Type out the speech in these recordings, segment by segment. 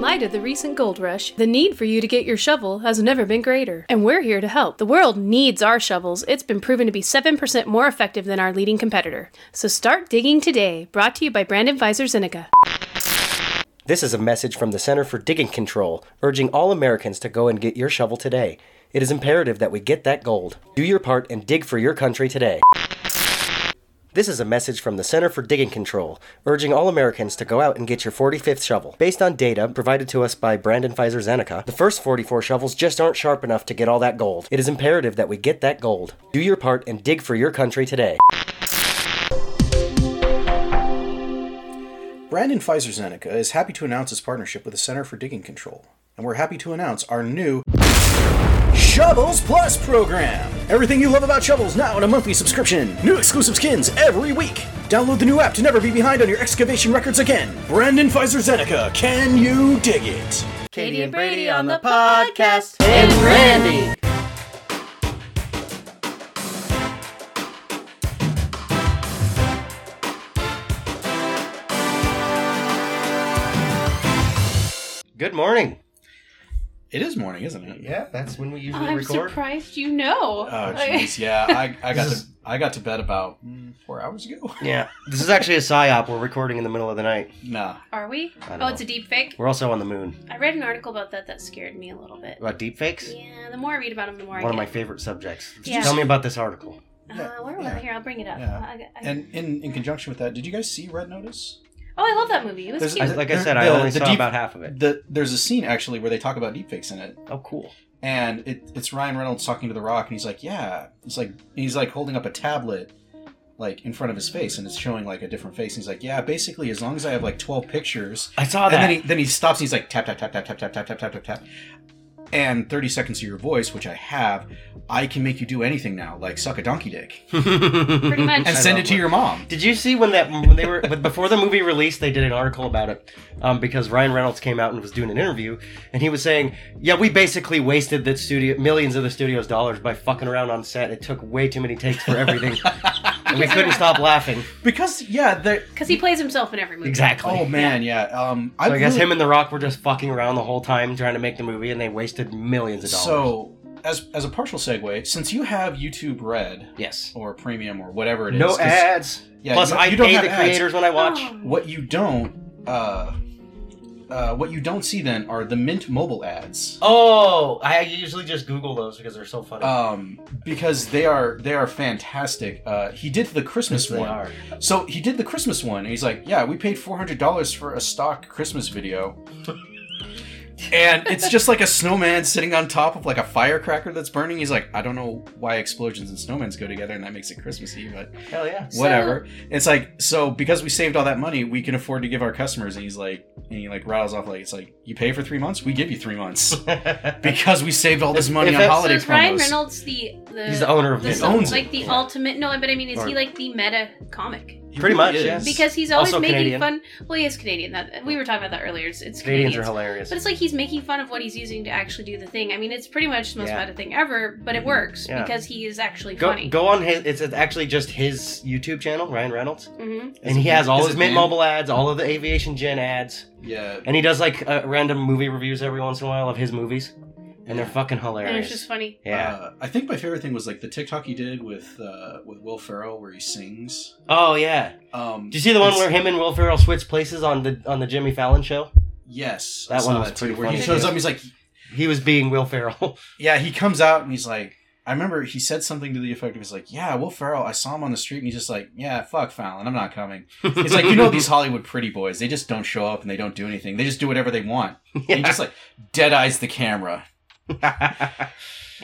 light of the recent gold rush, the need for you to get your shovel has never been greater, and we're here to help. The world needs our shovels. It's been proven to be 7% more effective than our leading competitor. So start digging today, brought to you by Brandon Visor Zeneca. This is a message from the Center for Digging Control, urging all Americans to go and get your shovel today. It is imperative that we get that gold. Do your part and dig for your country today. This is a message from the Center for Digging Control, urging all Americans to go out and get your 45th shovel. Based on data provided to us by Brandon Pfizer Zeneca, the first 44 shovels just aren't sharp enough to get all that gold. It is imperative that we get that gold. Do your part and dig for your country today. Brandon Pfizer Zeneca is happy to announce his partnership with the Center for Digging Control, and we're happy to announce our new Shovels Plus program. Everything you love about shovels now in a monthly subscription. New exclusive skins every week. Download the new app to never be behind on your excavation records again. Brandon Pfizer Zeneca, can you dig it? Katie and Brady on the podcast. And Randy. Good morning. It is morning, isn't it? Yeah, that's when we usually Oh, I'm surprised you know. Oh jeez, yeah. I, I got to I got to bed about mm, four hours ago. Yeah, this is actually a psyop. We're recording in the middle of the night. Nah, Are we? I Oh, know. it's a deep fake. We're also on the moon. I read an article about that that scared me a little bit. About deepfakes? Yeah, the more I read about them, the more One of I my get. favorite subjects. Yeah. Tell me about this article. uh, where was Yeah. it? Here, I'll bring it up. Yeah. Uh, I- I- and in in conjunction with that, did you guys see Red Notice? oh, I love that movie. It was There's- cute. I, like I said, I The- only the saw deep- about half of it. The, there's a scene actually where they talk about deepfakes in it, Oh, cool. and it, it's Ryan Reynolds talking to The Rock, and he's like, "Yeah," it's like he's like holding up a tablet, like in front of his face, and it's showing like a different face. And he's like, "Yeah, basically, as long as I have like twelve pictures." I saw and that. then he then he stops. and He's like, "Tap tap tap tap tap tap tap tap tap tap tap." And 30 seconds of your voice, which I have, I can make you do anything now, like suck a donkey dick Pretty much. and I send love it to that. your mom. Did you see when that when they were but before the movie released they did an article about it um, because Ryan Reynolds came out and was doing an interview and he was saying yeah we basically wasted the studio millions of the studio's dollars by fucking around on set it took way too many takes for everything and we couldn't stop laughing Because yeah, they're Because he plays himself in every movie. exactly oh man, yeah. Um, so I guess really- him and The Rock were just fucking around the whole time trying to make the movie and they wasted millions of dollars So, as as a partial segue, since you have YouTube Red yes or Premium or whatever it is, no 'cause ads Yeah, plus you- I you don't pay have the ads. creators when I watch Oh. what you don't, uh, uh, what you don't see then are the Mint mobile ads, oh I usually just Google those because they're so funny um, because they are they are fantastic. Uh, he did the Christmas Yes, they one, are. so he did the Christmas one, and he's like, "Yeah, we paid four hundred dollars for a stock Christmas video." And it's just like a snowman sitting on top of like a firecracker that's burning. He's like, I don't know why explosions and snowmen go together, and that makes it Christmassy, but hell yeah So- whatever. it's like so because we saved all that money, we can afford to give our customers. And he's like, and he like rattles off like it's like you pay for three months, we give you three months because we saved all this money If on that's- So holiday is Ryan promos. Reynolds the, the He's the owner of the Mint. sub- owns it. like the Yeah. ultimate? No, but I mean, is he Or- like the meta comic? He Pretty much, is. yeah. Because he's always Also making Canadian. fun. Well, he is Canadian. That we were talking about that earlier. It's, it's Canadians Canadians, are hilarious. But it's like he's making fun of what he's using to actually do the thing. I mean, it's pretty much the most Yeah. meta thing ever, but it works Yeah. because he is actually Go, funny. go on his. It's actually just his YouTube channel, Ryan Reynolds, hmm and he has all Is his it Mint him? Mobile ads, all of the Aviation Gen ads, yeah, and he does like uh, random movie reviews every once in a while of his movies, and they're fucking And it's hilarious. just funny. yeah. Uh, I think my favorite thing was like the TikTok he did with uh, with Will Ferrell where he sings. oh yeah. Um, Did you see the one it's- where him and Will Ferrell switch places on the on the Jimmy Fallon show? Yes, That I one saw was that pretty too, where he funny, shows too. up. He's like, He was being Will Ferrell. yeah, he comes out and he's like, I remember he said something to the effect of, he's like, yeah, Will Ferrell, I saw him on the street, and he's just like, yeah, fuck Fallon, I'm not coming. It's like you know these Hollywood pretty boys. They just don't show up and they don't do anything. They just do whatever they want. And he Yeah. just like dead eyes the camera.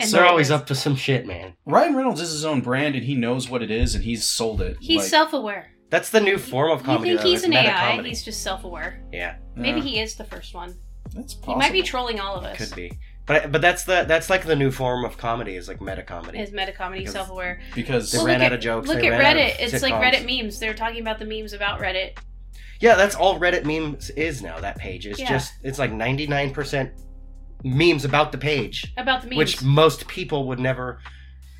And they're always hilarious. up to some shit, man. Ryan Reynolds is his own brand and he knows what it is and he's sold it. He's Like, self-aware. That's the new form of comedy. you think though. he's It's an meta AI? comedy. He's just self-aware. Yeah. Maybe yeah, he is the first one. That's He possible. might be trolling all of us. Could be. But but that's the that's like the new form of comedy is like meta comedy. Is meta comedy Because- self-aware? because They Well, ran look out at- of jokes. Look they at ran out Reddit. of It's like sitcoms. Reddit memes. They're talking about the memes about Reddit. Yeah, that's all Reddit memes is now. That page It's Yeah. just it's like ninety nine percent memes about the page, About the memes. which most people would never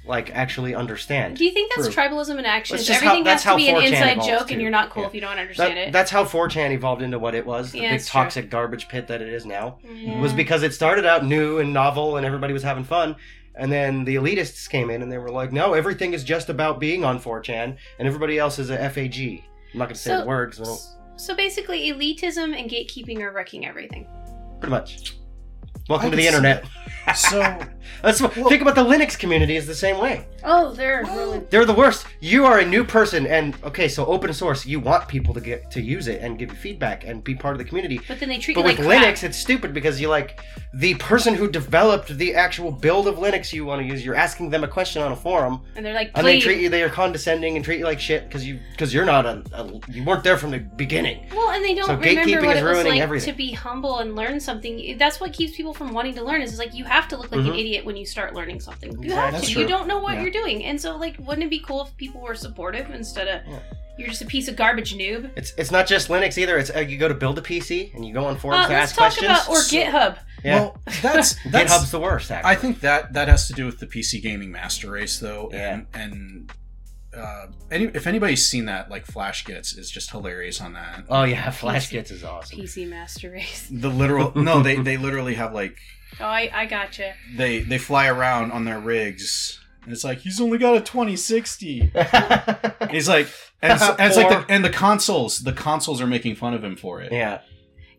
like actually understand. Do you think that's True. tribalism in action? That's Is just how- everything has that's to how be an 4chan inside evolved, joke, and too. you're not cool Yeah. if you don't understand That, it? that's how 4chan evolved into what it was, the Yeah, big that's true. Mm. toxic garbage pit that it is now. Yeah. Was because it started out new and novel and everybody was having fun. And then the elitists came in and they were like, no, everything is just about being on 4chan and everybody else is a FAG. I'm not going to say So- the words, but it'll- So basically, elitism and gatekeeping are wrecking everything. pretty much. Welcome I to the can see internet. So That's what, Well- think about the Linux community is the same way. Oh, they're really- They're the worst. You are a new person, and okay, so open source, you want people to get to use it and give you feedback and be part of the community. But then they treat But you with like crap. Linux, it's stupid because you like the person who developed the actual build of Linux you want to use. You're asking them a question on a forum, and they're like, and please. they treat you. They are condescending and treat you like shit because you because you're not a, a you weren't there from the beginning. well, and they don't So remember gatekeeping what is it was ruining like everything. to be humble and learn something. That's what keeps people from wanting to learn. Is it's like you have to look like an Mhm. idiot when you start learning something. You Exactly. have That's to. true. You don't know what Yeah. you're doing, and so like, wouldn't it be cool if people were supportive instead of Yeah. you're just a piece of garbage noob? It's it's not just Linux either. It's uh, you go to build a PC and you go on forums Uh, to let's ask talk questions. about or So- GitHub. yeah. well, that's that's GitHub's the worst. Actually. I think that that has to do with the PC gaming master race, though, Yeah. and and uh, any, if anybody's seen that, like Flash gets is just hilarious on that. Uh, Oh yeah, Flash Gets is awesome. PC Master Race. The literal no, they they literally have like Oh, I, I gotcha. they they fly around on their rigs, and it's like he's only got a twenty sixty. And he's like, and it's, and it's like, Poor. the, and the consoles, the consoles are making fun of him for it. yeah,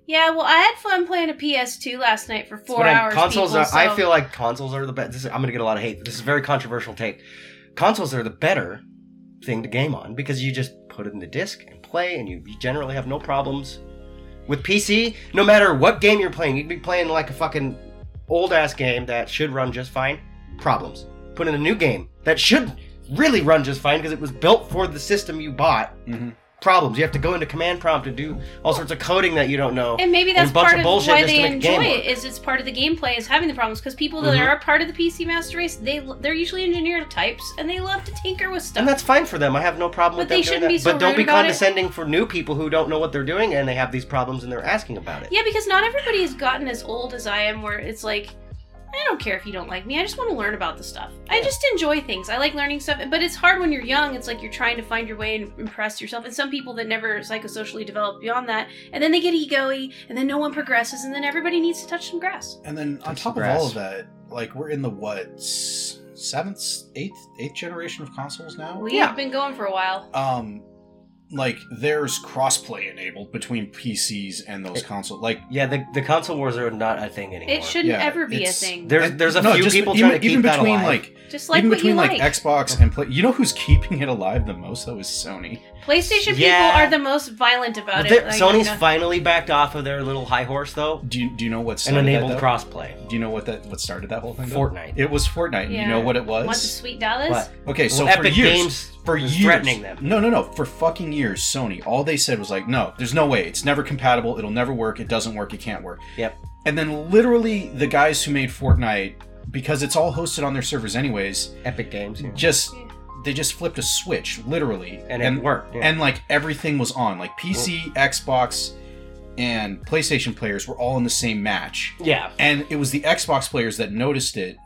Yeah, well, I had fun playing a PS2 last night for four When I- hours. Consoles people, are. I so- feel like consoles are the best. This is, I'm gonna get a lot of hate. This is a very controversial take. Consoles are the better thing to game on because you just put it in the disc and play, and you, you generally have no problems. With PC, no matter what game you're playing, you'd be playing like a fucking old ass game that should run just fine. Problems. Put in a new game that should really run just fine because it was built for the system you bought. Mhm. Problems. You have to go into command prompt and do all sorts of coding that you don't know. And maybe that's and bunch part of of bullshit why just to they make the game enjoy work. it. Is it's part of the gameplay is having the problems because people that Mhm. are a part of the PC Master Race, they they're usually engineer types and they love to tinker with stuff. And that's fine for them. I have no problem with But them they doing shouldn't that. be so but don't rude be about it. condescending for new people who don't know what they're doing and they have these problems and they're asking about it. yeah, because not everybody has gotten as old as I am, where it's like. I don't care if you don't like me. I just want to learn about the stuff. I just enjoy things. I like learning stuff, but it's hard when you're young. It's like you're trying to find your way and impress yourself. And some people that never psychosocially develop beyond that, and then they get egoy, and then no one progresses, and then everybody needs to touch some grass. And then on Touch top the of all of grass. that, like we're in the what s- seventh, eighth, eighth generation of consoles now. We've Yeah. been going for a while. um like there's crossplay enabled between PCs and those It- consoles. Like Yeah, the, the console wars are not a thing anymore. It shouldn't Yeah, ever be a it's- thing. There's there's a no, few just people even, trying to keep even that between alive. like Just like even what you between like, like. Xbox and play. You know who's keeping it alive the most? That was Sony. PlayStation Yeah. people are the most violent But about they're- it. Like, uh, Sony's you know, finally backed off of their little high horse though Do you do you know what and started enabled that? though? crossplay. do you know what that what started that whole thing? though? Fortnite. It was Fortnite. and You Yeah. know what it want the was? sweet dollars? What? Okay, so Well, for Epic years, Games for was years, threatening them. No, no, no. For fucking years, Sony. All they said was like, no, there's no way. It's never compatible. It'll never work. It doesn't work. It can't work. Yep. And then literally the guys who made Fortnite, because it's all hosted on their servers anyways, Epic Games. yeah. just Yeah. they just flipped a switch, literally, And it worked, yeah. And like everything was on, like PC, Xbox, and PlayStation players were all in the same match. yeah. And it was the Xbox players that noticed it,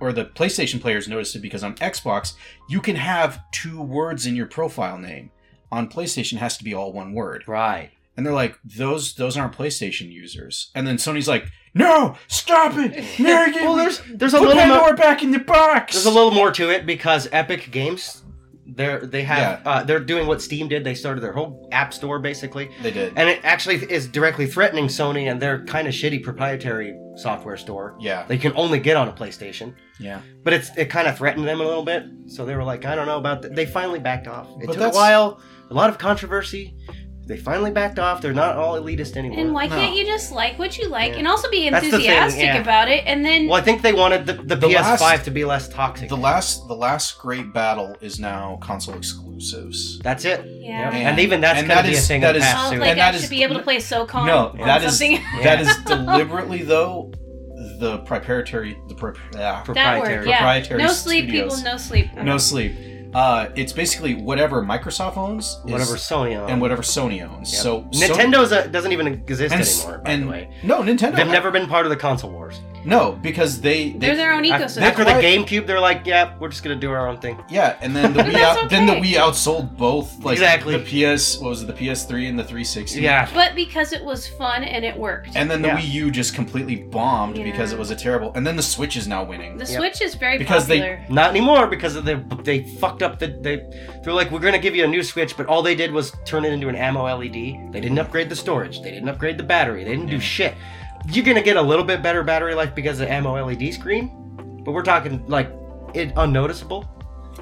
or the PlayStation players noticed it because on Xbox, you can have two words in your profile name. On PlayStation it has to be all one word. Right. And they're like, those those aren't PlayStation users. And then Sony's like, No, stop it! Mary Well, there's there's a put little more Pandora back in the box. There's a little more to it because Epic Games, they're they have uh, they're doing what Steam did. They started their whole app store basically, they did. and it actually is directly threatening Sony and their kind of shitty proprietary software store. Yeah. They can only get on a PlayStation, Yeah. but it's it kind of threatened them a little bit. So they were like, I don't know about that. They finally backed off. It But took a that's- while, a lot of controversy. They finally backed off. They're not all elitist anymore. And why No. can't you just like what you like Yeah. and also be That's the thing, enthusiastic yeah. about it and then well, I think they wanted the, the, The PS5 last- to be less toxic. The last the last great battle is now console exclusives. that's it. Yeah. And, even that's And gonna that be is- a thing that in is- the Oh, past soon. like And I that should is- be able to play SoCon no, on that is something. that is deliberately though the proprietary the pro- ah, that proprietary. word, yeah. Proprietary No sleep, studios. people, no sleep. no sleep. Uh, it's basically whatever Microsoft owns, is- whatever Sony owns. and whatever Sony owns. Yep. So Sony- Nintendo's uh doesn't even exist and, anymore. By and- the way, no Nintendo. they've never been part of the console wars. No, because they, they They're their own I- ecosystem. After the Right. GameCube, they're like, yeah, we're just gonna do our own thing. Yeah, and then the But Wii that's out, then the okay. Wii outsold both like Exactly. the PS what was it the PS3 and the 360. Yeah. but because it was fun and it worked. And then the Yeah. Wii U just completely bombed Yeah. because it was a terrible. And then the Switch is now winning. the Switch is very Because they- popular. Not anymore because of they they fucked up the they they're like we're gonna give you a new Switch, but all they did was turn it into an ammo LED. They Mm-hmm. didn't upgrade the storage. They didn't upgrade the battery. They didn't do shit. You're gonna get a little bit better battery life because of ammo LED screen, but we're talking like it unnoticeable.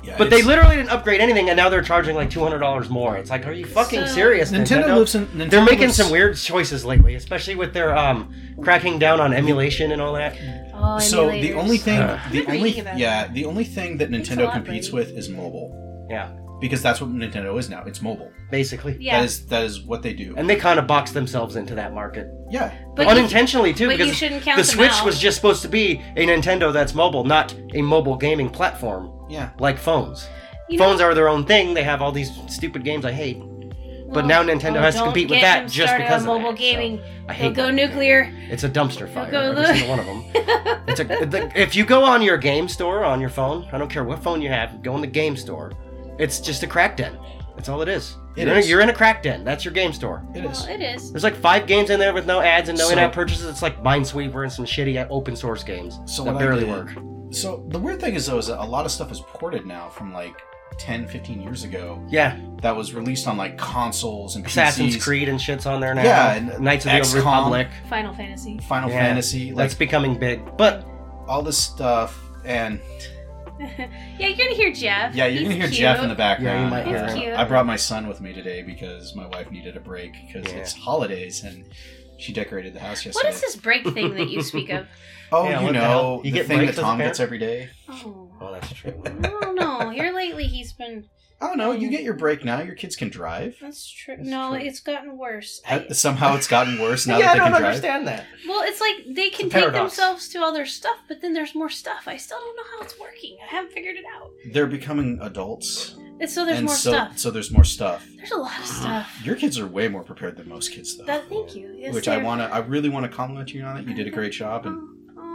Yeah, But they it's- literally didn't upgrade anything, and now they're charging like two hundred dollars more. It's like, are you fucking So- serious? Nintendo lives in- Nintendo they're making lives- some weird choices lately, especially with their um cracking down on emulation and all that. Oh, So the emulators. only thing, Uh. the I've been only reading about yeah, the only thing that Thanks a Nintendo lot, competes Brady. with is mobile Yeah, because that's what Nintendo is now. It's mobile. basically. yeah, That is that is what they do. And they kind of boxed themselves into that market. yeah. but you- unintentionally too but you because shouldn't count the them switch out. was just supposed to be a nintendo that's mobile not a mobile gaming platform Yeah. like phones you know- phones are their own thing they have all these stupid games i hate but now Well, nintendo oh, has to don't compete with get that him just started because on of mobile that, so gaming. i He'll hate go that. nuclear. it's a dumpster fire go every look. single one of them it's a the, if you go on your game store on your phone i don't care what phone you have go in the game store it's just a crack den that's all it is It you're, in a- is. you're in a crack den that's your game store It is. Well, it is. there's like five games in there with no ads and no So- in-app purchases. It's like Minesweeper and some shitty uh, open source games So that what I barely did- work. So the weird thing is though is that a lot of stuff is ported now from like 10, 15 years ago Yeah, that was released on like consoles and Assassin's PCs, Creed and shits on there now. Yeah, and Knights of the Old XCOM. Republic. Final Fantasy. Final Yeah. Fantasy, like That's becoming big, but all this stuff and Yeah, you're gonna hear Jeff. yeah, you're He's gonna hear cute. Jeff in the Yeah, you background. might hear He's him. cute. I brought my son with me today because my wife needed a break because Yeah. it's holidays and she decorated the house yesterday. What is this break thing that you speak of? Oh, Yeah, you what the know hell? the, You get thing breaks that as a Tom parent? gets every day. Oh, oh, that's true. I don't know. Here lately, he's been. I don't Mm-hmm. know. You get your break now. Your kids can drive. That's true. That's no, true. it's gotten worse. I- Ha- Somehow it's gotten worse now yeah, that I they don't can understand that. well, it's like they can a take paradox. themselves to all their stuff, but then there's more stuff. I still don't know how it's working. I haven't figured it out. drive. They're becoming adults, And so there's and more so stuff. so there's more stuff. There's a lot of stuff. Your kids are way more prepared than most kids, though. That, thank you. Yes, which I they're- want to. I really want to compliment you on it. You did a great job, and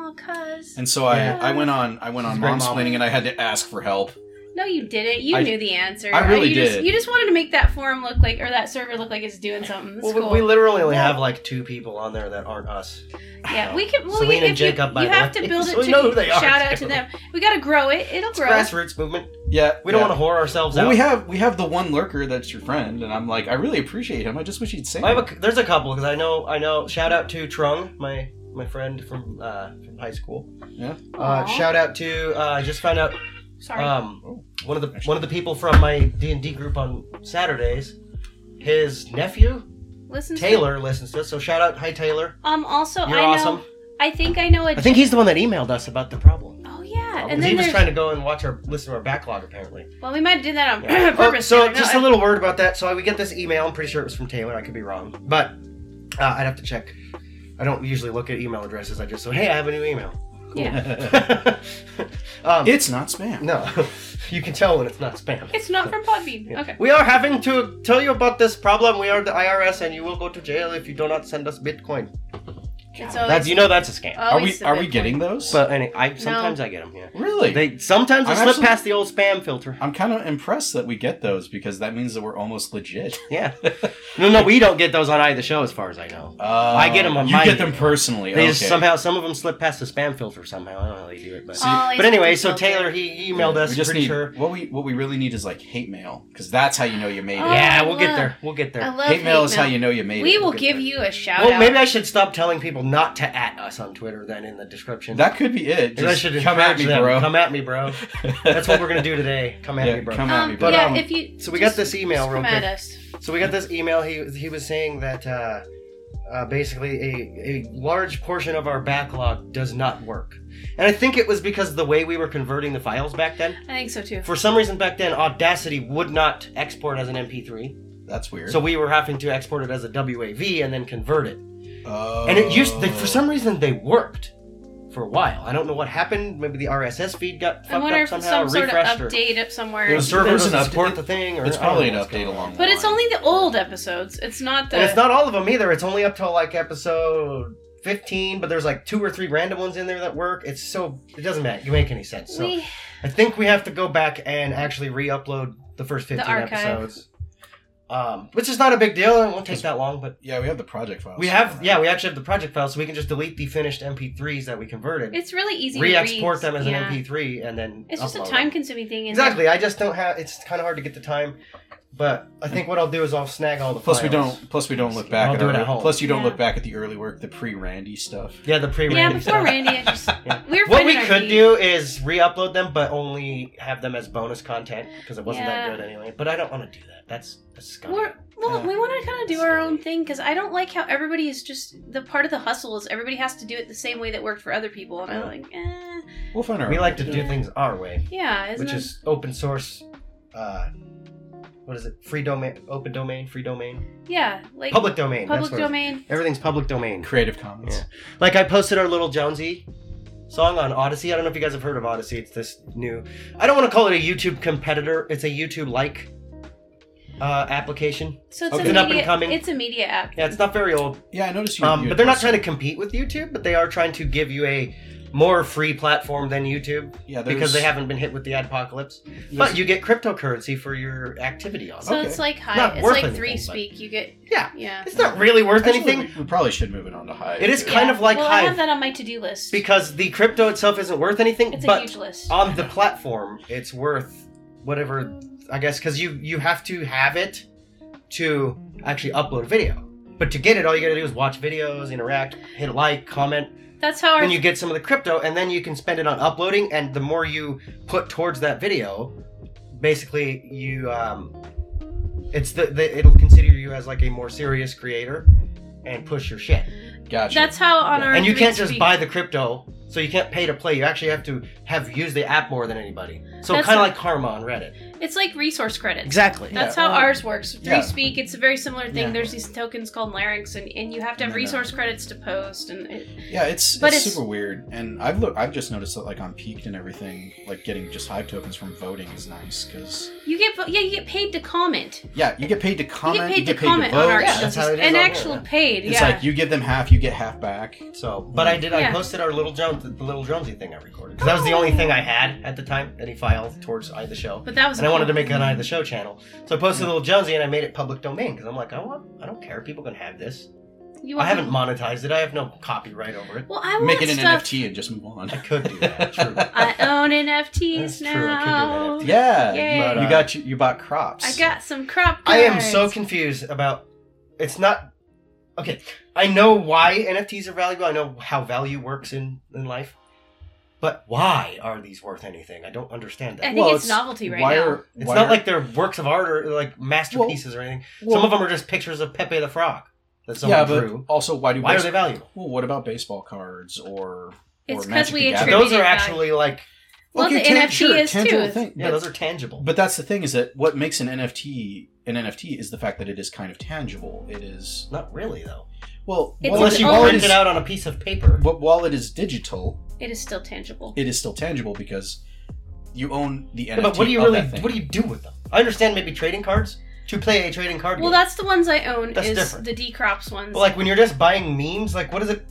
Oh, oh, cuz. and so Yeah. I I went on I went She's on a great mom. mansplaining and I had to ask for help. No, you didn't. You I- knew the answer. I really you Just, did. you just wanted to make that forum look like, or that server look like it's doing something. That's Well, cool. we, we literally only have like two people on there that aren't us. yeah, we can. Well, Selena you, and if you, Jacob, by you the have way. to build it So we to know who they are, shout out to too. them. We got to grow it. It'll It's grow. grassroots movement. Yeah, We don't yeah. want to whore ourselves Well, out. we have we have the one lurker that's your friend, and I'm like, I really appreciate him. I just wish he'd say. I have a, there's a couple because I know I know. Shout out to Trung, my my friend from uh, from high school. Yeah. Uh, Aw. shout out to uh, I just found out Sorry. um, Oh, one of the actually. one of the people from my D and D group on Saturdays. His nephew Listen, to- Taylor listens to us, so shout out, hi Taylor, Um. Also, you're I know. awesome. I think I know a. I think he's the one that emailed us about the problem. oh yeah, Because and he then was there's. trying to go and watch our listen to our backlog apparently. well, we might have did that on Yeah. purpose. Oh, so Tanner. No, just I- a little word about that. So we get this email. I'm pretty sure it was from Taylor. I could be wrong, but uh, I'd have to check. I don't usually look at email addresses. I just say, hey, I have a new email. Yeah. um, It's not spam. no, you can tell when it's not spam. It's not from Podbean. Yeah. Okay. We are having to tell you about this problem. We are the IRS, and you will go to jail if you do not send us Bitcoin. It's always, That's you know that's a scam. always Are we the are we Bitcoin. getting those? But any, I sometimes I get them. Yeah. really, They sometimes I I'm slip actually- past the old spam filter. I'm kind of impressed that we get those because that means that we're almost legit. Yeah. no, no, we don't get those on either show, as far as I know. Uh, I get 'em on You my get them email. personally. They okay. just somehow some of them slip past the spam filter somehow. I don't know how they do it, but. See- Always But anyway, so filter. Taylor he emailed us. We just pretty need, sure. What we what we really need is like hate mail because that's how you know you made it. Oh, yeah, we'll I get love- there. We'll get I there. love hate mail is how you know you made We it. will We'll get give there. you a shout Well, out. maybe I should stop telling people not to at us on Twitter then in the description. That could be it. Maybe I Just should come at encourage me, them. bro. Come at me, bro. That's what we're gonna do today. Come at Yeah, me, bro. come at um, me, but, yeah, um, if you so we got just- this email just real come at quick. us. So we got this email. He he was saying that uh, uh, basically a, a large portion of our backlog does not work, and I think it was because of the way we were converting the files back then. I think so too. For some reason back then, Audacity would not export as an MP3, That's weird. so we were having to export it as a WAV and then convert it. Oh. And it used they, for some reason they worked for a while. I don't know what happened. Maybe the RSS feed got fucked I wonder up if somehow some or sort of refreshed or update up somewhere. It the was- server There's an doesn't support update. the thing. Or It's I don't know probably an what's update going on. along. the But it's line. only the old episodes. It's not the. And it's not all of them either. It's only up till like episode 15, but there's like two or three random ones in there that work. It's so it doesn't make, make any sense. So we I think we have to go back and actually re-upload the first 15 archive. episodes. Um, which is not a big deal. It won't take that long, but Yeah, we have the project files. we have yeah, we actually have the project file, so we can just delete the finished MP3s that we converted, it's really easy re-export to read. them as Yeah. an MP3, and then It's just a upload them. time-consuming thing. and Exactly. I just don't have. It's kind of hard to get the time, but I think what I'll do is I'll snag all the. Plus we files. don't. Plus we don't look back. I'll at do it our- at home. Plus you don't Yeah. look back at the early work, the pre-Randy stuff. Yeah, the pre. then- Yeah, before Randy, I just we were What we finding our could feet. do is re-upload them, but only have them as bonus content because it wasn't Yeah. that good anyway. But I don't want to do that. That's that's scum. We're, well, Yeah. we want to kind of do our own thing because I don't like how everybody is just the part of the hustle is everybody has to do it the same way that worked for other people, and I'm like, eh, We'll find our. We own like to way do things our way, yeah, isn't which it? is open source. Uh, what is it? Free domain, open domain, free domain, yeah, like public domain. public that's what it is. domain. Everything's public domain. Creative Commons. Yeah. Like I posted our little Jonesy song on Odyssey. I don't know if you guys have heard of Odyssey. It's this new. I don't want to call it a YouTube competitor. It's a YouTube like uh, application. So it's Open a up and media, coming. It's a media app. Yeah, it's not very old, Yeah, I noticed you. um, you but they're not trying to compete with YouTube. But they are trying to give you a more free platform than YouTube Yeah, there's- because they haven't been hit with the apocalypse. there's- But you get cryptocurrency for your activity on it. So Okay. it's like high. Not It's worth like anything, three but- speak. You get Yeah, yeah. it's not really worth Actually, anything We, we probably should move it on to Hive. It is Yeah. kind of like well, I Hive. have that on my to-do list. because the crypto itself isn't worth anything. it's a but huge list. on the platform it's worth whatever i guess because you you have to have it to actually upload a video but to get it all you gotta do is watch videos interact hit like comment That's how our then you get some of the crypto and then you can spend it on uploading and the more you put towards that video basically you um it's the, the it'll consider you as like a more serious creator and push your shit Gotcha. that's how on our and you three can't just speak- buy the crypto, so you can't pay to play. You actually have to have used the app more than anybody. So That's kind a- of like karma on Reddit. It's like resource credits. Exactly. That's Yeah. how ours works. Free Yeah. speak, it's a very similar thing. Yeah. There's these tokens called larynx, and, and you have to have No, no. resource credits to post. And it, yeah, it's, but it's it's- super weird, and I've look, I've just noticed that like on Peaked and everything, like getting just Hive tokens from voting is nice because you get yeah, you get paid to comment. yeah, you get paid to comment, you get paid to vote. comment on our Yeah, shows. that's how it is and on there, actual yeah. paid. It's yeah, like you give them half, you get half back. So, but I did. I Yeah. posted our little Jones, the little Jonesy thing I recorded 'Cause that was the only thing I had at the time. Any file towards I the show, but that was. and I wanted to make an I the show channel. So I posted little Jonesy, and I made it public domain because I'm like, I want. I don't care. People can have this. You I want- haven't monetized it. I have no copyright over it. Well, I want Make it an stuff. NFT and just move on. I could do that. True. I own That's NFTs true, I could do now. NFT. Yeah, Yay. But, you uh, got you, you bought crops. I got some crop. I am so cards. confused about. It's not. Okay, I know why NFTs are valuable. I know how value works in in life, but why are these worth anything? I don't I understand that. think Well, it's, it's- novelty right why now. are- It's why not are- like they're works of art or like masterpieces or anything. Some of them are just pictures of Pepe the Frog that someone yeah, but drew. also why do Why are base- they valuable? well, what about baseball cards or It's or 'cause Magic we the Gathering? attribute- Those are value. actually like Well, the tan- NFT is tangible too. thing, yeah, but- those are tangible. But that's the thing is that what makes an NFT an NFT is the fact that it is kind of tangible. It is not really though, well, It's while unless its you own- print it out on a piece of paper. But while it is digital, It is still tangible. it is still tangible because you own the NFT. Yeah, but what do you of really that thing. what do you do with them? I understand maybe trading cards to play a trading card. Well, game. that's the ones I own. That's is different. the D crops ones. Well, like when you're just buying memes, like what is it?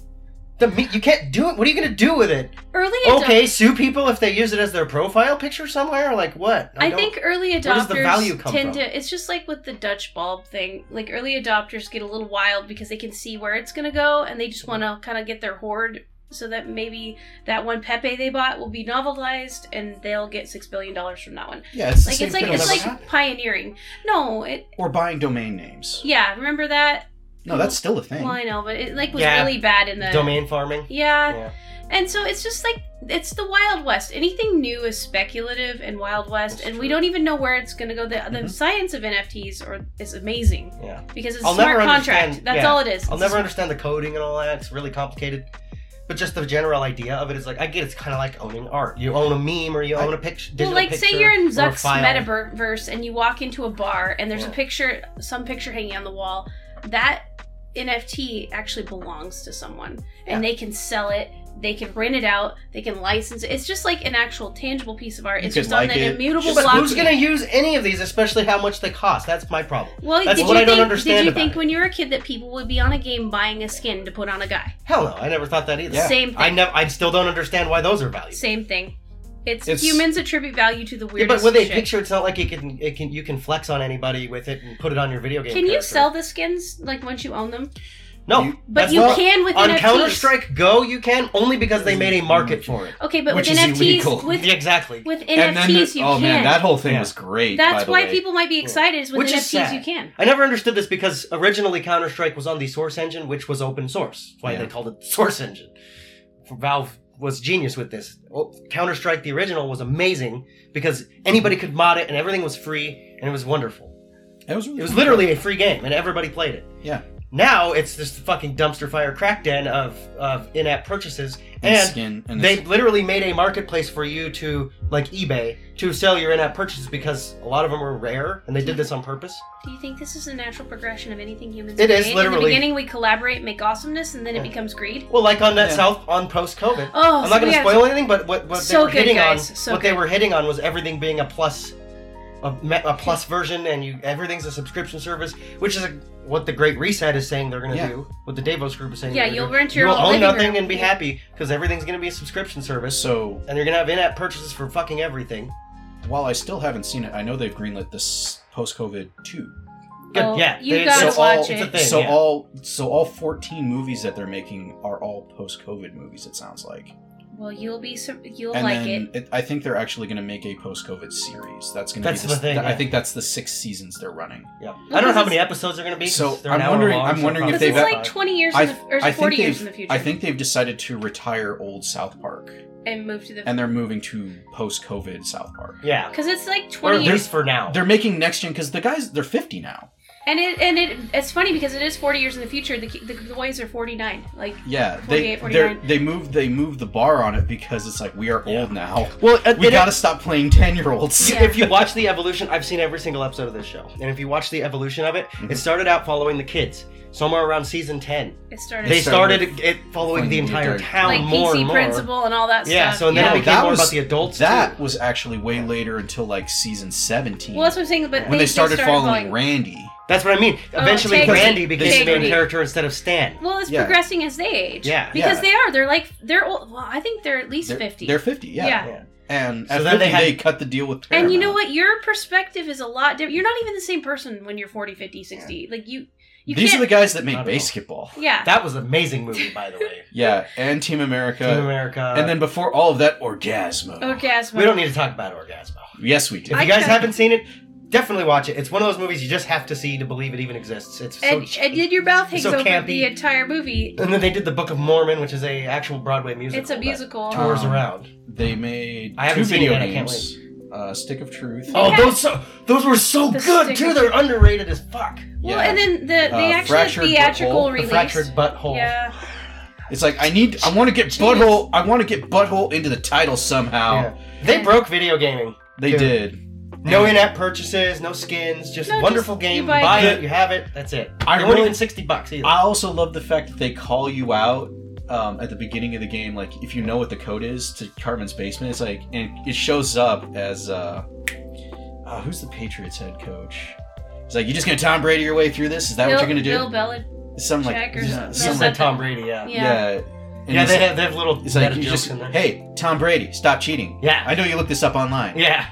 The me- you can't do it. What are you gonna do with it? early adopters. Okay, sue people if they use it as their profile picture somewhere. Like what? I, don't- think early Where does adopters the value come tend from? to. It's just like with the Dutch bulb thing. Like early adopters get a little wild because they can see where it's going to go, and they just want to kind of get their hoard so that maybe that one Pepe they bought will be novelized, and they'll get six billion dollars from that one. Yeah, it's the Like same it's like thing. it's It'll like never pioneering. No, it or buying domain names. yeah. Remember that? No, that's still a thing. Well, I know, but it like was Yeah. really bad in the domain farming. Yeah. Yeah. And so it's just like it's the Wild West. Anything new is speculative and Wild West, That's and true. we don't even know where it's going to go. The, the Mhm. science of NFTs or is amazing Yeah. because it's I'll a smart never contract. understand- That's yeah. all it is. I'll It's never just- understand the coding and all that. It's really complicated. But just the general idea of it is like I get. It's kind of like owning art. You own a meme or you own a picture. well, digital like say picture you're in or a Zuck's file. metaverse and you walk into a bar and there's Yeah. a picture, some picture hanging on the wall. That NFT actually belongs to someone, Yeah. and they can sell it. They can print it out. They can license it. It's just like an actual tangible piece of art. You It's could just on like an it. immutable Just block. Who's going to use any of these, especially how much they cost? That's my problem. well, That's did what you I don't think, understand Did you about think it. when you were a kid that people would be on a game buying a skin to put on a guy? Hell no, I never thought that either. Yeah. Same thing. I never. I still don't understand why those are valued. Same thing. It's, It's- humans attribute value to the Yeah, weirdest but with a shit. picture, it's not like you can. It can. You can flex on anybody with it and put it on your video game. Can you character. sell the skins like once you own them? No, You- But that's you not- can with on NFTs. Counter Strike Go. You can only because they made a market Mm-hmm. for it. Okay, but Which with is NFTs, illegal. with Yeah, exactly. with And then NFTs the- you oh can. man, that whole thing Yeah. was great. by That's the why way. people might be excited is with Which NFTs is sad. you can. I never understood this because originally Counter Strike was on the Source Engine, which was open source. That's why Yeah. they called it Source Engine. Valve was genius with this. Counter Strike, the original, was amazing because anybody could mod it and everything was free and it was wonderful. It was, really It was fun. literally a free game and everybody played it. Yeah. Now it's this fucking dumpster fire crack den of, of in app purchases And and skin and they literally made a marketplace for you to like ebay to sell your in-app purchases because a lot of them were rare and they did this on purpose Do you think this is a natural progression of anything humans It create? is, In the literally. beginning, we collaborate, make awesomeness, and then it Yeah. becomes greed. well like on that Yeah. south on post-covid Oh, i'm so not going we to gotta- spoil anything but what, what So they were good, hitting on guys, so what they good. were hitting on was everything being a plus a, me- a plus version and you everything's a subscription service which is a, what the great reset is saying they're going to Yeah. do what the davos group is saying Yeah, they're gonna you'll do. rent your You'll own own living nothing room. and be Yeah. happy because everything's going to be a subscription service so and they're going to have in-app purchases for fucking everything while I still haven't seen it, I know they've greenlit this post-COVID two. Good, Oh, yeah, you they- gotta so watch all- it. it's a thing. so yeah. all so all 14 movies that they're making are all post-COVID movies. It sounds like, Well, you'll be sur- you'll and like then it. it, I think they're actually going to make a post-COVID series. That's going to That's be the s- thing, th- I yeah. think that's the six seasons they're running. Yeah. Well, I don't know how because many episodes are going to be. 'cause So, they're I'm an hour wondering- long, I'm so wondering if Because probably they've- it's five. like 20 years I, in the, or is it I 40 think years in the they've future I think they've decided to retire old South Park, and move to the and they're moving to post-COVID South Park. Yeah. because it's like Or at 20 years least for now. They're making next gen because the guys they're 50 now. and it and it it's funny because it is 40 years in the future the, ki- the, the boys are 49 like Yeah, 48, they 49. they're- they moved they moved the bar on it because it's like we are Yeah. old now. Well, uh, We it- gotta stop playing 10 year olds. Yeah. if you watch the evolution, I've seen every single episode of this show. And if you watch the evolution of it, Mm-hmm. it started out following the kids. Somewhere around season 10. it started They started started it following the following the entire entire- town like more PC and more. principal and all that Yeah, stuff so and then yeah. it became more about the adults. That too. was actually way later until like season 17. well that's what I'm saying but when they, started, following following Randy. That's what I mean. Oh, Eventually, Integrity. Randy became the Integrity. main character instead of Stan. Well, it's Yeah. progressing as they age. Yeah. Because Yeah. they are. They're like they're old. Well, I think they're at least They're, 50. They're 50, yeah. Yeah. And So at then they 50, they, had- cut the deal with Paramount. And you know what? Your perspective is a lot different. You're not even the same person when you're 40, 50, 60. Like you you These are can't the guys that made Not at all. basketball. Yeah. That was an amazing movie, by the way. Yeah, and Team America. Team America. and then before all of that, Orgasmo. Orgasmo. we don't need to talk about Orgasmo. Yes, we did. If I you guys kinda- haven't seen it, definitely watch it. It's one of those movies you just have to see to believe it even exists. It's so and, cheap. and then your mouth hangs so over campy. the entire movie. And then they did the Book of Mormon, which is a actual Broadway musical. It's a that musical. Oh. Tours Um, around. They made I haven't two seen video it, I can't games. Uh, Stick of Truth. Oh, those so, those were so The good stick- too. They're underrated as fuck. Well, yeah. and then the they actually Uh, had Fractured theatrical Butthole. The release. fractured butthole. Yeah. It's like I need, I want to get butthole, I want to get butthole into the title somehow. Yeah. They broke video gaming. They Dude. did. No in-app purchases, no skins, just No, just wonderful you game. You buy buy, it. it, you have it. That's it. it I wasn't really- even sixty bucks either. I also love the fact that they call you out um, at the beginning of the game, like if you know what the code is to Cartman's basement. It's like, and it shows up as uh, uh who's the Patriots head coach? It's like you just gonna Tom Brady your way through this? Is that Bill, what you're gonna do? Bill Bella. Some like, Jack or yeah, something. some Some Something. like, like Tom Brady, yeah. Yeah. yeah. And Yeah, it's- they have they have little It's like meta you jokes just, in there. hey, Tom Brady, stop cheating. Yeah. I know you looked this up online. Yeah.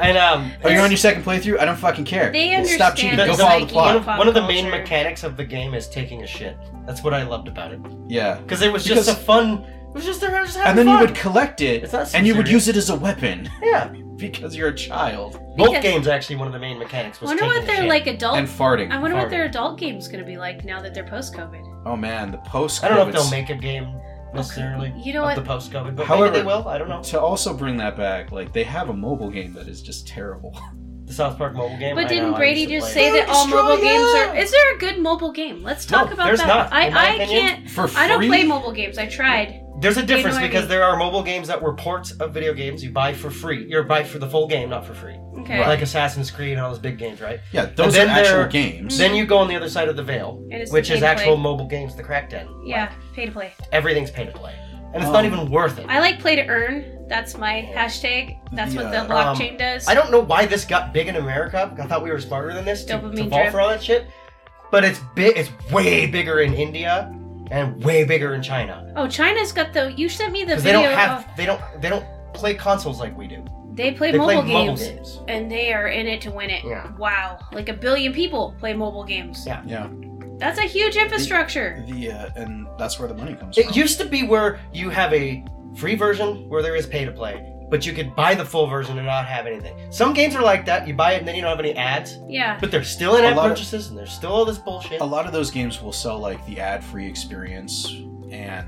and um Are you on your second playthrough? I don't fucking care. They Stop understand cheating. the Go follow the psyche plot. One of, Pop one of the main culture. mechanics of the game is taking a shit. That's what I loved about it. yeah. Because it was just Because- a fun. It was just, they were just having And then you fun. would collect it, It's not so and you would serious. use it as a weapon Yeah. because you're a child. Both Because- games actually one of the main mechanics was Wonder taking what a their shit. like adult. And farting. I wonder what their farting. adult game's gonna be like now that they're post COVID. Oh man, the post. I don't know if they'll make a game necessarily. You know of what? The post COVID, but However- maybe they will. I don't know. To also bring that back, like they have a mobile game that is just terrible. The South Park mobile game. But I didn't know, I Brady used to just play say it. that all Destroy mobile games them! are? Is there a good mobile game? Let's talk No, about there's that. not, in my I, I opinion. can't. For free. I don't play mobile games. I tried. There's a difference what I because mean. there are mobile games that were ports of video games you buy for free. You buy for the full game, not for free. Okay. Mm-hmm. Like Assassin's Creed and all those big games, right? Yeah, those are then actual they're- games. Then you go on the other side of the veil, And it's which pay is to actual play. mobile games, the Crackdown. Yeah. Pay to play. Everything's pay to play. and Oh. it's not even worth it. I like play to earn. That's my hashtag. That's what the Yeah. blockchain Um, does. I don't know why this got big in America. I thought we were smarter than this to, to Dopamine fall drip. for all that shit. But it's big. It's way bigger in India and way bigger in China oh, China's got the. You sent me the because they video. don't have they don't they don't play consoles like we do. of, they play, They play mobile, mobile games, games. and they are in it to win it. Yeah. Wow, like a billion people play mobile games. Yeah. Yeah, That's a huge infrastructure. the uh, and that's where the money comes It from. used to be where you have a free version where there is pay to play, but you could buy the full version and not have anything. Some games are like that. You buy it and then you don't have any ads, Yeah. but there's still in app A lot of- purchases and there's still all this bullshit. a lot of those games will sell like the ad-free experience, and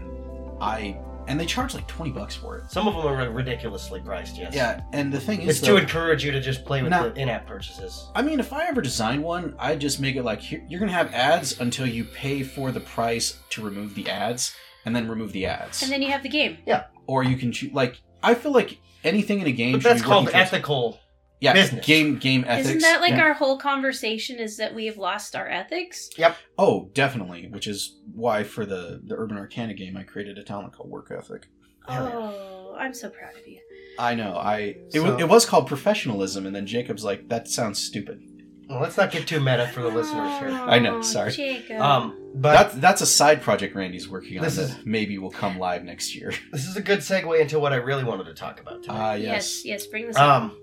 I and they charge like twenty bucks for it. Some of them are ridiculously priced. Yes. Yeah, and the thing is, It's to though, encourage you to just play with No. the in-app purchases. I mean, if I ever design one, I'd just make it like here, you're gonna have ads until you pay for the price to remove the ads, and then remove the ads, And then you have the game. or you can choose like I feel like anything in a game. But should that's be called working towards- ethical. yeah, business. Game game ethics. Isn't that like Yeah. our whole conversation is that we have lost our ethics? Oh, definitely. Which is why for the the Urban Arcana game, I created a talent called Work Ethic. Hell yeah. Oh, I'm so proud of you. I know. I it, So- wa- it was called professionalism, and then Jacob's like, "That sounds stupid." Well, let's not get too meta for the listeners here. I know, Oh, sorry. Jacob. Um, but that's that's a side project Randy's working on. This that is- maybe will come live next year. this is a good segue into what I really wanted to talk about today. Ah, yes. yes, yes. bring this up. Um,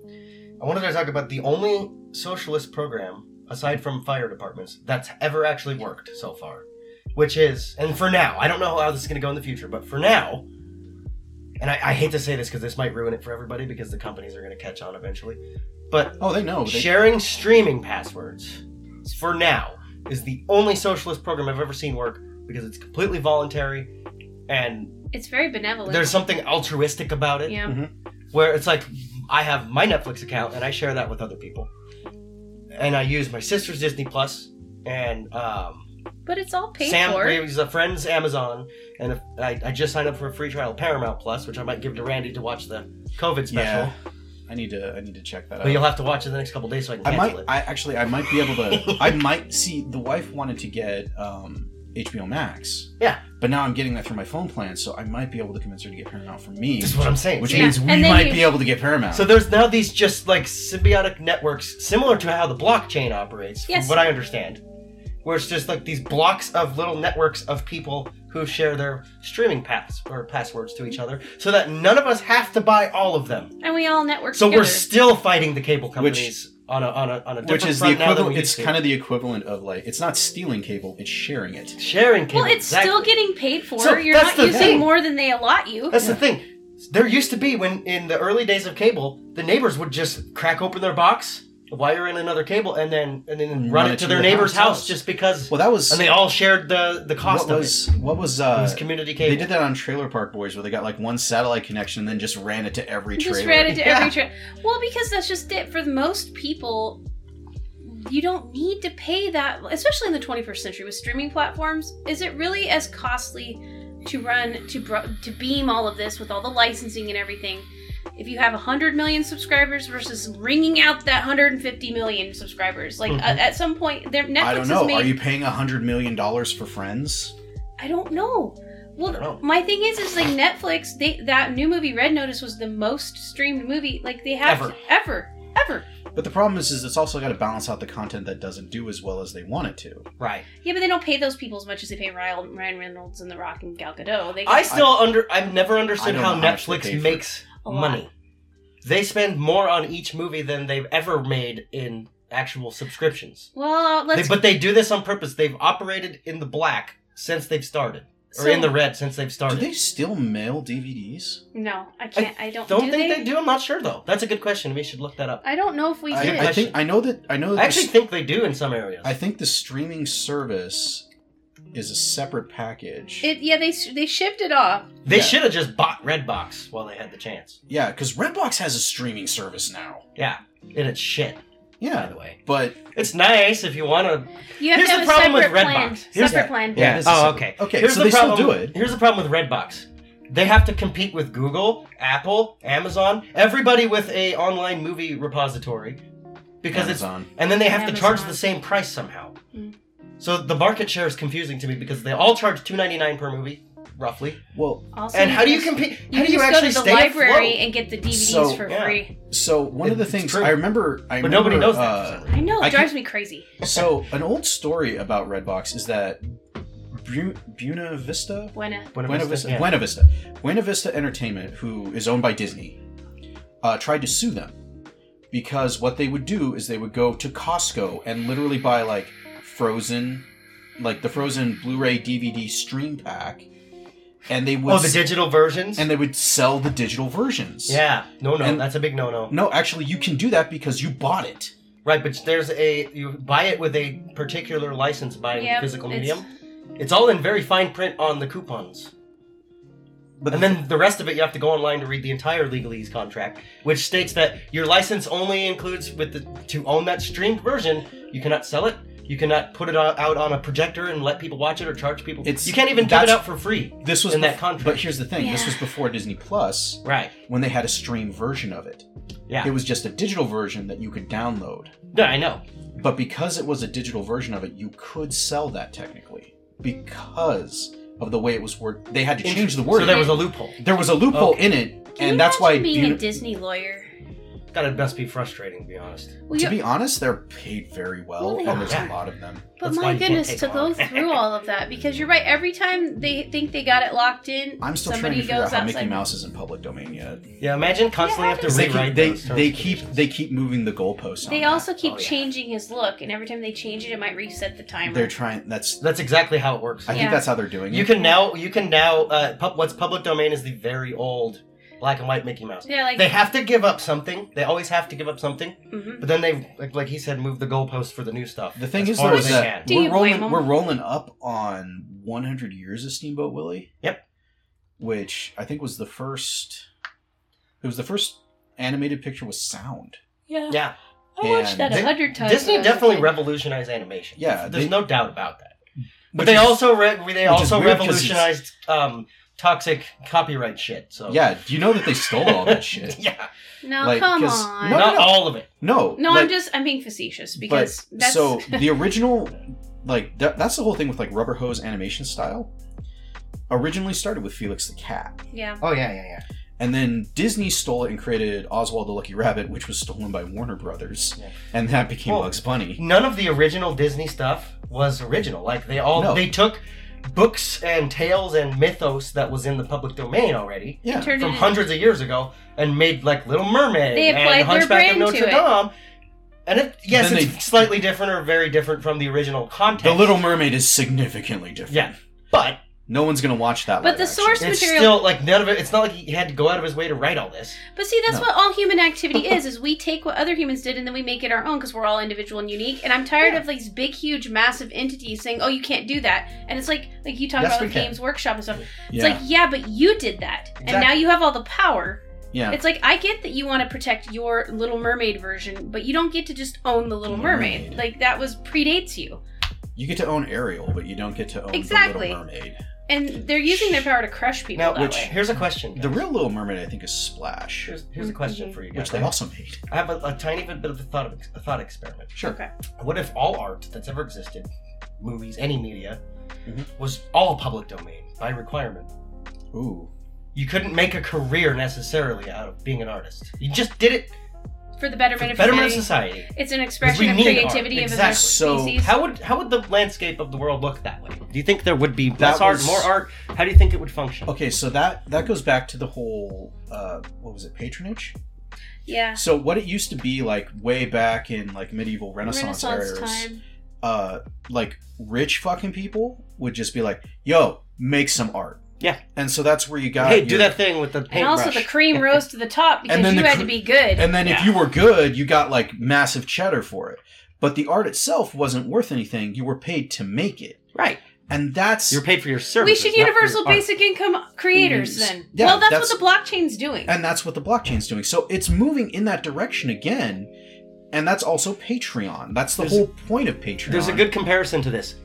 I wanted to talk about the only socialist program aside from fire departments that's ever actually worked so far, which is, and for now, I don't know how this is going to go in the future, but for now, and I, I hate to say this because this might ruin it for everybody because the companies are going to catch on eventually, but Oh, they know. They, Sharing streaming passwords for now is the only socialist program I've ever seen work because it's completely voluntary and It's very benevolent. there's something altruistic about it yeah. Mhm. where it's like I have my Netflix account and I share that with other people. And I use my sister's Disney Plus and um, But it's all paid Sam for. gives a friend's Amazon and if, I, I just signed up for a free trial of Paramount Plus, which I might give to Randy to watch the COVID special. Yeah. I need to. I need to check that But you'll out. have to watch it the next couple days so I can I cancel might. it. I actually. I might be able to. I might see. The wife wanted to get um, HBO Max. Yeah. But now I'm getting that through my phone plan, so I might be able to convince her to get Paramount for me, That's what I'm saying. which See, Yeah, means we and then might you- be able to get Paramount. So there's now these just like symbiotic networks, similar to how the blockchain operates, from Yes. what I understand, where it's just like these blocks of little networks of people who share their streaming paths or passwords to each other, so that none of us have to buy all of them. and we all network So together. we're still fighting the cable Which- companies on a on a on a different which is the front now than equivalent. we It's used kind of the equivalent of like it's not stealing cable, it's sharing it. to. sharing cable. well, it's still exactly. getting paid for. So You're that's not the using thing. more than they allot you. That's the thing. There used to be when in the early days of cable, the neighbors would just crack open their box, wire in another cable, and then and then run, it to their neighbor's house, just because. Well, that was and they all shared the the cost what of was it. what was uh It was community cable. they did that on Trailer Park Boys where they got like one satellite connection and then just ran it to every You trailer. just ran into Yeah. every trip. Well, because that's just it. For most people, you don't need to pay that, especially in the 21st century with streaming platforms. Is it really as costly to run to bro- to beam all of this with all the licensing and everything? If you have 100 million subscribers versus wringing out that 150 million subscribers, like Mhm. a- at some point, their Netflix Hmm. I don't know. is made. Are you paying a hundred million dollars for Friends? I don't know. Well, I don't know. my thing is, is like Netflix. They that new movie Red Notice was the most streamed movie like they have Ever. ever, ever. But the problem is, is it's also got to balance out the content that doesn't do as well as they want it to. right. Yeah, but they don't pay those people as much as they pay Ryan, Ryan Reynolds and The Rock and Gal Gadot. They I still under. I've never understood I don't how know how much they Netflix pay for makes A lot. money. They spend more on each movie than they've ever made in actual subscriptions. well, They- let's. but they do this on purpose. They've operated in the black since they've started, or So- in the red since they've Do started. they still mail DVDs? no, I can't. I, don't. Don't do think they? they? do. I'm not sure though. That's a good question. We should look that up. I don't know if we I- did. I, I think I know that I know. That I actually the, think they do in some areas. Oh, I think the streaming service is a separate package. it, yeah, they sh- they shipped it off. they Yeah. should have just bought Redbox while they had the chance. yeah, because Redbox has a streaming service now. Yeah, and it's shit. By Yeah, the way, but it's nice if you want to. You have Here's to the have a problem with separate plan. Redbox. Here's- separate plan. Yeah, it is a oh, separate- okay. okay, so they still problem, do it. Here's the problem with Redbox. They have to compete with Google, Apple, Amazon, everybody with a online movie repository, because it's Amazon. and then they have to charge Amazon. the same price somehow. Mm. So the market share is confusing to me because they all charge two ninety nine per movie, roughly. Well, Also, And how do you can- compete? You can How do you just actually go to the stay library afloat? and get the DVDs So- for Yeah. free. so one of the It's things true. I remember, I But nobody knows remember, that. for uh, some reason. I know it I drives me crazy. so an old story about Redbox is that Bu- Buena Vista, Buena. Buena Buena Vista, Vista, yeah. Buena Vista, Buena Vista Entertainment, who is owned by Disney, uh, tried to sue them because what they would do is they would go to Costco and literally buy like Frozen, like the Frozen Blu-ray DVD stream pack, and they would Oh, the digital versions. and they would sell the digital versions. yeah, no, no, And- that's a big no-no. No, actually, you can do that because you bought it. Right, but there's a you buy it with a particular license buying Yep, physical it's- medium. It's all in very fine print on the coupons. But and then the rest of it you have to go online to read the entire legalese contract, which states that your license only includes with the to own that streamed version, you cannot sell it, you cannot put it o- out on a projector and let people watch it or charge people. It's- you can't even give it that's- out for free. This was in that bef- contract. But here's the thing: this Yeah. was before Disney Plus, right. when they had a stream version of it. Yeah. It was just a digital version that you could download. No, I know. But because it was a digital version of it, you could sell that technically because of the way it was worded. They had to change the word. So there was a loophole. there was a loophole Okay. in it, Can you and that's why. imagine being Buna- a Disney lawyer. God, it must be frustrating, to be honest. Well, to you- be honest, they're paid very well, Well, they and there's are. a lot of them. but that's why my you can't goodness, take to go long. through all of that because you're right. Every time they think they got it locked in, I'm still somebody trying to figure goes out how outside. Mickey Mouse is in public domain yet. Yeah, imagine constantly Yeah, have to They rewrite keep, they, those terms they and keep conditions. they keep moving the goalposts. on They that. also keep Oh, yeah. changing his look, and every time they change it, it might reset the timer. They're trying. That's That's exactly how it works. I Yeah. think that's how they're doing You it. can now. You can now. Uh, pub, what's public domain is the very old black and white Mickey Mouse. yeah, like They have to give up something. They always have to give up something. mhm. But then they, like, like he said, move the goalposts for the new stuff. The thing as is, far though, as is they that can. Do you we're blame rolling, 'em? we're rolling up on 100 years of Steamboat Willie. Yep. Which I think was the first. It was the first animated picture with sound. yeah, Yeah, I watched and that Di- a hundred times. Disney when I was a definitely kid. revolutionized animation. Yeah, there's they- no doubt about that. But Which they is- also re- they which is also weird 'cause it's- revolutionized um, toxic copyright shit. So Yeah, you know that they stole all that shit. yeah, No, like, come 'cause- on. No, No, not no. all of it. No, I'm like- just I'm being facetious but- because that's so the original, like that, that's the whole thing with like rubber hose animation style. Originally started with Felix the Cat. yeah. Oh yeah, yeah, yeah. And then Disney stole it and created Oswald the Lucky Rabbit, which was stolen by Warner Brothers, Yeah. and that became Well, Bugs Bunny. none of the original Disney stuff was original. Like they all No. they took books and tales and mythos that was in the public domain already Yeah, Turned from it- hundreds of years ago and made like Little Mermaid They applied and their Hunchback of brand Notre to it. Dame. And it, yes, Then it's they- slightly different or very different from the original context. The Little Mermaid is significantly different. yeah, but no one's gonna watch that. But live the action. source it's material. still like none of it. It's not like he had to go out of his way to write all this. but see, that's No. what all human activity is: is we take what other humans did and then we make it our own because we're all individual and unique. And I'm tired of these big, huge, massive entities saying, "Oh, you can't do that." And it's like, like you talk Yes, about we the can. Games Workshop and stuff. Yeah, It's like, yeah, but you did that, and now Exactly. you have all the power. yeah. It's like I get that you want to protect your Little Mermaid version, but you don't get to just own the Little Mermaid. Mermaid. Like that was predates you, you get to own Ariel, but you don't get to own Exactly. the Little Mermaid. and they're using their power to crush people Now, that which way. here's a question. The real Little Mermaid, I think, is Splash, here's, here's a Mm-hmm. question for you guys. which they also made. I have a, a tiny bit of a thought, a thought experiment. Sure. Okay. What if all art that's ever existed, movies, any media, Mhm. was all public domain by requirement? Ooh, You couldn't make a career necessarily out of being an artist. You just did it For the for betterment the of betterment of humanity. society. It's an We expression of need art. creativity of Exactly. another So, species. How would how would the landscape of the world look that way? Do you think there would be less That art, was- more art? How do you think it would function? okay, so that that goes back to the whole uh, what was it, patronage? yeah. So what it used to be like way back in like medieval Renaissance, Renaissance eras, time. uh like rich fucking people would just be like, "Yo, make some art." Yeah. And so that's where you got. hey, your- do that thing with the paintbrush. And also the cream rose to the top because then you the had cre- to be good. And then if Yeah. you were good, you got like massive cheddar for it. But the art itself wasn't worth anything. You were paid to make it, right. and that's You're paid for your service. we should universal basic income creators Yes. then. Mm-hmm. Yeah, well, that's, that's- what the blockchain's doing. and that's what the blockchain's doing. So it's moving in that direction again, and that's also Patreon. That's the There's- whole point of Patreon. There's a good comparison to this.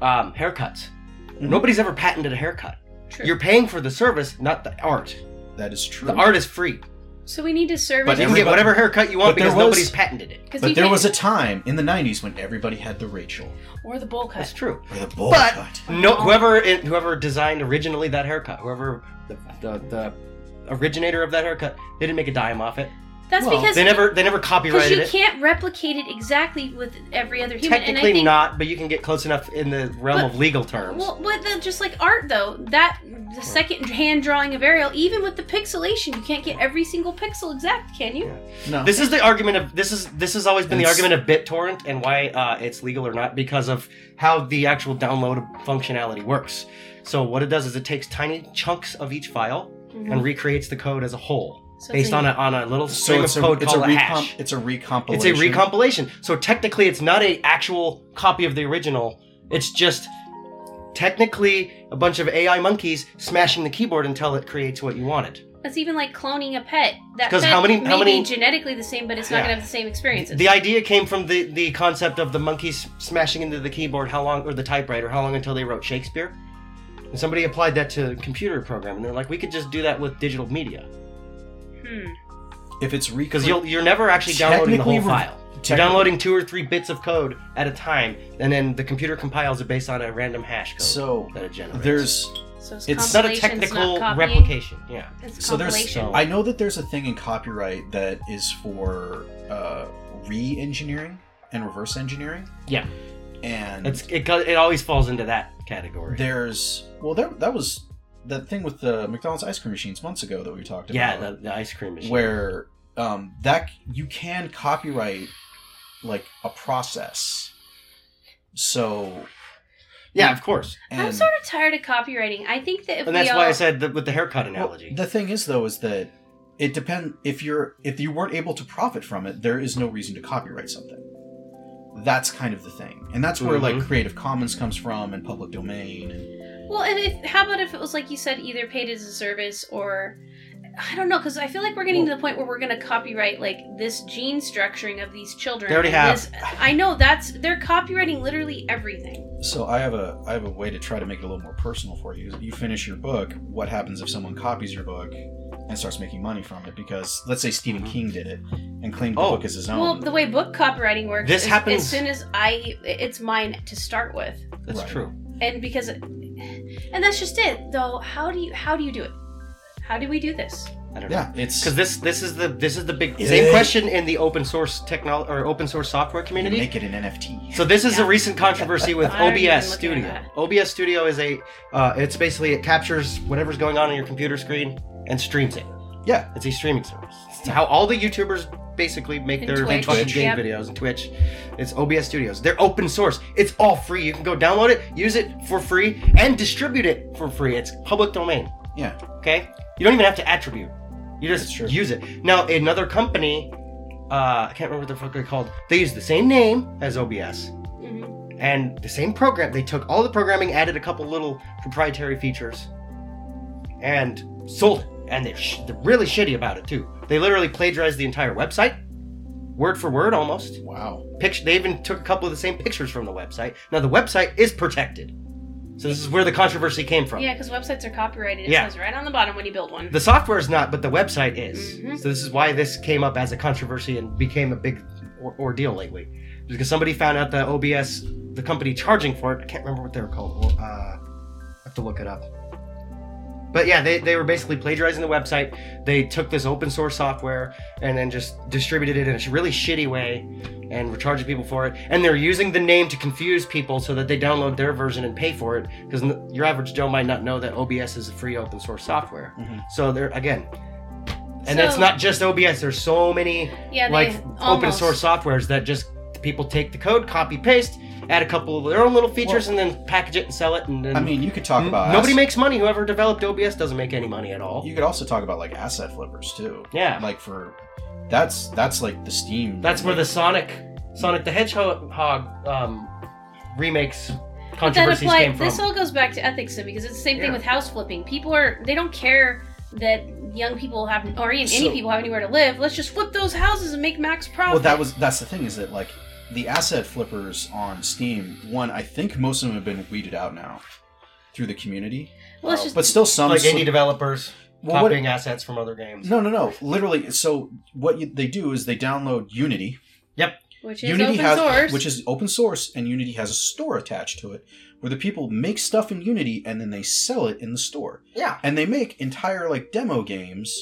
Um, haircuts. Mm-hmm. Nobody's ever patented a haircut. True. You're paying for the service, not the art. that is true. The art is free. So we need to survey. But you can get everybody- whatever haircut you want but there because was- nobody's patented it. Because But there was a time in the 90s when everybody had the Rachel or the bowl That's cut. true. or the bowl But- cut. No, whoever in, whoever designed originally that haircut, whoever the, the the originator of that haircut, they didn't make a dime off it. That's Well, because They never they never because copyrighted you it. can't replicate it exactly with every other human. and I Technically think- not, but you can get close enough in the realm But- of legal terms. Well, but the, just like art, though, that the second hand drawing of Ariel, even with the pixelation, you can't get every single pixel exact, can you? No. This is the argument of this is this has always been the It's- argument of BitTorrent and why uh, it's legal or not because of how the actual download functionality works. So what it does is it takes tiny chunks of each file Mm. and recreates the code as a whole Mm-hmm. So it's based on a- a on a little so stream it's of a, code it's a, called a, recom- hash. it's a recompilation. It's a recompilation. So technically, it's not a actual copy of the original. It's just technically a bunch of AI monkeys smashing the keyboard until it creates what you wanted. That's even like cloning a pet. That 'Cause pet how many- may how many- be genetically the same, but it's not Yeah. gonna have the same experiences. The idea came from the, the concept of the monkeys smashing into the keyboard, how long, or the typewriter, how long until they wrote Shakespeare. And somebody applied that to computer program, and they're like, we could just do that with digital media. hmm. If it's recompiled. Because you'll, you're never actually downloading the whole Technically, we're- file. You're technically- downloading two or three bits of code at a time, and then the computer compiles it based on a random hash code So that it generates. there's So it's, It's It's not a compilation's technical not copying. replication. Yeah. It's so there's compilation. so- I know that there's a thing in copyright that is for uh, re-engineering and reverse engineering. Yeah. And It's it, go- it always falls into that category. there's well there that was that thing with the McDonald's ice cream machines months ago that we talked yeah, about. the, the ice cream machine. where um, that you can copyright like a process. So yeah, of course. and I'm sort of tired of copywriting. I think that if And we that's all, why I said the, with the haircut Well, analogy. the thing is though is that it depend if you're if you weren't able to profit from it, there is no reason to copyright something. That's kind of the thing, and that's where like Mhm. Creative Commons comes from and public domain. And well, and if how about if it was like you said, either paid as a service or I don't know, because I feel like we're getting to the point where we're going to copyright like this gene structuring of these children. They already and have. this- I know that's they're copywriting literally everything. so I have a I have a way to try to make it a little more personal for you. You finish your book. What happens if someone copies your book and starts making money from it? Because let's say Stephen King did it and claimed the Mm-hmm. Oh. book as his own. Well, the way book copywriting works, This is happens- as soon as I it's mine to start with. that's Right. true. and because and that's just it though how do you how do you do it how do we do this I don't know. yeah, it's Because this this is the this is the big Is same it- question in the open source technology or open source software you community. make it an NFT. So this is a recent controversy with I already been OBS looking Studio. at OBS Studio is a uh, it's basically it captures whatever's going on on your computer screen and streams it. Yeah. It's a streaming service. It's how all the YouTubers basically make And their Twitch. fucking Twitch. game Yep. videos and Twitch. It's OBS Studios. They're open source. It's all free. You can go download it, use it for free, and distribute it for free. It's public domain. Yeah. Okay? You don't even have to attribute. You That's just true. use it. Now, another company, uh, I can't remember what the fuck they're called, they use the same name as OBS Mhm. and the same program. They took all the programming, added a couple little proprietary features, and sold it. And they're, sh- they're really shitty about it, too. They literally plagiarized the entire website, word for word almost. Wow. Picture, they even took a couple of the same pictures from the website. Now, the website is protected. So, this is where the controversy came from. yeah because websites are copyrighted it Yeah. says right on the bottom when you build one The software is not, but the website is. Mhm. So this is why this came up as a controversy and became a big or- ordeal lately, because somebody found out that OBS, the company charging for it, I can't remember what they were called. Uh, I have to look it up. But yeah, they, they were basically plagiarizing the website. They took this open source software and then just distributed it in a really shitty way and were charging people for it. And they're using the name to confuse people so that they download their version and pay for it because your average Joe might not know that OBS is a free open source software. So there again, and that's So- not just OBS. There's so many yeah they like open almost- source softwares that just people take the code, copy paste, add a couple of their own little features, and then package it and sell it. And then I mean, you could talk n- about nobody ass- makes money. Whoever developed OBS doesn't make any money at all. You could also talk about like asset flippers too. Yeah. Like for that's that's like the Steam. That's where the Sonic, Sonic the Hedgehog um, remakes But that controversies apply- came from. this all goes back to ethics though, because it's the same thing Yeah. with house flipping people are they don't care that young people have or even any So- people have anywhere to live let's just flip those houses and make max profit well, that was that's the thing is that like the asset flippers on Steam. One, I think most of them have been weeded out now through the community, well, let's just but still some. like sli- indie developers. Um, Well, what- copying assets from other games. No, no, no. Literally, so what you, they do is they download Unity. which is Unity open has, source. which is open source, and Unity has a store attached to it, where the people make stuff in Unity and then they sell it in the store, Yeah. and they make entire like demo games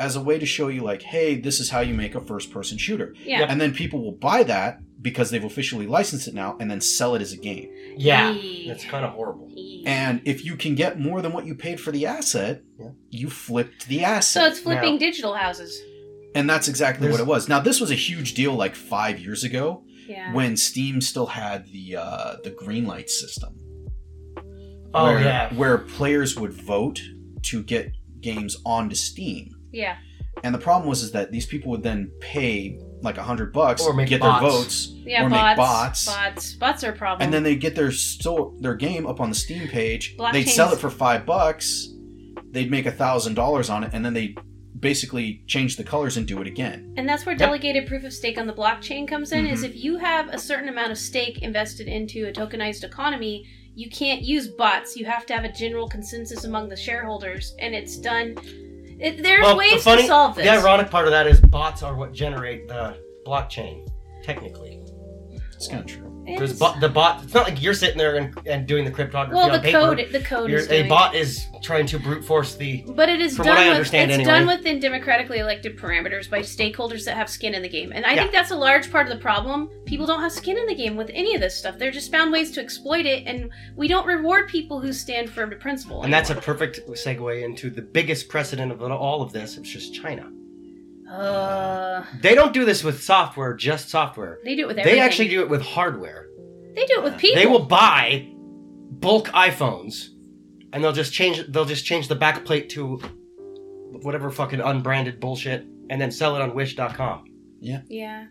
as a way to show you like, hey, this is how you make a first-person shooter, yeah. and then people will buy that because they've officially licensed it now, and then sell it as a game. Yeah. Eee. It's kind of horrible. Eee. And if you can get more than what you paid for the asset, Yeah. you flipped the so asset. it's flipping Now- digital houses. and that's exactly what There's- it was. Now this was a huge deal like 5 years ago Yeah. when Steam still had the uh the green light system. Oh where, yeah. where players would vote to get games onto Steam. yeah. And the problem was is that these people would then pay like a hundred bucks Or make get their bots. votes, Yeah. or bots, make bots, Bots. Bots are a problem. and then they get their store their game up on the Steam page. They'd Blockchains. sell it for five bucks. They'd make a thousand dollars on it, and then they basically change the colors and do it again. And that's where delegated proof of stake on the blockchain comes in is Mhm. Mm-hmm. if you have a certain amount of stake invested into a tokenized economy, you can't use bots. You have to have a general consensus among the shareholders and it's done it, there's Well, ways to solve this. The ironic part of that is bots are what generate the blockchain. Technically, It's kind of true. because It's- bo- the bot. It's not like you're sitting there and, and doing the cryptography well, on the paper. code the code You're- is a doing. bot is trying to brute force the. but it is from done what I with, understand it's anyway. done within democratically elected parameters by stakeholders that have skin in the game. And I Yeah. think that's a large part of the problem. People don't have skin in the game with any of this stuff. They're just found ways to exploit it and we don't reward people who stand firm to principle. And that's a perfect segue into the biggest precedent of all of this. It's just China. Uh, They don't do this with software, just software. they do it with everything. They actually do it with hardware. They do it with people. They will buy bulk iPhones, and they'll just change. They'll just change the backplate to whatever fucking unbranded bullshit, and then sell it on Wish.com. Yeah,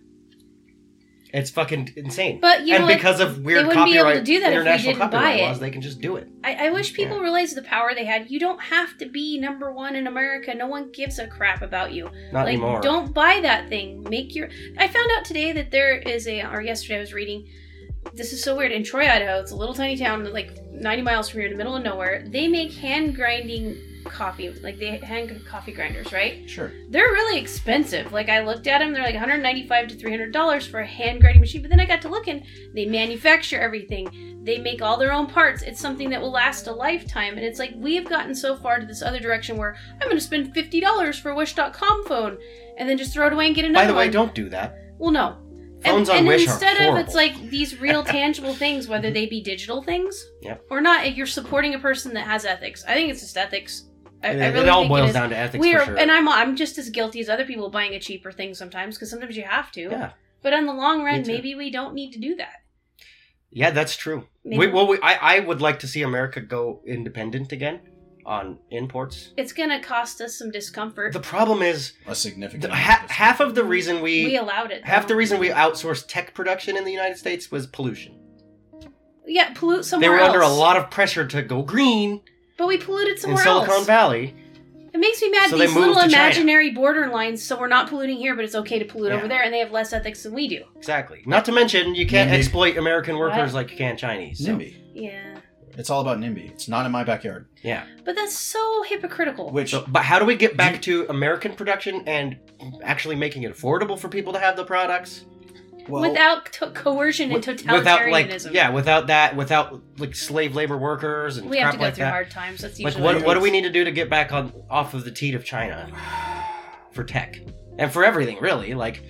It's fucking insane. but you and know, what? because of weird they wouldn't be able to copyright, do that if we international didn't buy copyright it. laws, they can just do it. I, I wish people realized the power they had. You don't have to be number one in America. No one gives a crap about you. Not like, anymore. don't buy that thing. Make your. I found out today that there is a, or yesterday I was reading. This is so weird. In Troy, Idaho, it's a little tiny town, like 90 miles from here, in the middle of nowhere. They make hand grinding coffee, like they hand coffee grinders, right? Sure. they're really expensive. Like I looked at them, they're like 195 to 300 dollars for a hand grinding machine. But then I got to looking, they manufacture everything. They make all their own parts. It's something that will last a lifetime. And it's like we've gotten so far to this other direction where I'm going to spend 50 dollars for a Wish.com phone and then just throw it away and get another By the way, one. don't do that. well, no. and Phones on and Wish are instead of horrible. it's like these real tangible things, whether they be digital things Yep. or not, you're supporting a person that has ethics. I think it's just ethics. I, it, I really it all think boils is down to ethics we for are, sure. and I'm I'm just as guilty as other people buying a cheaper thing sometimes because sometimes you have to. yeah, But in the long Me run, too. maybe we don't need to do that. yeah, that's true. We, Maybe- well, we, I, I would like to see America go independent again on imports. It's gonna cost us some discomfort. The problem is A significant. the, amount ha- of this. half of the reason we, we allowed it. half though. the reason we outsourced tech production in the United States was pollution. yeah pollute They somewhere were else. under a lot of pressure to go green but we polluted in somewhere Silicon else. Valley. It makes me mad. So they these moved little to China. imaginary border lines, so we're not polluting here, but it's okay to pollute Yeah. over there, and they have less ethics than we do. Exactly. Not to mention, you can't Nimby. exploit American workers What? like you can Chinese. so- NIMBY. Yeah, It's all about NIMBY. It's not in my backyard. yeah. but that's so hypocritical. Which So, but how do we get back to American production and actually making it affordable for people to have the products? well, without co- coercion and Wi- without like totalitarianism, yeah without that without like slave labor workers and we crap have to go like through that hard times. That's like usually what, what do we need to do to get back on off of the teat of china for tech and for everything really like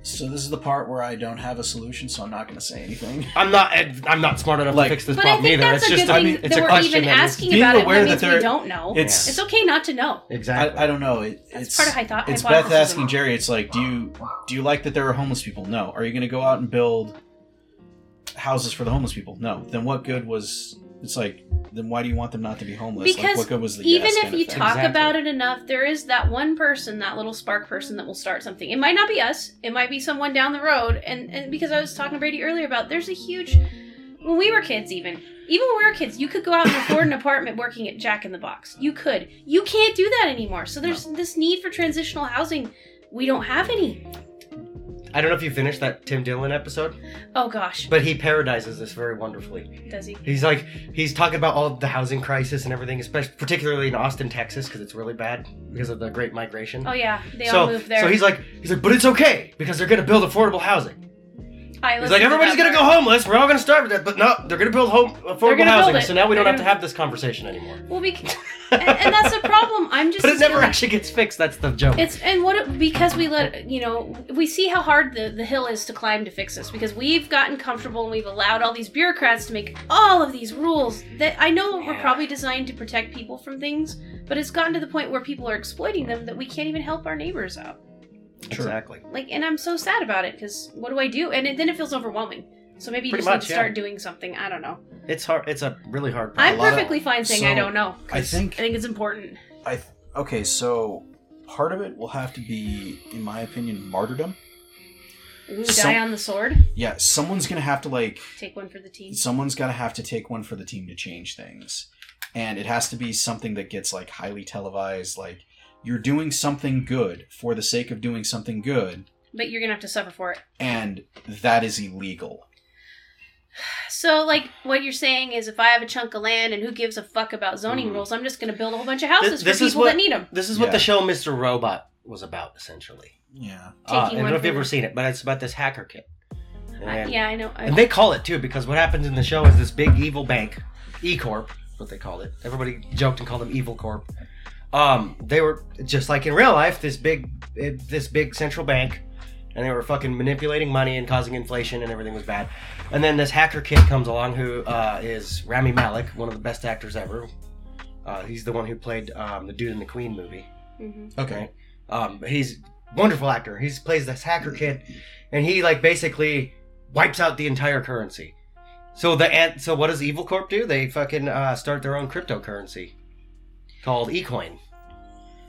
so this is the part where I don't have a solution, so I'm not going to say anything. i'm not eh, i'm not smart enough Like- to fix this But I problem think either that's it's a just good I thing mean, it's that a we're question even that is- asking Being about it. aware That that means we there- don't know. Oh, It's It's okay not to know. exactly I, I don't know. It, That's it's part of hy- hypothesis. it's Beth asking Jerry. It's like, do you do you like that there are homeless people? No. Are you going to go out and build houses for the homeless people? No. Then what good was? It's like, then why do you want them not to be homeless? like, Because what good was the Even yes if kind of you thing? talk Exactly. about it enough, there is that one person, that little spark person that will start something. It might not be us. It might be someone down the road. And, and because I was talking to Brady earlier about there's a huge when we were kids even. Even when we were kids, you could go out and afford an apartment working at Jack in the Box. You could. You can't do that anymore. So there's this need for transitional housing. We don't have any. I don't know if you finished that Tim Dillon episode, Oh gosh, but he parodizes this very wonderfully. does he? He's like, he's talking about all the housing crisis and everything, especially particularly in Austin, Texas, because it's really bad because of the Great Migration. Oh yeah, they so, all moved there. so he's like, he's like, but it's okay because they're gonna build affordable housing. I He's like, everybody's gonna go homeless. We're all gonna starve to death. But no, they're gonna build home affordable gonna housing. build it. So now we don't They're have to gonna- have this conversation anymore. Well, we and, and that's the problem. I'm just. But it never assuming- actually gets fixed. That's the joke. It's and what it- because we let you know we see how hard the, the hill is to climb to fix this because we've gotten comfortable and we've allowed all these bureaucrats to make all of these rules that I know were probably designed to protect people from things, but it's gotten to the point where people are exploiting them that we can't even help our neighbors out. exactly. Like, and I'm so sad about it because what do I do? And it, then it feels overwhelming. So maybe you Pretty just need much, to yeah. start doing something. I don't know. It's hard. It's a really hard. I'm lot of- perfectly fine saying I so, don't know. I 'cause think- I think it's important. I th- okay, so part of it will have to be, in my opinion, martyrdom. Ooh, So- die on the sword. Yeah, someone's gonna have to like, Take one for the team. someone's gotta have to take one for the team to change things, and it has to be something that gets like highly televised. Like you're doing something good for the sake of doing something good, But you're gonna have to suffer for it. and that is illegal. So, like, what you're saying is, if I have a chunk of land and who gives a fuck about zoning rules, I'm just gonna build a whole bunch of houses Hmm. this for is people what- that need them. This is what Yeah. the show Mr. Robot was about, essentially. Uh, Yeah. I Taking don't one know if for you've ever the- Uh, seen it, but it's about this hacker kid. And- yeah, I know. I, And they call it too because what happens in the show is this big evil bank, E Corp, is what they called it. Everybody joked and called them Evil Corp. Um, they were just like in real life, this big, eh, this big central bank, and they were fucking manipulating money and causing inflation, and everything was bad. And then this hacker kid comes along who uh, is Rami Malek, one of the best actors ever. Uh, he's the one who played um, the dude in the Queen movie. Mhm. Okay. Um, he's a wonderful actor. He plays this hacker kid, and he like basically wipes out the entire currency. So the ant. So what does Evil Corp do? They fucking uh, start their own cryptocurrency called eCoin.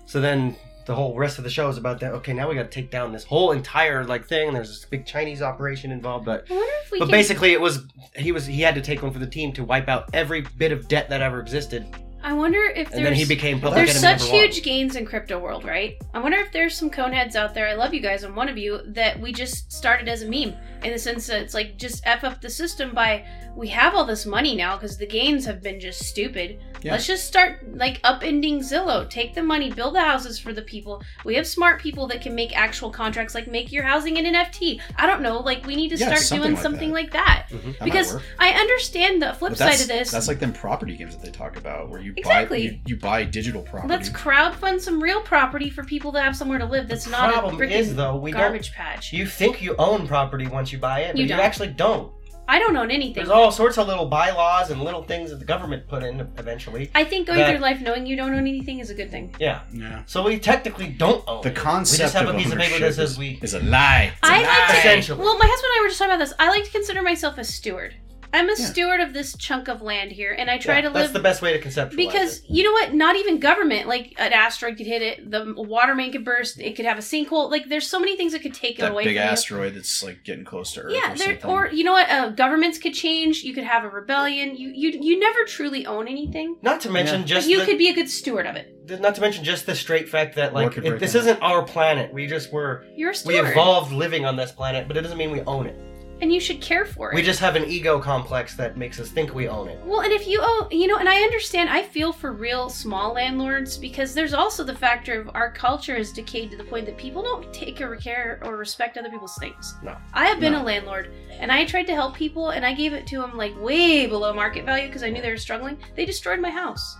So then the whole rest of the show is about that. Okay, now we got to take down this whole entire like thing. There's this big Chinese operation involved, but. I wonder if we But can. basically, it was he was he had to take one for the team to wipe out every bit of debt that ever existed, I wonder if and then he there's became public there's enemy such number one. huge gains in crypto world, right? I wonder if there's some coneheads out there. I love you guys. I'm one of you that we just started as a meme in the sense that it's like just f up the system by we have all this money now because the gains have been just stupid. Yeah. Let's just start like upending Zillow. Take the money, build the houses for the people. We have smart people that can make actual contracts, like make your housing an NFT. I don't know. Like we need to Yeah, start something doing like something that. like that. That might Because work. I understand the flip But side that's, of this. That's like them property games that they talk about, where you Exactly. buy you, you buy digital property. Let's crowdfund some real property for people to have somewhere to live. That's not Problem a freaking is, though, we don't- garbage patch. You think you own property once you buy it, but You you, don't. actually don't. I don't own anything. There's all sorts of little bylaws and little things that the government put in eventually. I think going that- through life knowing you don't own anything is a good thing. Yeah. yeah. So we technically don't own. The it. concept We just have of a piece of paper ownership that says we. is a lie. I like to. Essentially. Well, my husband and I were just talking about this. I like to consider myself a steward. I'm a Yeah. steward of this chunk of land here, and I try Yeah, to that's live the best way to conceptualize because it. you know what? Not even government. Like an asteroid could hit it. The water main could burst. It could have a sinkhole. Like there's so many things that could take it that away. big from you. asteroid that's like getting close to Earth. Yeah, or there something. or you know what? Uh, governments could change. You could have a rebellion. You you you never truly own anything, Not to mention Yeah. just but you the, could be a good steward of it. th- not to mention just the straight fact that like Work it it- right this down. isn't our planet. We just were You're a we steward, evolved living on this planet, but it doesn't mean we own it. and you should care for it. We just have an ego complex that makes us think we own it. well, and if you own, you know, and I understand. I feel for real small landlords because there's also the factor of our culture is decayed to the point that people don't take or care or respect other people's things. No. I have been No. a landlord, and I tried to help people, and I gave it to them like way below market value because I knew they were struggling. They destroyed my house.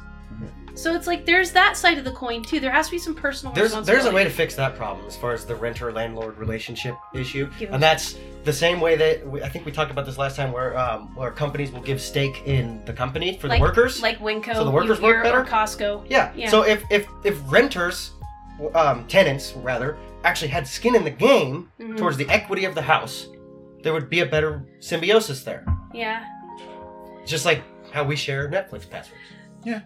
So it's like there's that side of the coin too. There has to be some personal. Mm-hmm. There's there's a responsibility. way to fix that problem as far as the renter landlord relationship issue, Give and that's the same way that we, I think we talked about this last time, where um, where companies will give stake in the company for Like- the workers. like Winco, So the workers work Uvir, better? or Costco. yeah. yeah. So if if if renters, um, tenants rather, actually had skin in the game Mhm. towards the equity of the house, there would be a better symbiosis there. Yeah. Just like how we share Netflix passwords.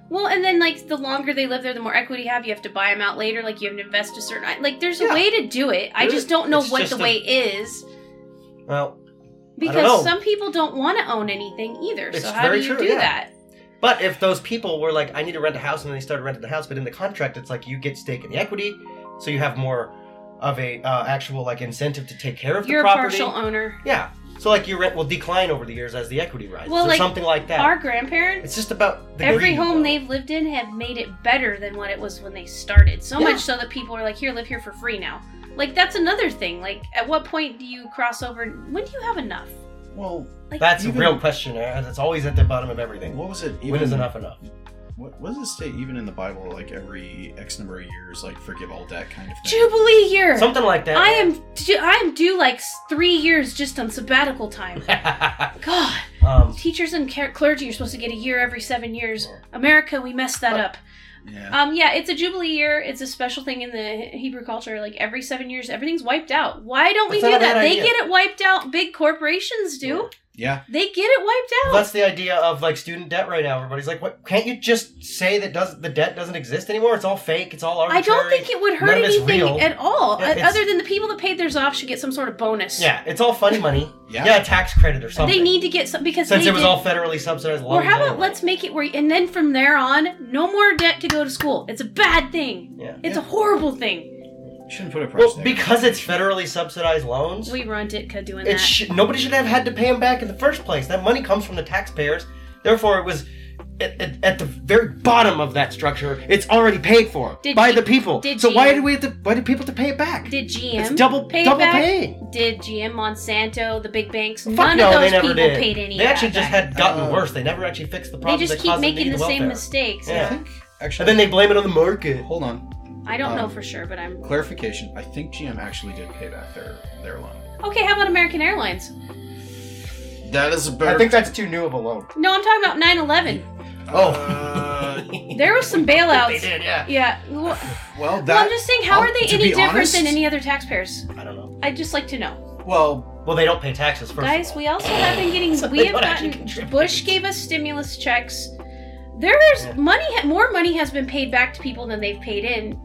Well, and then like the longer they live there, the more equity you have. You have to buy them out later. Like you have to invest a certain like. There's a Yeah. way to do it. I There just is. don't know It's what just the a- way is Well, know. because some people don't want to own anything either. It's so how do very you true, do yeah. that? But if those people were like, I need to rent a house, and then they started renting the house, but in the contract, it's like you get stake in the equity, so you have more of a uh, actual like incentive to take care of You're a the property. partial owner. Yeah. So like your rent will decline over the years as the equity rises, Well, or like, something like that. Our grandparents, it's just about the every greed, home though. they've lived in, have made it better than what it was when they started. So Yeah. much so that people are like, "Here, live here for free now." Like that's another thing. Like, at what point do you cross over? When do you have enough? Well, Like, That's Even- a real question. eh? That's always at the bottom of everything. what was it? Even, when is enough enough? What, what does it state even in the Bible? Like every X number of years, like forgive all debt kind of thing. Jubilee year. Something like that. I am du- I am due like s- three years just on sabbatical time. God, um, teachers and car- clergy are supposed to get a year every seven years. America, we messed that up. Yeah. Um, yeah, it's a jubilee year. It's a special thing in the Hebrew culture. Like every seven years, everything's wiped out. Why don't we That's not do a bad that? They idea. get it wiped out. Big corporations do. yeah. They get it wiped out. that's the idea of like student debt right now. Everybody's like, "What? Can't you just say that does the debt doesn't exist anymore? It's all fake. It's all I arbitrary." don't think it would hurt None of it's real. anything at all. Yeah, uh, it's- other than the people that paid theirs off should get some sort of bonus. Yeah, it's all funny money. Yeah. yeah, a tax credit or something. They need to get some because since they it was did- all federally subsidized. Or loans how about anyway. let's make it where, and then from there on, no more debt to go to school. It's a bad thing. Yeah. It's a horrible thing. Shouldn't put a price Well, tag. because it's federally subsidized loans, We run Ditka doing it that. sh- nobody should have had to pay them back in the first place. That money comes from the taxpayers. Therefore, it was at, at, at the very bottom of that structure. It's already paid for Did by you- the people. did so why you- do we have to? Why do people have to pay it back? did GM it's double pay it double back? paying. Did GM, Monsanto, the big banks? Fuck none no, of they those never people did. paid any. they of actually that just back. had gotten Uh, worse. They never actually fixed the They problems. just that keep caused them to making need the welfare. same mistakes. Yeah. I Yeah. think actually. And then they blame it on the market. hold on. I don't know Um, for sure, but I'm Clarification. I think GM actually did pay back their their loan. okay. How about American Airlines? That is a better. I think that's too new of a loan. No, I'm talking about 9/11. Oh. Uh, There was some They bailouts. did, oh, yeah. Yeah. Well, well, well, that. I'm just saying, how I'll- are they to any be different honest- than any other taxpayers? I don't know. I'd just like to know. well, Well, they don't pay taxes first. Guys, of all. we also have been getting. So we they have don't actually gotten. contribute. Bush gave us stimulus checks. There's Yeah. money. More money has been paid back to people than they've paid in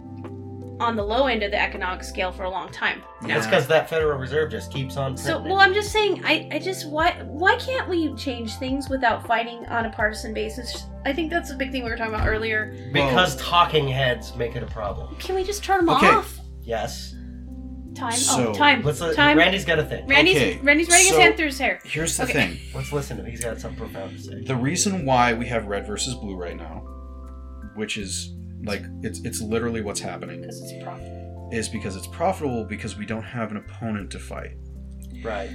on the low end of the economic scale for a long time. That's yeah. because that Federal Reserve just keeps on. So, printing it. well, I'm just saying. I, I just why why can't we change things without fighting on a partisan basis? I think that's the big thing we were talking about earlier. Because talking heads make it a problem. Can we just turn them Okay. off? Yes. Time. So, oh, time. Let's let, time. Randy's got a thing. Randy's Okay, Randy's running so- his hand through his hair. Here's the Okay. thing. Let's listen to him. He's got something profound to say. The reason why we have red versus blue right now, which is like it's it's literally what's happening, Because it's profit. is because it's profitable because we don't have an opponent to fight. Right.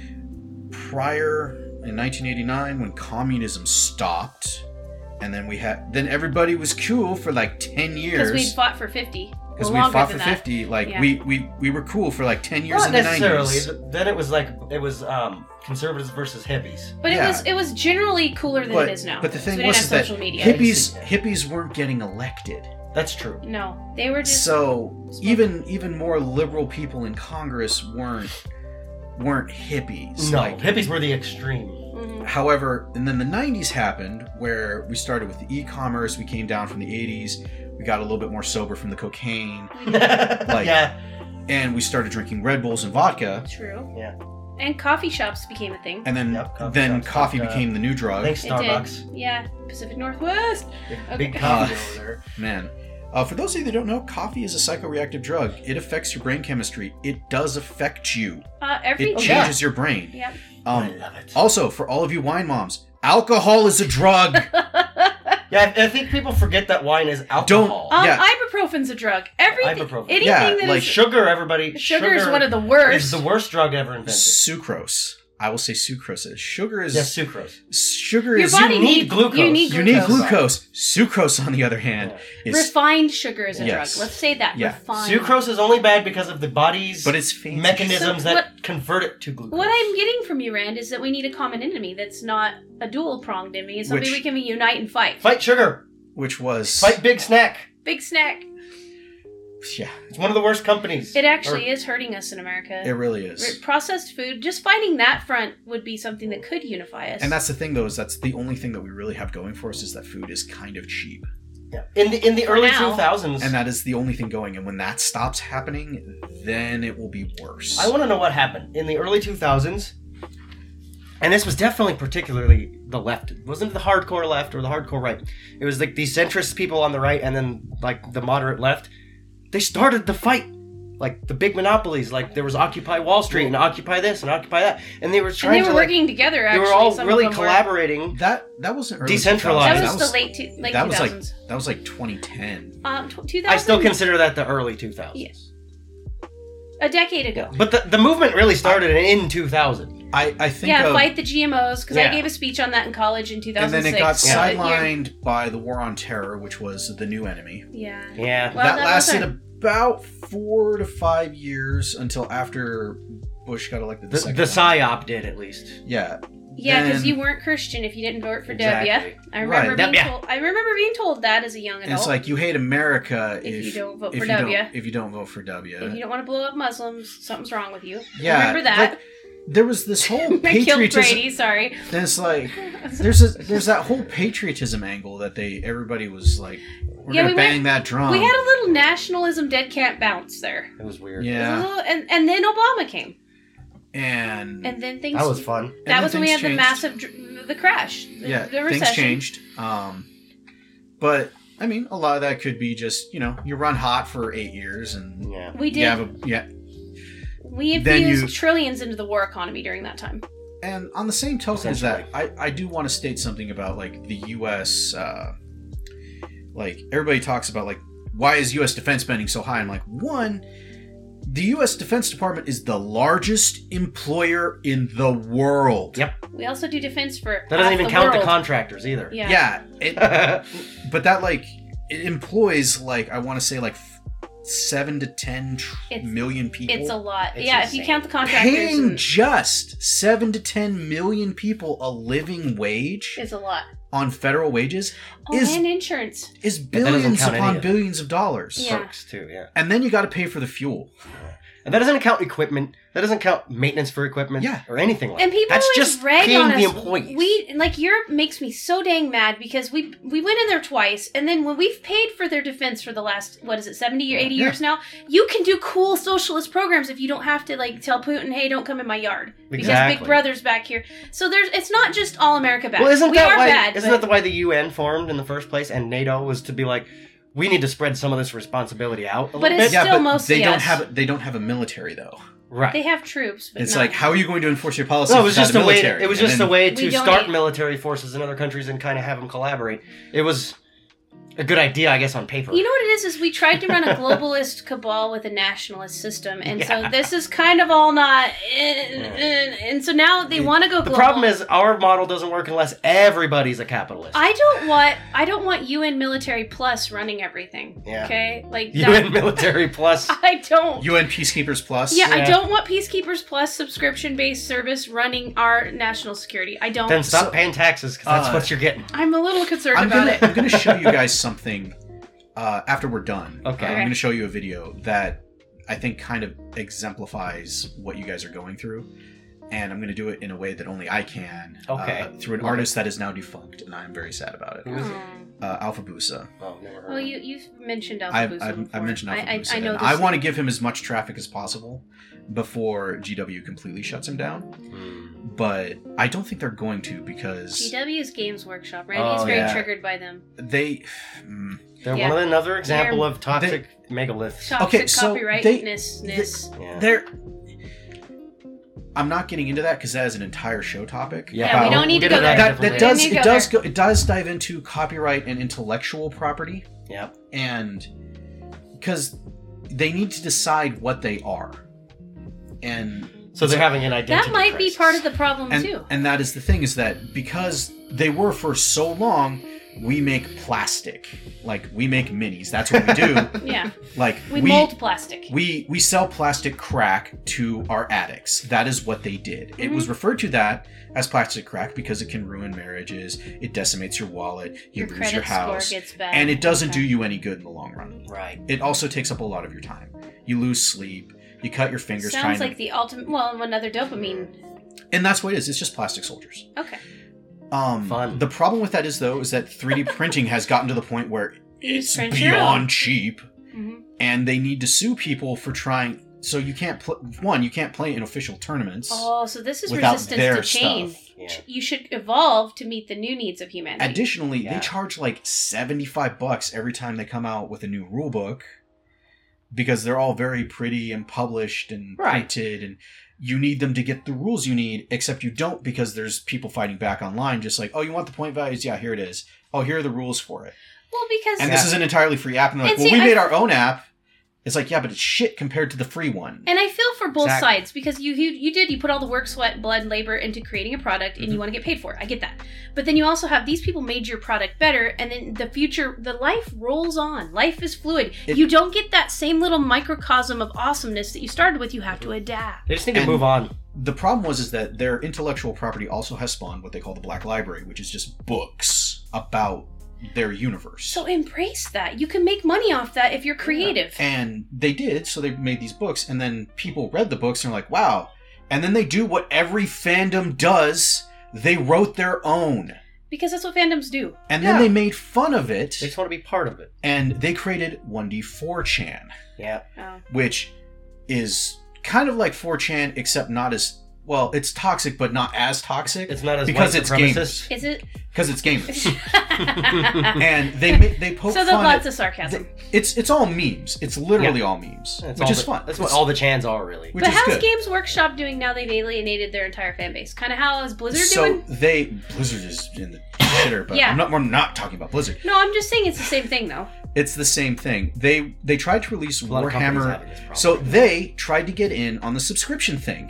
prior in 1989 when communism stopped and then we had then everybody was cool for like Because 10 we years fought for fifty. because Or we longer fought than for that. 50 like Yeah. we, we we were cool for like 10 years Not in the necessarily. 90s Th- Then it was like it was um, conservatives versus hippies. But Yeah. it was it was generally cooler than but, it is now. but the So thing we was didn't have is that social media. hippies Yeah. hippies weren't getting elected That's true. no, they were just so even even more liberal people in congress weren't weren't hippies no, like hippies were the extreme. Mhm. However, and then the 90s happened where we started with the e-commerce, we came down from the 80s, we got a little bit more sober from the cocaine, yeah. and we started drinking Red Bulls and vodka, true. Yeah. And coffee shops became a thing. and then Yep, coffee then shops, coffee vodka. became the new drug. Thanks, It did. Starbucks. Yeah, Pacific Northwest. Big, Okay. big Uh, coffee over there. Man. Uh, for those of you that don't know, coffee is a psychoreactive drug. It affects your brain chemistry. It does affect you. Uh, every It day. yeah. changes your brain. Yep. I Um, love it. also, for all of you wine moms, alcohol is a drug. Yeah, I, I think people forget that wine is alcohol. Um, Yeah. ibuprofen's a drug. Everything. Ibuprofen. Anything Yeah, that is like sugar, everybody. sugar is one of the worst. Is the worst drug ever invented. sucrose. I will say sucrose. Sugar is Yes, sucrose. sugar Your is body need needs- glucose. You need You glucose. need glucose. Sucrose, on the other hand, is Refined sugar is a Yes. drug. Let's say that. Yeah. Refined. Sucrose is only bad because of the body's but it's fancy. mechanisms So that convert it to glucose. What I'm getting from you, Rand, is that we need a common enemy that's not a dual pronged enemy. It's something Which- we can unite and fight. Fight sugar. which was Fight Big Snack. Big snack. yeah, It's one of the worst companies. It actually is hurting us in America. it really is. Re- processed food just fighting that front would be something that could unify us and that's the thing, though, is that's the only thing that we really have going for us is that food is kind of cheap, Yeah. In the in the For early now. two thousands. and that is the only thing going. And when that stops happening, then it will be worse. I want to know what happened in the early two thousands. And this was definitely particularly the left. It wasn't the hardcore left or the hardcore right. It was like the centrist people on the right and then like the moderate left. They started the fight like the big monopolies, like there was Occupy Wall Street and Occupy this and Occupy that, and they were And trying they were to working together. like, they Actually, were all some of really them were. collaborating. That that wasn't early Decentralized. 2000s. That was the late two- late that was like 2000s. that was like 2010. Um, tw- 2000, I still consider that the early 2000s. Yeah. a decade ago. But the, the movement really started in 2000. I I think Yeah, of, fight the GMOs because Yeah. I gave a speech on that in college in 2006. and then it got so you're- sidelined by the war on terror, which was the new enemy. Yeah. Yeah. Well, that that, was lasted a- about four to five years until after Bush got elected. The, The, second the time. PSYOP did at least. Yeah, Yeah, because Then- you weren't Christian if you didn't vote for Exactly. Debia. I remember Right. being Debia. told. I remember being told that as a young and adult. it's like you hate America If if, you don't vote if for you W. Don't, if you don't vote for W. if you don't want to blow up Muslims, something's wrong with you. yeah, remember that. like, there was this whole I killed patriotism. Brady. Sorry. And it's like there's a, there's that whole patriotism angle that they everybody was like, we're Yeah, gonna we bang went- that drum. We had a little nationalism dead cat bounce there. It was weird. It was a yeah, little- and and then Obama came, and, and then things. That was fun. that and was then when we had things the changed. massive dr- the crash. The, yeah, the recession. things changed. Um, but I mean, a lot of that could be just you know you run hot for eight years and Yeah. We did. you have a yeah. we then infused you- trillions into the war economy during that time. And on the same token as that, I I do want to state something about like the U.S. Uh, like everybody talks about like why is U.S. defense spending so high? I'm like one. The U.S. Defense Department is the largest employer in the world. Yep. We also do defense for That doesn't half even count the world. contractors either. Yeah. Yeah. it- but that like it employs like I want to say like f- seven to ten tr- It's- million people. It's a lot. It's yeah, if insane. you count the contractors, paying and- just seven to ten million people a living wage is a lot. on federal wages Oh, Is- and insurance. is that doesn't billions count any upon of that. billions of dollars. Yeah. Perks too, yeah. And then you got to pay for the fuel. And that doesn't count equipment. That doesn't count maintenance for equipment Yeah. or anything like And that. people That's always just rag paying on us. the employees. We and, like Europe makes me so dang mad because we we went in there twice, and then when we've paid for their defense for the last what is it seventy or eighty Yeah. years now, you can do cool socialist programs if you don't have to like tell Putin, hey, don't come in my yard because Exactly. Big Brother's back here. So there's it's not just all America bad. well, isn't we that are why? bad. isn't but that the why the UN formed in the first place? And NATO was to be like, we need to spread some of this responsibility out a But little it's bit. Yeah. still mostly they don't us. have they don't have a military though. right. they have troops? But it's not- like how are you going to enforce your policy? no, it was just a way. military? To, it was And just then- a way We to don't start need- military forces in other countries and kind of have them collaborate. It was a good idea, I guess, on paper. You know what it is? Is we tried to run a globalist cabal with a nationalist system, and so this is kind of all not. And, and so now they want to go. the global. problem is our model doesn't work unless everybody's a capitalist. I don't want I don't want UN military plus running everything. Yeah. Okay, like that, UN military plus. I don't. UN Peacekeepers Plus. yeah, I Yeah. don't want Peacekeepers Plus subscription based service running our national security. I don't. Then stop So- paying taxes because that's Uh, what you're getting. I'm a little concerned I'm about gonna it. I'm gonna show you guys something uh, after we're done. Okay. Uh, I'm Okay. gonna show you a video that I think kind of exemplifies what you guys are going through. And I'm going to do it in a way that only I can. uh, Okay. through an Love artist that is now defunct, and I'm very sad about Who it. is it? Oh. Uh, Alpha Busa. Oh, never heard. Well, you you've mentioned Alpha I've, Busa I've, before. I've mentioned Alpha I, I, Busa, I know and this. I want to give him as much traffic as possible before GW completely shuts him down. Hmm. But I don't think they're going to because GW's Games Workshop. Randy Oh, is very yeah. triggered by them. they. mm, They're Yeah. one of another example They're- of toxic megaliths. Toxic Okay, so they- copyrightnessness. Yeah. They're. I'm not getting into that because that is an entire show topic. Yeah, yeah, we About- don't need to We'll go get there. into that, Definitely. that does We need to it go does there. go, it does dive into copyright and intellectual property Yep. and because they need to decide what they are and So they're having an identity. That might be crisis. part of the problem and, too. and that is the thing is that because they were for so long we make plastic like we make minis that's what we do Yeah, like we, mold plastic. we we sell plastic crack to our addicts. That is what they did. It Mhm. was referred to that as plastic crack because it can ruin marriages, it decimates your wallet, you your lose credit your house, score gets bad, and it doesn't do you any good in the long run. right. It also takes up a lot of your time. You lose sleep, you cut your fingers Sounds trying like the ultimate. Well, another dopamine. to, and that's what it is. It's just plastic soldiers. Okay. Um Fun. the problem with that is though is that 3D printing has gotten to the point where You it's print your own. beyond cheap. Mhm. and they need to sue people for trying. So you can't pl- one, you can't play in official tournaments. Oh, so this is Without resistance their to change. stuff. Yeah. You should evolve to meet the new needs of humanity. Additionally, Yeah. they charge like seventy-five bucks every time they come out with a new rule book, because they're all very pretty and published and Right. printed and you need them to get the rules you need except you don't because there's people fighting back online just like oh you want the point values yeah here it is oh here are the rules for it Well, because and this is an entirely free app and they're like And well see, we I- made our own app it's like yeah but it's shit compared to the free one And I feel for both Exactly. sides because you, you you did you put all the work, sweat, blood, and labor into creating a product, Mm-hmm. and you want to get paid for it. I get that, but then you also have these people made your product better, and then the future, the life rolls on. Life is fluid. It- you don't get that same little microcosm of awesomeness that you started with. You have to adapt. They just need to And- move on. the problem was is that their intellectual property also has spawned what they call the black library which is just books about their universe So embrace that. You can make money off that if you're creative. and they did so they made these books and then people read the books and are like wow and then they do what every fandom does they wrote their own Because that's what fandoms do. and Yeah. then they made fun of They it just want to be part of it. and they created 1d4chan Yeah. Oh. which is kind of like 4chan except not as well it's toxic but not as toxic It's not as because white it's supremacist. Is it? because it's gamers and they ma- they poke so there's fun lots at- of sarcasm. th- it's it's all memes it's literally all memes That's which all is the- fun That's what It's- all the chans are, really. which but is how's good. Games Workshop doing now? They've alienated their entire fan base. Kind of how is Blizzard so doing? they Blizzard is in the shitter, but Yeah. I'm not, we're not talking about Blizzard. No, I'm just saying it's the same thing though. It's the same thing. They they tried to release A lot of companies Warhammer, having this problem. so they tried to get in on the subscription thing,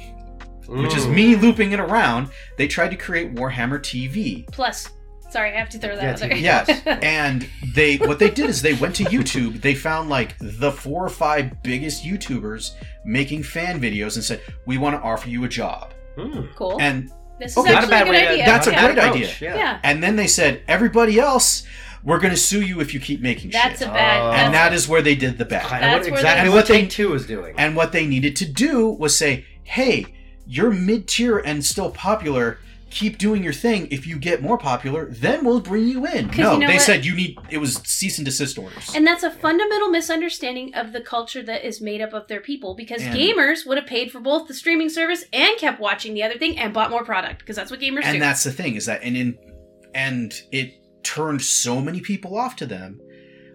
which is Mm. me looping it around. They tried to create Warhammer TV. Plus, sorry, I have to throw that Yeah, out there. TV. Yes, and they what they did is they went to YouTube. They found like the four or five biggest YouTubers making fan videos and said, "We want to offer you a job." Mm. cool. And this is okay. actually a, good idea. That's a yeah. great idea. approach, Yeah. Yeah. and then they said, "Everybody else, we're going to sue you if you keep making shit." That's a bad. Oh. that's- and that is where they did the Kind bad. of That's what where exactly they- what Take Take Two is doing. And what they needed to do was say, hey, you're mid tier and still popular. Keep doing your thing. If you get more popular, then we'll bring you in. 'Cause No, you know they what? said you need. It was cease and desist orders. and that's a fundamental misunderstanding of the culture that is made up of their people because And- gamers would have paid for both the streaming service and kept watching the other thing and bought more product because that's what gamers do. and that's the thing is that and in and it turned so many people off to them,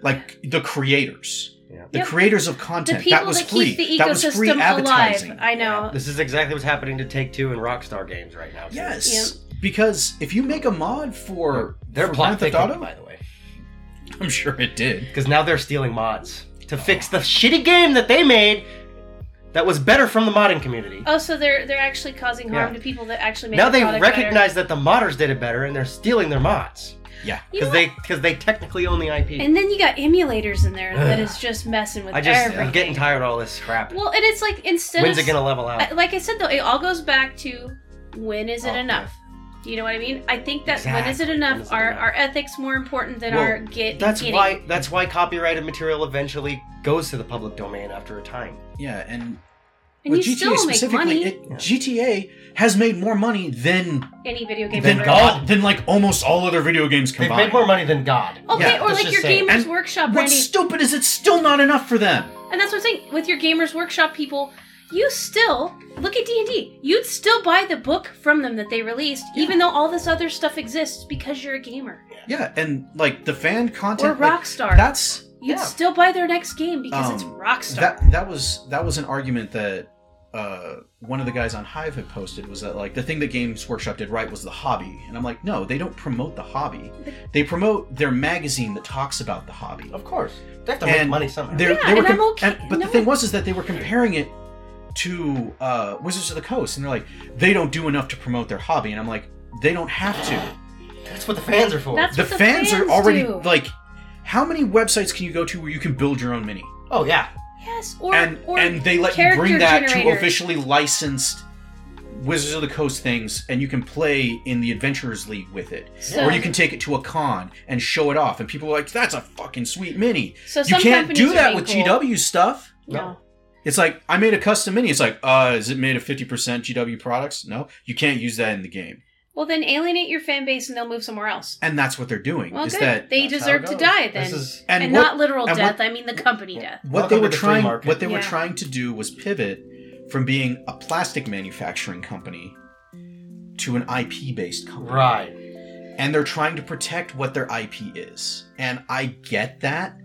like the creators, Yeah. the Yep. creators of the content people that was that free. keep the that was free ecosystem advertising. alive. I know. This is exactly what's happening to Take Two and Rockstar Games right now. too. Yes, because if you make a mod for Their for plot Grand Theft thickened, Auto, by the way, I'm sure it did. because now they're stealing mods to fix the shitty game that they made that was better from the modding community. Oh, so they're they're actually causing harm Yeah. to people that actually make now the they product recognize that the modders did it better, and they're stealing their mods better. You Yeah. know because they because they technically own the what? IP. And then you got emulators in there that is just messing with I uh, just everything. I'm getting tired of all this crap. Well, and it's like instead When's of it gonna level out? I- like I said though, it all goes back to when is it Uh, Oh, yeah. enough? Do you know what I mean? I think that when is it Exactly. enough? When is it are enough? are ethics more important than Well, our get? That's getting? why that's why copyrighted material eventually goes to the public domain after a time. Yeah, and, And you still make money. it, GTA has made more money than Any video game than ever. God. all, than like almost all other video games They've combined. made more money than God. Okay, Yeah, or let's like just your say it. Gamers And Workshop, What's Randy. stupid is it's still not enough for them. and that's what I'm saying. With your Gamers Workshop people, you still look at D and D. You'd still buy the book from them that they released, even though all this other stuff exists because you're a gamer. Yeah, and like the fan Or content. like, Rockstar. that's You'd yeah. still buy their next game because it's Um, Rockstar. that that was that was an argument that uh, one of the guys on Hive had posted was that like the thing that Games Workshop did right was the hobby, and I'm like, no, they don't promote the hobby. They promote their magazine that talks about the hobby. Of course, they have to make And money somehow. They're- Yeah, they were and com- I'm okay- and- but no. the thing was is that they were comparing it to uh, Wizards of the Coast, and they're like, they don't do enough to promote their hobby, and I'm like, they don't have to. That's what the fans are for. That's- the what the fans, are fans already do. like, how many websites can you go to where you can build your own mini? oh yeah, yes, or and or and they let you character bring that to generators. officially licensed Wizards of the Coast things, and you can play in the Adventurers League with it, So- or you can take it to a con and show it off, and people are like, "That's a fucking sweet mini." So you some can't companies do are that being with cool. GW stuff. no. It's like I made a custom mini. It's like, uh, is it made of fifty percent GW products? No, you can't use that in the game, Well, then alienate your fan base and they'll move somewhere else. and that's what they're doing. Well, is good. that they That's deserve how it to goes. die then, This is- and, And what- not literal and what- death. I mean the company death. what Welcome they were to the free trying market. what they were Yeah. trying to do was pivot from being a plastic manufacturing company to an IP based company. right. And they're trying to protect what their IP is. And I get that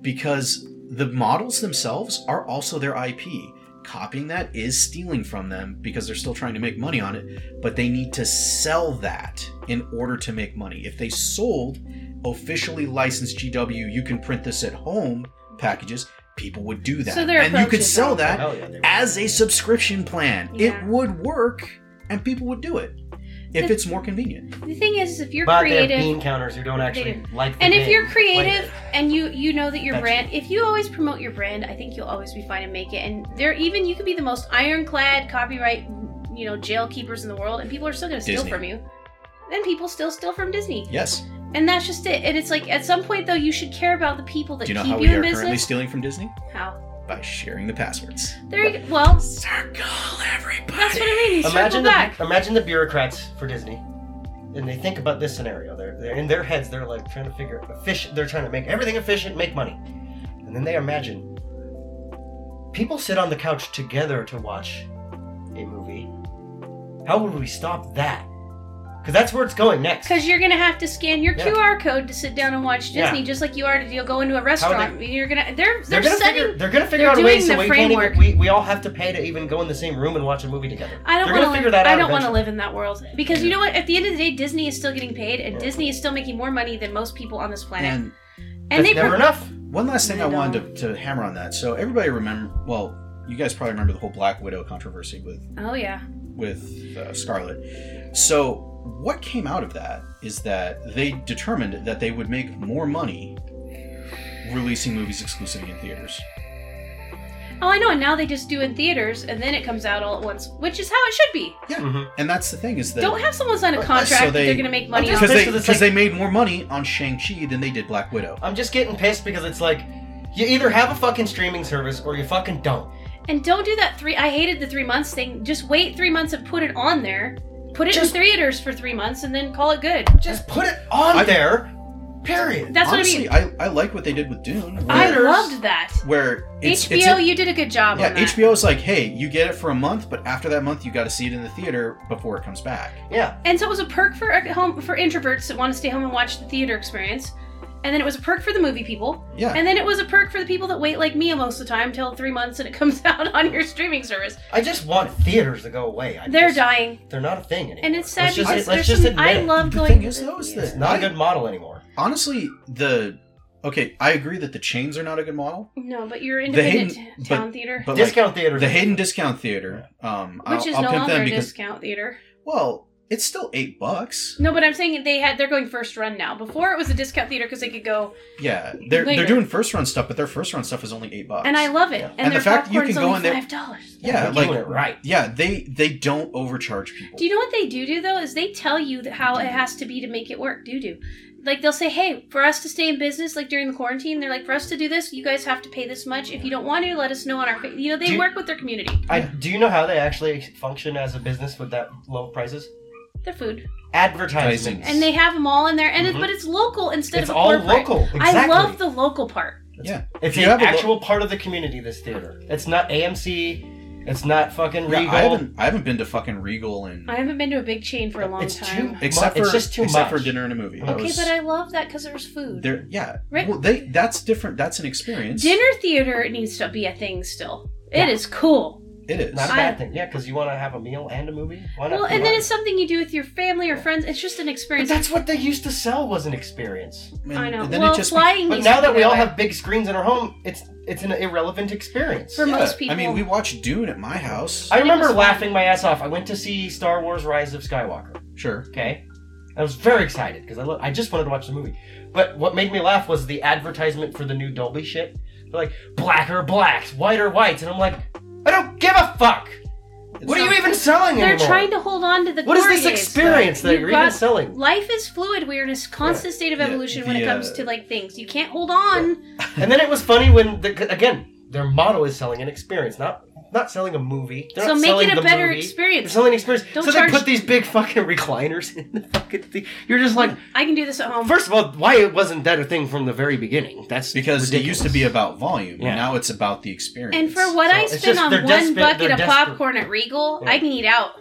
because the models themselves are also their IP. Copying that is stealing from them because they're still trying to make money on it, but they need to sell that in order to make money. If they sold officially licensed GW, you can print this at home packages, people would do that. So their and you approach could is sell wrong. that Hell yeah, they were. as a subscription plan. Yeah. It would work and people would do it if The- it's more convenient. The thing is, if you're but they have creative, bean counters who don't actually like the and if game, you're play it. creative and you you know that your That's brand, if you always promote your brand, I think you'll always be fine and make it. And there, even you could be the most ironclad copyright, you know, jail keepers in the world, and people are still going to steal Disney. from you. And people still steal from Disney, Yes. and that's just it. And it's like at some point though, you should care about the people that Do you know keep how we you in are currently business. stealing from Disney? how By sharing the passwords. there you go. Well, that's Circle everybody. what I mean. You circle Imagine the, back. imagine the bureaucrats for Disney, and they think about this scenario. They're, they're in their heads. They're like trying to figure efficient. They're trying to make everything efficient, make money, and then they imagine people sit on the couch together to watch a movie. How would we stop that? Because that's where it's going next. Because you're gonna have to scan your Yeah. QR code to sit down and watch Yeah. Disney, just like you are to go into a restaurant. you're gonna they're they're, they're, gonna setting. figure, they're gonna figure they're out a way doing so the we can't even, framework. we, we all have to pay to even go in the same room and watch a movie together. I don't They're gonna want to figure live. that I out don't want to eventually. live in that world because you know what? At the end of the day, Disney is still getting paid, and Disney is still making more money than most people on this planet. And And, That's they never pro- enough. one last thing I I, wanted to, to hammer on that. So everybody remember well, you guys probably remember the whole Black Widow controversy with oh yeah, with uh, Scarlet. So what came out of that is that they determined that they would make more money releasing movies exclusively in theaters. oh I know. And now they just do in theaters, and then it comes out all at once, which is how it should be. Mhm. And that's the thing is that don't have someone sign a Well, contract so that they- they're gonna make money just off. because they, Because it's 'cause like- they made more money on Shang-Chi than they did Black Widow. I'm just getting pissed because it's like you either have a fucking streaming service or you fucking don't. And don't do that three. I hated the three months thing. Just wait three months and put it on there. Put it Just- in theaters for three months and then call it good. Just put it on I- there. Period. That's Honestly, what I, I, like what they did with Dune. Where, I mean. Theaters- I loved that. where it's, HBO, it's a- you did a good job yeah, on that. HBO is like, hey, you get it for a month, but after that month, you got to see it in the theater before it comes back. yeah. And so it was a perk for at home for introverts that want to stay home and watch the theater experience. And then it was a perk for the movie people. Yeah, And then it was a perk for the people that wait like me most of the time till three months and it comes out on your streaming service. I just want theaters to go away. I They're just- dying. They're not a thing anymore. And it's sad Let's just- because let's there's just some, admit I it. love The going thing is, though, is It's that not I- a good model anymore. honestly, the okay, I agree that the chains are not a good model, No, but you're The Hayden- independent t- town but- theater. but like, Discount theaters. the Hayden Discount Theater, um, I'll, which is I'll no pimp longer them a because discount theater. well, it's still eight bucks. No, but I'm saying they had they're going first run now. Before it was a discount theater because they could go, Yeah, they're Later. they're doing first run stuff, but their first run stuff is only eight bucks. and I love it. Yeah. And, Oh, And the their fact that you popcorn's can go only in there- five dollars. yeah, They're like doing it right. yeah, they they don't overcharge people. Do you know what they do do though? Is they tell you that how it has to be to make it work. Do do, like they'll say, hey, for us to stay in business, like during the quarantine, they're like, for us to do this, you guys have to pay this much. If you don't want to, let us know on our. fa-" You know, they Do you- work with their community. I, do you know how they actually function as a business with that low prices? Their food, Advertisements. and they have them all in there, and it, Mhm. but it's local instead it's of all corporate. local. Exactly. I love the local part. yeah, It's If you an have a lo- actual part of the community. This theater. It's not AMC. It's not fucking Yeah, Regal. I haven't I haven't been to fucking Regal and I haven't been to a big chain for a long It's time. too- except for It's just too except much. for dinner and a movie. That okay, was- but I love that because there's food. They're yeah. Right. Well, they that's different. That's an experience. Dinner theater needs to be a thing still. It is cool. It is. Not a I- bad thing. Yeah, because you want to have a meal and a movie. Why not? Well, do and then that? it's something you do with your family or friends. It's just an But experience. that's what they used to sell was an experience. And- I know. and then well, it just be- flying. But used now to that be we all way. have big screens in our home, it's it's an irrelevant experience. For- yeah. most people- I mean, we watched Dune at my house. I remember was- laughing my ass off. I went to see Star Wars: Rise of Skywalker. sure. Okay, I was very excited because I lo- I just wanted to watch the movie. But what made me laugh was the advertisement for the new Dolby shit. They're like blacker blacks, whiter whites, and I'm like, I don't give a fuck. what are you even selling They're anymore? trying to hold on to the. what is glory this days, experience though. that You've you're got- even selling? Life is fluid. We're in a constant state of Yeah, evolution when it the, comes uh, to like things. You can't hold on. And then it was funny when the, again their motto is selling an experience, not not selling a movie. They're So not make selling it a the better movie. They're experience. selling an experience. Don't so charge- they put these big fucking recliners in the fucking thing. You're just like, I can do this at home. first of all, why wasn't that a thing from the very beginning? That's Because it ridiculous. used to be about volume, Yeah. and now it's about the experience. and for what So I it's spend just on they're one desperate- bucket they're of desperate. popcorn at Regal, Yeah. I can eat out.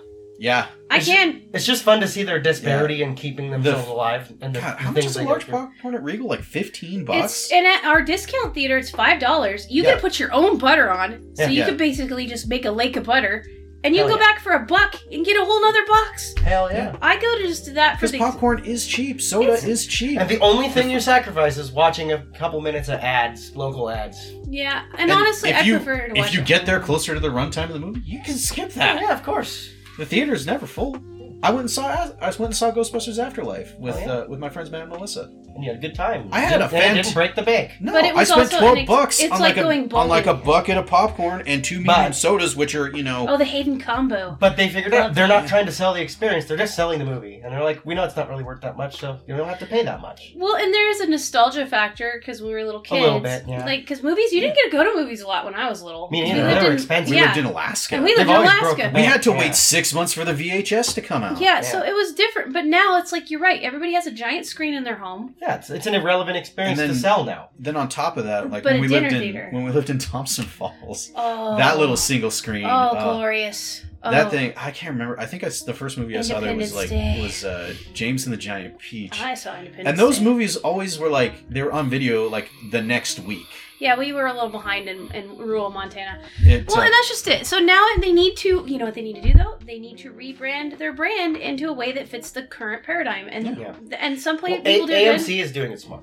Yeah. I It's ju- can. It's just fun to see their disparity in keeping themselves The- alive and the God, the how much things is a they large go through. popcorn at Regal? Like fifteen It's bucks. and at our discount theater, it's five dollars. You get Yeah. to put your own butter on, so Yeah, you yeah. can basically just make a lake of butter, and you Hell go yeah. back for a buck and get a whole nother box. Hell yeah. I go to just do that for Because the popcorn is cheap, soda It's- is cheap. And the only thing you sacrifice is watching a couple minutes of ads, local ads. yeah. And, honestly, I prefer to watch. If you get there closer to the runtime of the movie, you can skip that. Yeah, of course. The theater is never full. I went and saw I just went and saw Ghostbusters Afterlife with Oh, yeah? uh, with my friends Matt and Melissa. And you had a good time. I had a And it fant- didn't break the bank. No, But it was I spent also an twelve ex- bucks it's on like like, a going on like a bowling. bucket of popcorn and two medium But- sodas, which are you know oh, the Hayden combo. But they figured out they're not trying to sell the experience; they're just selling the movie, and they're like, "We know it's not really worth that much, so you don't have to pay that much." Well, and there is a nostalgia factor because we were little A kids. little bit, yeah. Like, because movies, you didn't get to go to movies a lot when I was little. Me 'Cause neither. We lived They were in, expensive. we Yeah. lived in Alaska. And we lived They've in always broke Alaska. the We had to Yeah. wait six months for the VHS to come out. yeah, so Yeah. it was different. But now it's like you're right. Everybody has a giant screen in their home. Yeah, it's, it's an irrelevant experience And to then- sell now. Then on top of that, like But when a we lived dinner in theater. when we lived in Thompson Falls, Oh, that little single screen. Oh, uh, glorious. Oh. That thing, I can't remember. I think I, s- the first movie I saw there was like Independence Day. was uh, James and the Giant Peach. I saw Independence. and those Day. movies always were like they were on video like the next week. Yeah, we were a little behind in, in rural Montana. It, Well, uh, and that's just it. So now they need to, you know what they need to do though? They need to rebrand their brand into a way that fits the current paradigm. And Yeah. and some play, Well, people A- do it. AMC is doing it smart.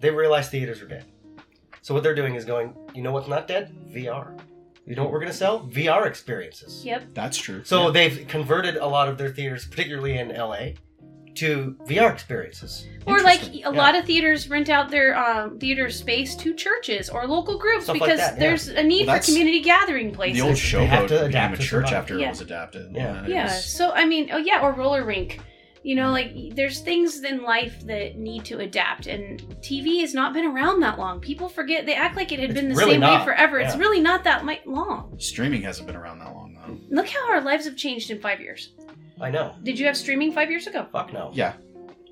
They realize theaters are dead, so what they're doing is going, "You know what's not dead? VR. You know what we're going to sell? VR experiences." Yep. that's true. So Yeah. they've converted a lot of their theaters, particularly in LA, to VR experiences. Or like e-, a Interesting. lot of theaters rent out their um, theater space to churches or local groups Stuff like because that, yeah. there's a need Well, for that's- community gathering places. the old They have showboat to became adapt a to church survive. after Yeah. it was adapted. Yeah. it Yeah. was- So I mean, oh yeah, or roller rink. You know, like there's things in life that need to adapt, and TV has not been around that long. People forget they act like it had It's been the really same way not, forever. It's yeah. really not that li- long. streaming hasn't been around that long though. Look how our lives have changed in five years. I know. Did you have streaming five years ago? Fuck no. Yeah,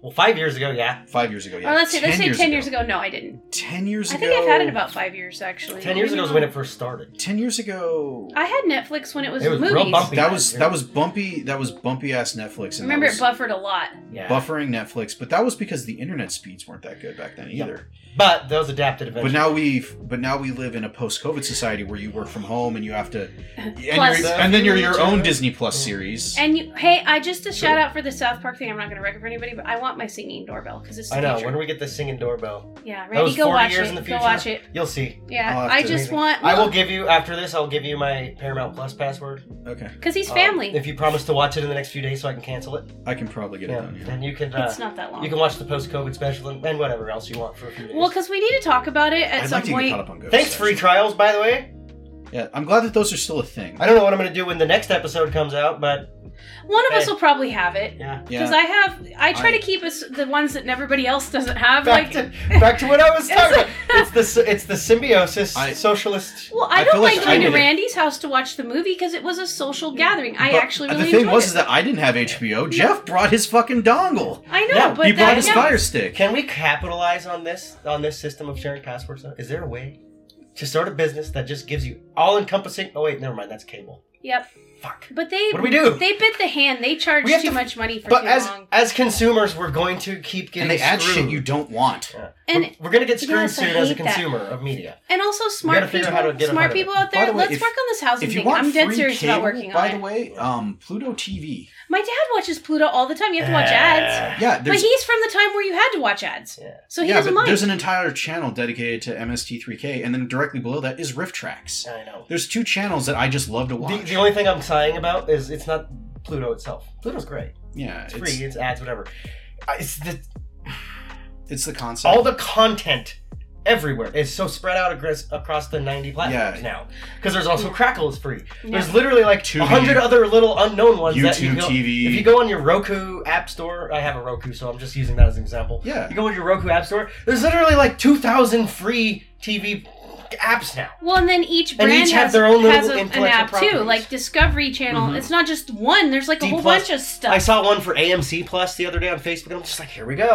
Well, five years ago, yeah. five years ago. Yeah, Or let's say let's say ten ago. years ago. No, I didn't. Ten years I ago. think I've had it about five years actually. Ten years ago is when it first started. ten years ago. I had Netflix when it was, It was real movies. bumpy. that was that was bumpy. That was bumpy ass Netflix. And Remember, that it was buffered a lot. Yeah. buffering Netflix, but that was because the internet speeds weren't that good back then Yeah. either. But those adapted But eventually. now we but now we live in a post-COVID society where you work from home and you have to and, Plus- you're, and then you're your own Yeah. Disney Plus series. And you, hey, I just a shout out for the South Park thing. I'm not going to wreck it for anybody, but I want my singing doorbell because it's the I know. future. When we get this singing doorbell, Yeah, that Randy, was go forty watch years it. in the future. Go watch it. You'll see. I'll Yeah, have I to- just want. I will give you after this. I'll give you my Paramount Plus password. okay, because he's Um, family. if you promise to watch it in the next few days, so I can cancel it. I can probably get it done. Yeah. And you can. Uh, it's not that long. you can watch the post-COVID special and, and whatever else you want for a few days. well, because we need to talk about it at I'd some like to get point. caught up on Ghost. Thanks, free actually. trials, by the way. Yeah, I'm glad that those are still a thing. I don't know what I'm going to do when the next episode comes out, but One of us Hey. will probably have it yeah. yeah. because I have. I try I- to keep us the ones that everybody else doesn't have. Like, Back to back to what I was talking about. It's- It's the s- it's the symbiosis I- socialist. well, I, I don't feel like, like I going to need it. Randy's house to watch the movie because it was a social gathering. I But actually really the thing enjoyed was it. is that I didn't have HBO. Jeff brought his fucking dongle. I know, Yeah, but he that, brought his yeah. Fire Stick. Can we capitalize on this on this system of sharing passwords? though? Is there a way to start a business that just gives you all encompassing? Oh wait, never mind. That's cable. Yep. Fuck. But they What do we do? They bit the hand. They charge We have too to- much money for But too as long. as consumers, we're going to keep getting And they add screwed. shit you don't want. Yeah. And- we're, we're gonna get screwed Yes, I soon as a hate that. consumer of media. And also gotta smart figure people, out how to get a smart hold of it. people out By there. the way, let's if- work on this housing If you thing. want I'm dead free serious cable, about working by on the it. way, um, Pluto TV. My dad watches Pluto all the time. You have to watch ads, Yeah, but there's he's from the time where you had to watch ads, Yeah. so he yeah, doesn't but mind. there's an entire channel dedicated to MST3K, and then directly below that is Riff Tracks. Uh, I know. There's two channels that I just love to The, watch. the only thing I'm sighing about is it's not Pluto itself. Pluto's great. yeah, It's, it's, free. It's ads. Whatever. Uh, It's the it's the concept. all the content everywhere is so spread out across, across the 90 platforms Yeah. now because there's also crackle is free there's Yeah. literally like Tubi. 100 other little unknown ones that you YouTube go, TV. if you go on your roku app store i have a roku so i'm just using that as an example Yeah. you go on your roku app store there's literally like 2000 free tv apps now well, and then each And brand each has, have their own little has a- an intellectual app too, properties. Mm-hmm. like Discovery Channel. It's not just one. There's like a D whole plus. bunch of i stuff. saw one for amc plus the other day on facebook and i'm just like here we go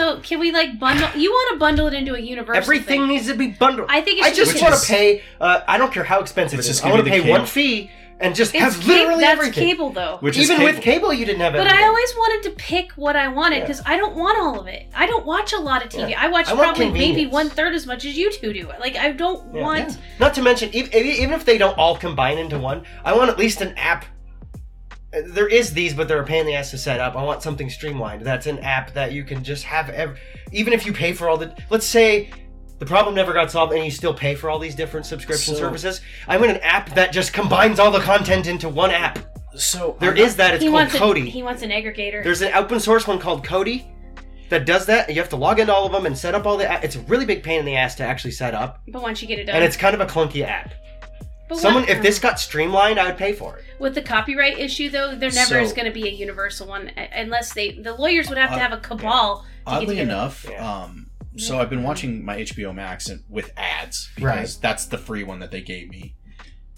So can we like bundle? You want to bundle it into a universal Everything thing. needs to be bundled. I think it I should just be- want Which to is- pay. Uh, I don't care how expensive It's it is. just I gonna want be to the pay cable. one fee, and just It's have ca- literally that's everything. cable though. Which Even is with cable, you didn't have But everything. I always wanted to pick what I wanted Yeah. because I don't want all of it. I don't watch a lot of TV. Yeah. I watch I want probably maybe convenience. one third as much as you two do. Like I don't Yeah. want. Yeah. Not to mention, ev- ev- even if they don't all combine into one, I want at least an app. Uh, There is these, but they're a pain in the ass to set up. I want something streamlined. That's an app that you can just have. Ev- even if you pay for all the, let's say, the problem never got solved, and you still pay for all these different subscription So- services. I want an app that just combines all the content into one app. so There is that. It's he called wants Cody. A, he wants an aggregator. There's an open source one called Cody that does that. and You have to log into all of them and set up all the. a- It's a really big pain in the ass to actually set up, but once you get it done, and it's kind of a clunky app. but Someone, what- um, if this got streamlined, I would pay for it. with the copyright issue though, there never So- is going to be a universal one uh, unless they the lawyers would have Uh, to have a cabal. to get oddly together. enough, Yeah. um, so I've been watching my HBO Max and- with ads because that's the free one that they gave me.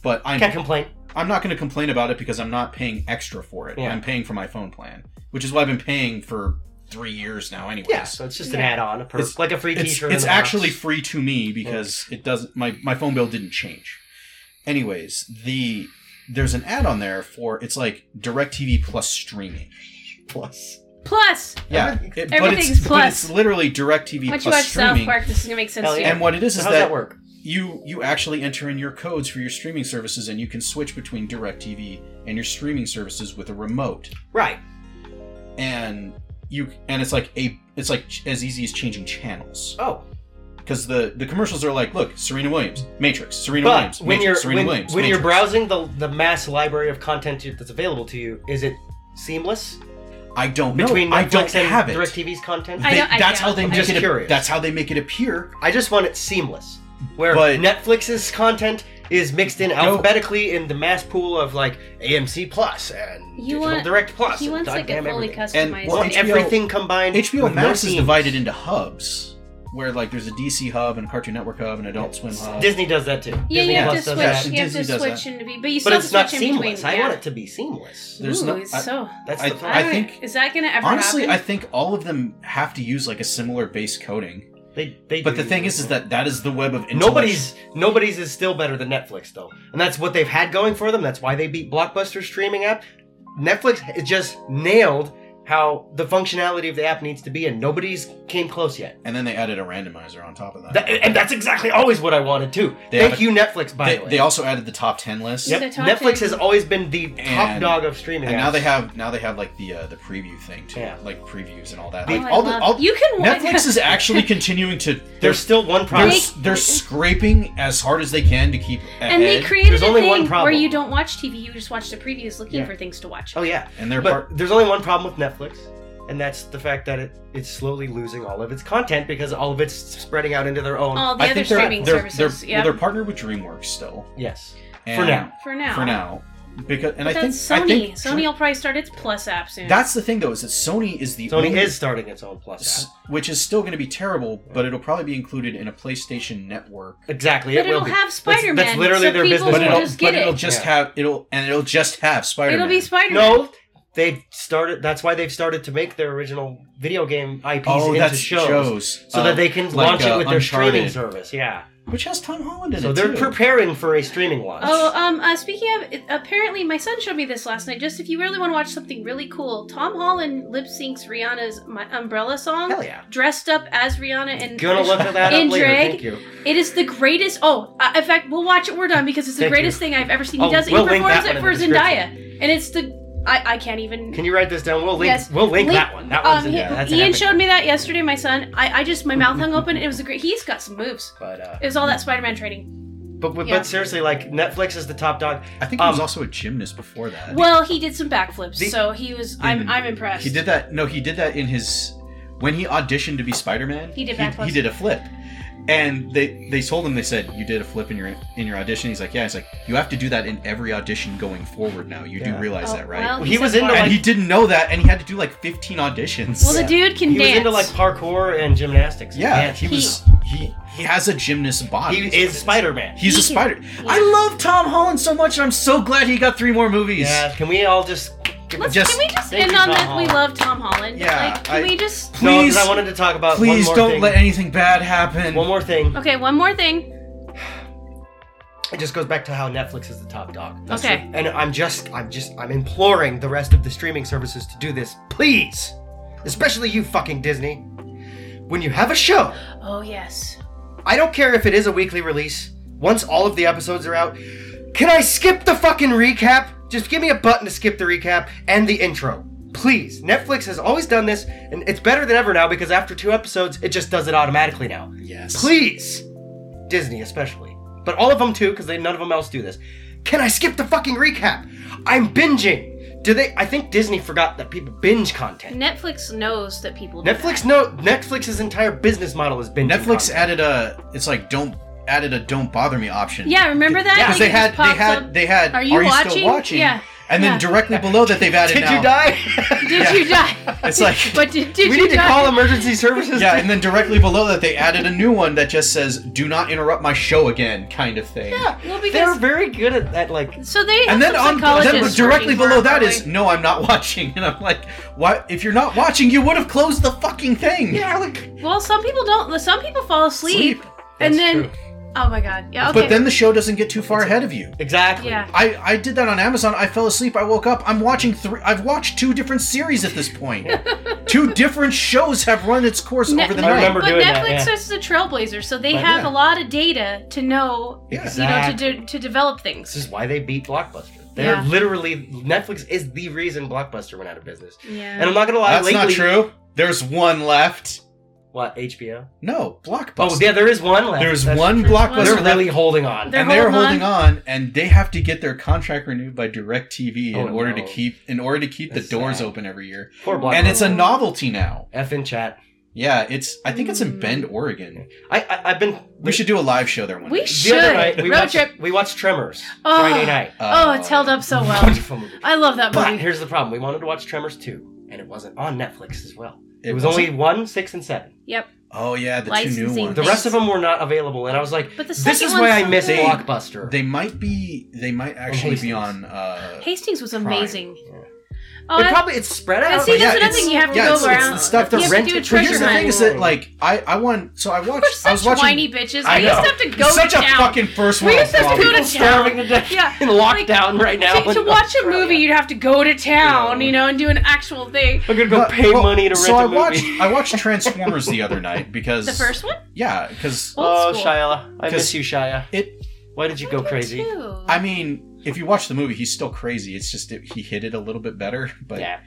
But I'm Can't complain. I'm not going to complain about it because I'm not paying extra for it. Yeah. I'm paying for my phone plan, which is what I've been paying for three years now. Anyways, Yeah, so it's just an Yeah. add-on, a perk, It's- like a free it's, T-shirt. in it's the box. actually free to me because it doesn't my, my phone bill didn't change anyways the there's an ad on there for it's like direct tv plus streaming plus. Plus, yeah Everything- it- everything's but plus. it's literally direct tv once you plus watch South streaming Park, this is going to make sense Hell to you. yeah. and what it is So is how does that, that work? you you actually enter in your codes for your streaming services and you can switch between direct tv and your streaming services with a remote Right. and you and it's like a it's like ch- as easy as changing channels Oh, because the the commercials are like, look, Serena Williams, Matrix, Serena but Williams, when Matrix, you're Serena when, Williams, when you're Matrix." browsing the the mass library of content that's available to you, is it seamless I don't know. between I Netflix don't and have it. DirecTV's content? They- I don't- I that's doubt how it. they I'm make just it. curious. That's how they make it appear. I just want it seamless, where But- Netflix's content is mixed in alphabetically in the mass pool of like AMC Plus and You Digital want- Direct Plus. he and wants like a goddamn fully everything. customized. And- I want well, HBO everything combined. HBO with no Max is scenes. divided into hubs, where like there's a DC hub and a Cartoon Network hub and Adult Swim hub. Uh, Disney does that too. yeah, Disney you have to Plus does that. switch. that. You have to Disney does switch that. and be, but you still But have it's not to switch in seamless. between. I yeah. want it to be seamless. There's Ooh, no- it's I- so. That's I- the I, thing. I think think- is that going to ever Honestly, I happen? think all of them have to use like a similar base coding. They, they But do. the thing is, is that that is the web of intellect. nobody's nobody's is still better than Netflix though, and that's what they've had going for them. That's why they beat Blockbuster streaming app. Netflix has just nailed how the functionality of the app needs to be, and nobody's came close yet. And then they added a randomizer on top of that. That- and that's exactly always what I wanted too. They Thank have a- you, Netflix. By they, the way, they also added the top ten list. Yep. They're talking- Netflix has always been the top And- dog of streaming. And now apps. they have now they have like the uh, the preview thing too, Yeah. like previews and all that. They- Like, Oh, I all the, love- all, you can watch- Netflix is actually continuing to they're There's still one they're, problem. Make- they're scraping as hard as they can to keep ahead, and they created There's a only thing one where problem. you don't watch TV; you just watch the previews, looking Yeah. for things to watch. Oh yeah, and they're but part there's only one problem with Netflix, and that's the fact that it, it's slowly losing all of its content because all of it's spreading out into their own. All the I other think they're, streaming they're, services. they're, yeah, well, they're partnered with DreamWorks still yes, and now. for now. for now because and But I think that's I Sony. think Sony will probably start its Plus app soon. that's the thing though is that Sony is the Sony only, is starting its own Plus s- app. which is still going to be terrible, but it'll probably be included in a PlayStation Network. Exactly, But it will it'll be. have That's- Spider-Man, That's, literally so their people will business. But model. it'll just but get it'll it. just Yeah. have it'll and it'll just have Spider-Man. It'll be Spider Man. no, they've started. That's why they've started to make their original video game IPs Oh, into that's shows, shows. so Uh, that they can like, launch it uh, with their streaming Uncharted. service. Yeah, which has Tom Holland in so it. they're too. preparing for a streaming launch. Oh, um, uh, speaking of, apparently my son showed me this last night. Just if you really want to watch something really cool, Tom Holland lip syncs Rihanna's My Umbrella song. Hell yeah. Dressed up as Rihanna and Gonna look at that um, in up later. drag. Thank you. It is the greatest. Oh, uh, in fact, we'll watch it. We're done because it's the Thank greatest you. thing I've ever seen. He Oh, does. it. we'll he link performs that it one for in the Zendaya, and it's the. I, I can't even. Can you write this down? We'll link. Yes. We'll link, Link- that one. That one's um, in he- there. That's an Ian epic showed one. me that yesterday. My son. I, I just my mouth hung open. It was a great. He's got some moves. But uh, It was all that Spider-Man training. But but, Yeah. but seriously, like Netflix is the top dog. I think he Um, was also a gymnast before that. Well, he did some backflips, Uh, The- Hmm. so he was. I'm I'm impressed. He did that. No, he did that in his when he auditioned to be Spider-Man. He did He, backflips. did a flip, and they they told him they said you did a flip in your in your audition. He's like, yeah. It's like you have to do that in every audition going forward now. You Yeah. do realize Oh, that, right? well, He said was into, fine. and like- he didn't know that, and he had to do like 15 auditions. Well, the dude can He was dance. into like parkour and gymnastics. and yeah, dance. he was he he has a gymnast body. he is Spider Man. He's a He- spider. I love Tom Holland so much, and I'm so glad he got three more movies. Yeah. Can we all just? Let's, just- can we just Thank end you, on Tom that? We Holland. love Tom Holland. Yeah, Like, can I- we just? No, 'cause Please, I wanted to talk about. one please more don't thing. let anything bad happen. One more thing. Okay, one more thing. It just goes back to how Netflix is the top dog. okay. And I'm just, I'm just, I'm imploring the rest of the streaming services to do this, please. Especially you, fucking Disney. When you have a show, Oh yes. I don't care if it is a weekly release. Once all of the episodes are out, can I skip the fucking recap? Just give me a button to skip the recap and the intro. Please. Netflix has always done this, and it's better than ever now because after two episodes, it just does it automatically now. Yes. Please. Disney, especially. But all of them too, because none of them else do this. Can I skip the fucking recap? I'm binging. Do they? I think Disney forgot that people binge content. Netflix knows that people. Do Netflix, no. Netflix's entire business model is binging. Netflix content. added a. It's like don't added a don't bother me option. That. Yeah, remember that? Yeah, Like, 'Cause they it just had they pops had up, they had. Are you watching? still watching? Yeah. And then Yeah. directly below that they've added. Did now- you die? Did you die? It's like- But did, did we you need to die? call emergency services. Yeah, to- and then directly below that they added a new one that just says "Do not interrupt my show again" kind of thing. Yeah, Well, they're because very good at that. Like, so they And then on then psychologists directly working for below them, that is probably. no, I'm not watching, and I'm like, what? If you're not watching, you would have closed the fucking thing. yeah, like well, some people don't. Some people fall asleep, and That's then true. oh my god, yeah. Okay. But then the show doesn't get too far ahead of you. exactly. yeah. I, I did that on Amazon. I fell asleep. I woke up. I'm watching three. I've watched two different series at this point. two different shows have run its course Ne- over the I night. remember but doing that, Netflix yeah. is the trailblazer, so they But have yeah. a lot of data to know, Exactly. you know, to, de- to develop This things. is why they beat Blockbuster. They're Yeah. literally Netflix is the reason Blockbuster went out of business. Yeah. And I'm not gonna lie, That's lately, not true. There's one left. What HBO? No, Blockbuster. Oh yeah, there is one left. There's That's one true. Blockbuster They're left. really holding on. They're and they're holding holding on. and they have to get their contract renewed by DirecTV Oh, in order no. to keep in order to keep That's the doors sad. open every year. Poor Blockbuster. And it's a novelty now. F in chat. Yeah, it's I think it's Mm. in Bend, Oregon. I, I I've been. We should do a live show there one We day. sh- The other should. night we Road watched trip. we watched Tremors Oh. Friday night. oh, it's Uh, held up so well. Wonderful movie. I love that But movie. here's the problem: we wanted to watch Tremors two, and it wasn't on Netflix as well. It, It was wasn't? only one, six, and seven. Yep. Oh yeah, the two new Licensing ones. The rest of them were not available, and I was like, But the "This second is why I one's miss so good. Blockbuster." They might be. They might actually be Hastings. on. Uh, Hastings was Prime. amazing. Yeah. Oh, it I- probably it's spread I out. see, but that's yeah, another thing it's- you have to yeah, go it's- it's around. the stuff you that have rent to do a it for but here's treasure the hunt. thing is that like I I won. So I watched. We're I such was watching. whiny bitches. I we used know. to have to go such to a town. fucking first We world used to have to go problem. to People starving town. to death Yeah. in lockdown right now. To, to in watch a Australia. movie, you'd have to go to town, you know, and do an actual thing. I'm gonna go But- pay well, money to rent so a I movie. watched. I watched Transformers the other night because The first one? Yeah, because Old oh, school. Shia, I miss Because- you, Shia. it. Why did you go crazy? Two. I mean, if you watch the movie, he's still crazy. It's just it, he hit it a little bit better. But Yeah,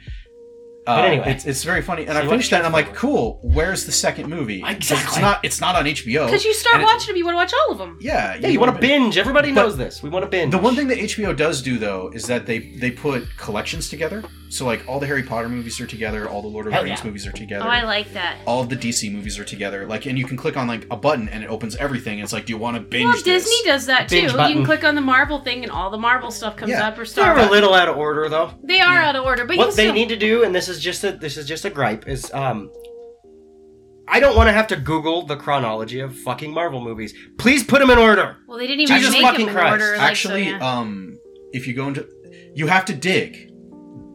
Uh, But anyway. it's, it's very funny. And So I you finished that, and I'm like, watched cool. Where's the second movie? 'Cause It's Exactly. not. It's not on HBO. Because you start and it- watching them, you want to watch all of them. Yeah, yeah. You want to to binge? Everybody But- knows this. We want to binge. The one thing that HBO does do though is that they they put collections together. So like all the Harry Potter movies are together, all the Lord of the Hell Rings yeah. movies are together. Oh, I like that. all of the DC movies are together. Like and you can click on like a button and it opens everything. It's like do you want to binge Well, this? Disney does that too. Binge You button. can click on the Marvel thing, and all the Marvel stuff comes Yeah. up or they're Star a Wars. little out of order though. They are out of order, but you what can they still... need to do, and this is just a this is just a gripe, is um, I don't want to have to Google the chronology of fucking Marvel movies. Please put them in order. Well, they didn't even Jesus make fucking them in Christ. order. Like, Actually, so, yeah. um if you go into you have to dig.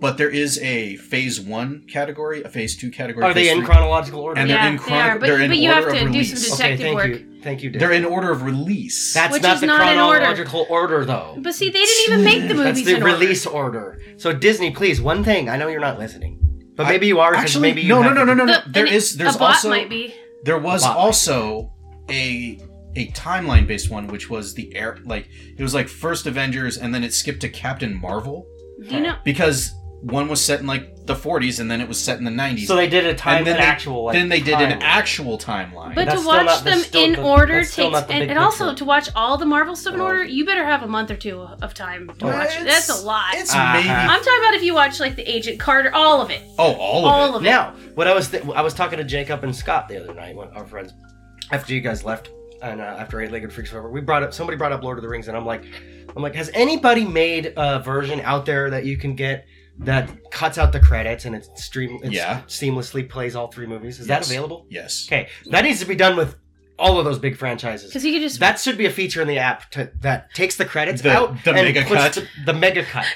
But there is a phase 1 category, a phase 2 category. Are they phase in three- chronological order? and they're Yeah, in they chron- are, but- they're in but you order have to of do release. some okay, detective thank work. you, thank you. Dave. They're in order of release. That's Which not is the not in order. chronological order. though. But see, they didn't even make the That's movies the in order. release order. So Disney, please, one thing. I know you're not listening, but I- maybe you are. 'cause Actually, maybe you no, no, have- no, no, no, no. The- There an- is there's a bot also might be. There was Bot. also a a timeline based one, which was the air like it was like first Avengers, and then it skipped to Captain Marvel Do you know? because one was set in like the 40s, and then it was set in the 90s. So they did a time, and then an they, actual. Like, then they did an timeline. actual timeline. But that's to still watch not- that's them still in the- order that's still takes, not the and, big and also picture. Oh. to watch all the Marvel stuff in Well. order, you better have a month or two of time Oh. to watch it. That's a lot. It's Uh-huh. maybe I'm talking about if you watch like the Agent Carter, all of it, oh all of all it. of it. Now, what I was th- I was talking to Jacob and Scott the other night, one our friends, after you guys left, and uh, after Eight Legged Freaks over, we brought up somebody brought up Lord of the Rings, and I'm like, I'm like, has anybody made a version out there that you can get that cuts out the credits and it's stream, it's Yeah. seamlessly plays all three movies? Is that Yes. available? Yes. Okay, that needs to be done with all of those big franchises. Because you could just That should be a feature in the app to, that takes the credits The- out the and mega puts cut. The, the mega cut.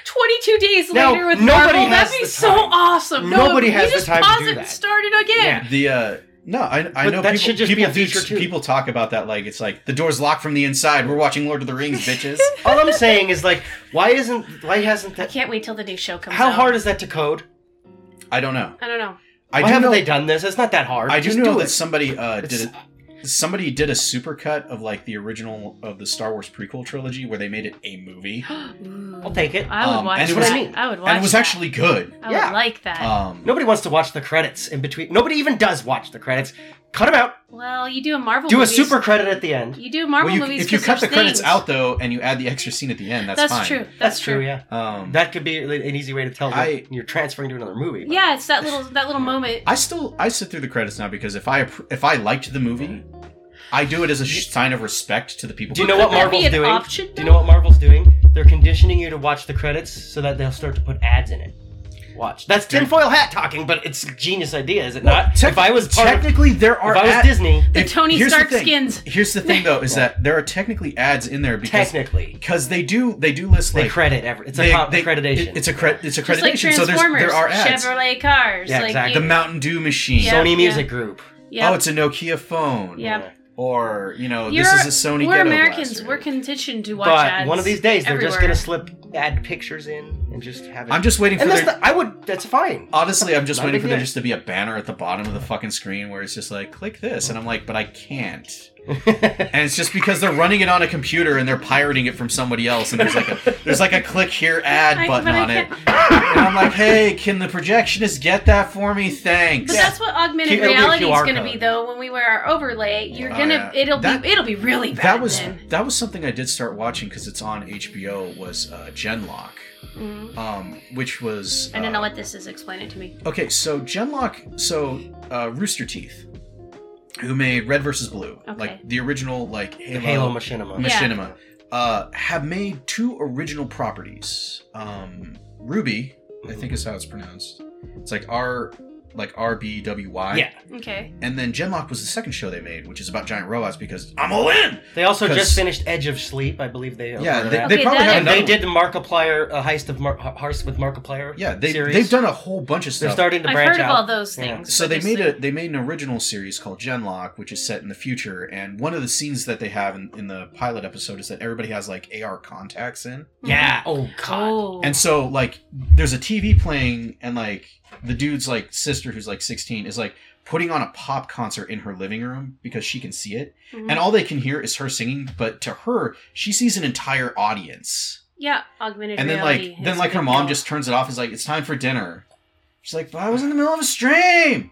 22 days Now, later with nobody Marvel, has that'd be the so time. awesome. Nobody no, has you the just time to pause do it that. and start it again. Yeah. The uh No, I, I But know that people, should just people be a do- feature, too. People talk about that like it's like the door's locked from the inside. We're watching Lord of the Rings, bitches. All I'm saying is like, why isn't why hasn't I that? can't wait till the new show comes How out. hard is that to code? I don't know. I don't know. I why do haven't know, they done this? It's not that hard. I do Just know do that it. somebody uh, It's- did a, somebody did a supercut of like the original of the Star Wars prequel trilogy where they made it a movie, I'll take Oh. it. I would Um, watch and it that. was- I would watch and it was that. actually good. I Yeah. Uh, would like that. Um, Nobody wants to watch the credits in between. Nobody even does watch the credits. Cut them out. well, you do a Marvel Do a movies- super credit at the end. You do Marvel well, you- movies if you 'cause cut the there's credits things. out though, and you add the extra scene at the end, that's, that's, fine. true. That's, true. Yeah. Um, That could be an easy way to tell I- that you're transferring to another movie. but- Yeah, it's that little that little moment. I still I sit through the credits now because if I appr- if I liked the movie, I do it as a sh- sign of respect to the people. Do you who know did what that Marvel's be an doing? option, Do you know what Marvel's doing? They're conditioning you to watch the credits so that they'll start to put ads in it. Watch. That's tinfoil hat talking, but it's a genius idea, is it not? Tec- if I was part of- technically there are if I was ad- Disney, The Tony here's Stark the thing- skins. Here's the thing though, is that there are technically ads in there because technically, because they do they do list they like credit every. It's a they- co- they- accreditation. it- it's a cre- it's accreditation. Just like so there's Transformers, there are ads. Chevrolet cars. Yeah, like exactly. The You, Mountain Dew machine. Yeah. Sony Music Group. yeah. Oh, it's a Nokia phone. Yeah. Or you know You're- this is a Sony. We're ghetto Americans. blaster. We're conditioned to watch But ads. one of these days, they're just gonna everywhere. slip ad pictures in and just have it. I'm just waiting for and that's their, the, I would. That's fine. Honestly, I'm just Not a waiting big for there deal. just to be a banner at the bottom of the fucking screen where it's just like, click this. And I'm like, but I can't. Oh. and it's just because they're running it on a computer and they're pirating it from somebody else. And there's like a, there's like a click here ad I- button but I on it. And I'm like, hey, can the projectionist get that for me? Thanks. But that's what augmented It'll be a reality is QR going to code. be, though. When we wear our overlay, you're Oh, gonna yeah. it'll That- be it'll be really bad. That was then. that was something I did start watching because it's on HBO was uh, Genlock, Mm-hmm. um, which was I don't uh, know what this is. Explain it to me. Okay, so Genlock, so uh, Rooster Teeth, who made Red versus Blue, Okay. like the original like Halo, The Halo Machinima. Yeah. machinima, uh, have made two original properties. Um, Ruby, I think is how it's pronounced. It's like R, like R B W Y. Yeah. Okay. And then Genlock was the second show they made, which is about giant robots because I'm all in. They also 'Cause- just finished Edge of Sleep, I believe they. Yeah, over they, that. they Okay, probably that have I- and another they did the Markiplier a heist of Mar- heist with Markiplier. one. Yeah, they series. they've done a whole bunch of They're stuff. starting to I've branch heard out. of all those Yeah. things. So but they just made a like- they made an original series called Genlock, which is set in the future, and one of the scenes that they have in, in the pilot episode is that everybody has like AR contacts in, Yeah. Oh God. Oh. and so like there's a TV playing, and like the dude's like sister who's like 16 is like putting on a pop concert in her living room because she can see it, Mhm. and all they can hear is her singing, but to her she sees an entire audience, yeah, augmented and then reality. like then like her mom just turns it off, is like it's time for dinner, She's like, but I was in the middle of a stream.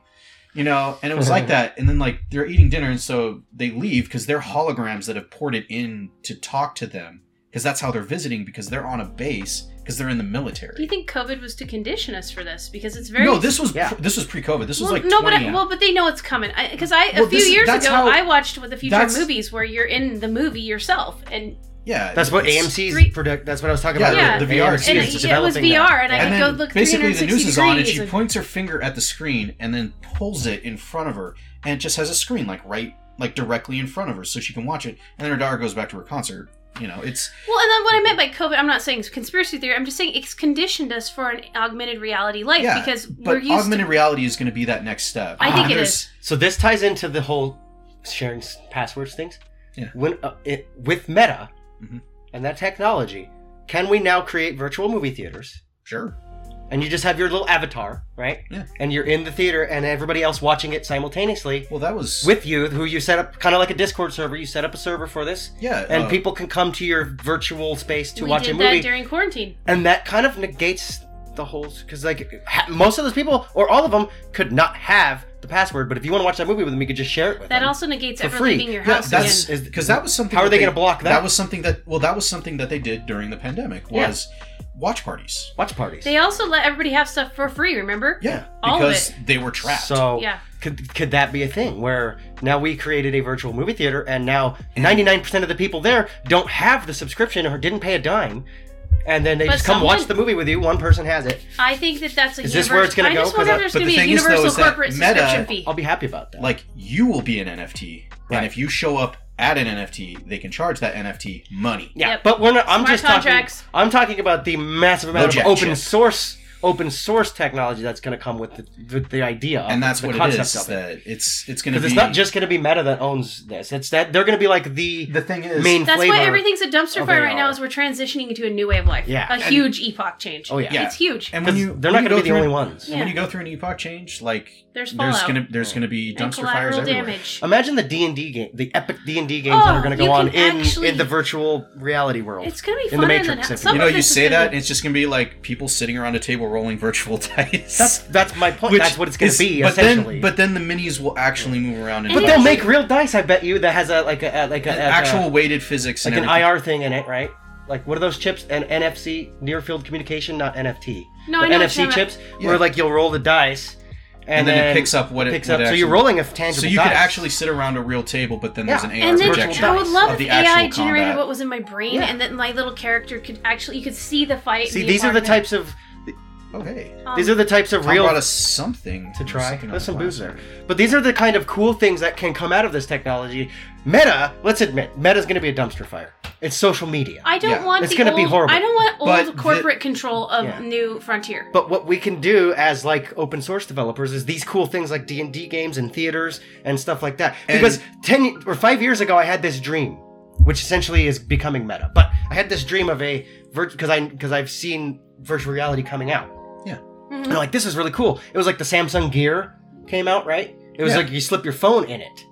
You know, and it was like that. And then like they're eating dinner, and so they leave because they're holograms that have ported in to talk to them because that's how they're visiting because they're on a base because they're in the Do you military. think COVID was to condition us for this? Because it's very No, this was Yeah. pre- this was pre-COVID. This was well, like no, 20 but I, well, but they know it's coming. Because I, Well, a few this is- years that's ago, how- I watched with the future that's- movies where you're in the movie yourself, and yeah, That's what it's- AMC's Three- product. That's what I was talking Yeah, about. Yeah. earlier. the VR AMC and experience is it, it was developing VR, that. and I And could then go look. basically the 360 news is on, and degrees she points her finger at the screen, and then pulls it in front of her, and it just has a screen like right, like directly in front of her, so she can watch it. And then her daughter goes back to her concert. You know, it's Well, and then what I meant by COVID, I'm not saying it's conspiracy theory. I'm just saying it's conditioned us for an augmented reality life yeah, because but we're used augmented to. reality is going to be that next step. I think it There's- is. So this ties into the whole sharing s- passwords things. Yeah. When uh, it, with Meta Mhm. and that technology, can we now create virtual movie theaters? Sure. And you just have your little avatar, right? Yeah. And you're in the theater, and everybody else watching it simultaneously Well, that was with you, who you set up kind of like a Discord server. You set up a server for this, yeah, and uh, people can come to your virtual space to we watch did a movie. that during quarantine. and that kind of negates the whole because like ha- most of those people or all of them could not have the password but if you want to watch that movie with them you could just share it with That them also negates For ever free. leaving your Um, Yeah, house that's again. because that was something. How are that they gonna block that? That was something that well, that was something that they did during the pandemic Yeah. was watch parties. watch parties They also let everybody have stuff for free. Remember? Yeah, All of because they were trapped. so Yeah. could, could that be a thing where now we created a virtual movie theater and now 99% of the people there don't have the subscription or didn't pay a dime and then they But just come watch someone- the movie with you one person has it I think that that's a. Is universal, this where it's gonna I go? just 'Cause wonder I- if there's but going to the be a thing is, though, universal is that corporate Meta- subscription fee. i'll be happy about that like you will be an NFT, Right. and if you show up at an NFT, they can charge that NFT money. yeah Yep. but we're not i'm Smart just contracts. talking i'm talking about the massive amount of Lojack open chip. source open source technology that's going to come with the, the, the idea of and that's the what it concept is. of it. That it's it's going to Because be. it's not just going to be Meta that owns this. It's that they're going to be like the The thing is, main That's flavor. why everything's a dumpster of fire AR. right now. Is we're transitioning into a new way of life. Yeah. a And- huge epoch change. Oh, yeah. Yeah. it's huge. And when Because you they're when not going to you go be the through- only ones. Yeah. When you go through an epoch change, like There's there's fallout. gonna there's gonna be and dumpster fires collateral everywhere. damage. Imagine the D and D game, the epic D and D games that Oh, are going to you go on can in actually- in the virtual reality world. It's gonna be in the funner than Matrix. that. if Some you You know. know, of you this is say gonna that, be- it's just gonna be like people sitting around a table rolling virtual dice. That's that's my point. Which that's what it's going is- to be. But essentially, then, but then the minis will actually move around. And But Yeah. they'll make real dice. I bet you that has a like a, a like a, an a- actual weighted physics like and an everything. IR thing in it, right? Like what are those chips? And NFC near field communication, not NFT. No, the I know what you're NFC talking chips about. where like you'll roll the dice, and, And then it picks up what it- picks what up. it so you're actually- rolling a tangible. So you dice. could actually sit around a real table, but then there's Yeah. an AR And then virtual projection. I would dice love of if the AI actual generated combat. what was in my brain, Yeah. and then my little character could actually you could see the fight. see and these are the apartment. types of Oh hey, Um, these are the types of Tom real brought us something to try. Something on There's the some booze glass. there. But these are the kind of cool things that can come out of this technology. Meta, let's admit, Meta's going to be a dumpster fire. It's social media. I don't Yeah. want It's the gonna old, be horrible. I don't want old But the- corporate control of Yeah. new frontier. but what we can do as like open source developers is these cool things like D&D games and theaters and stuff like that. And- Because 10 or 5 years ago I had this dream which essentially is becoming meta. But I had this dream of a because I because I've seen virtual reality coming out. Mhm. And I'm like, this is really cool. It was like the Samsung Gear came out, right? It was Yeah. like you slip your phone in it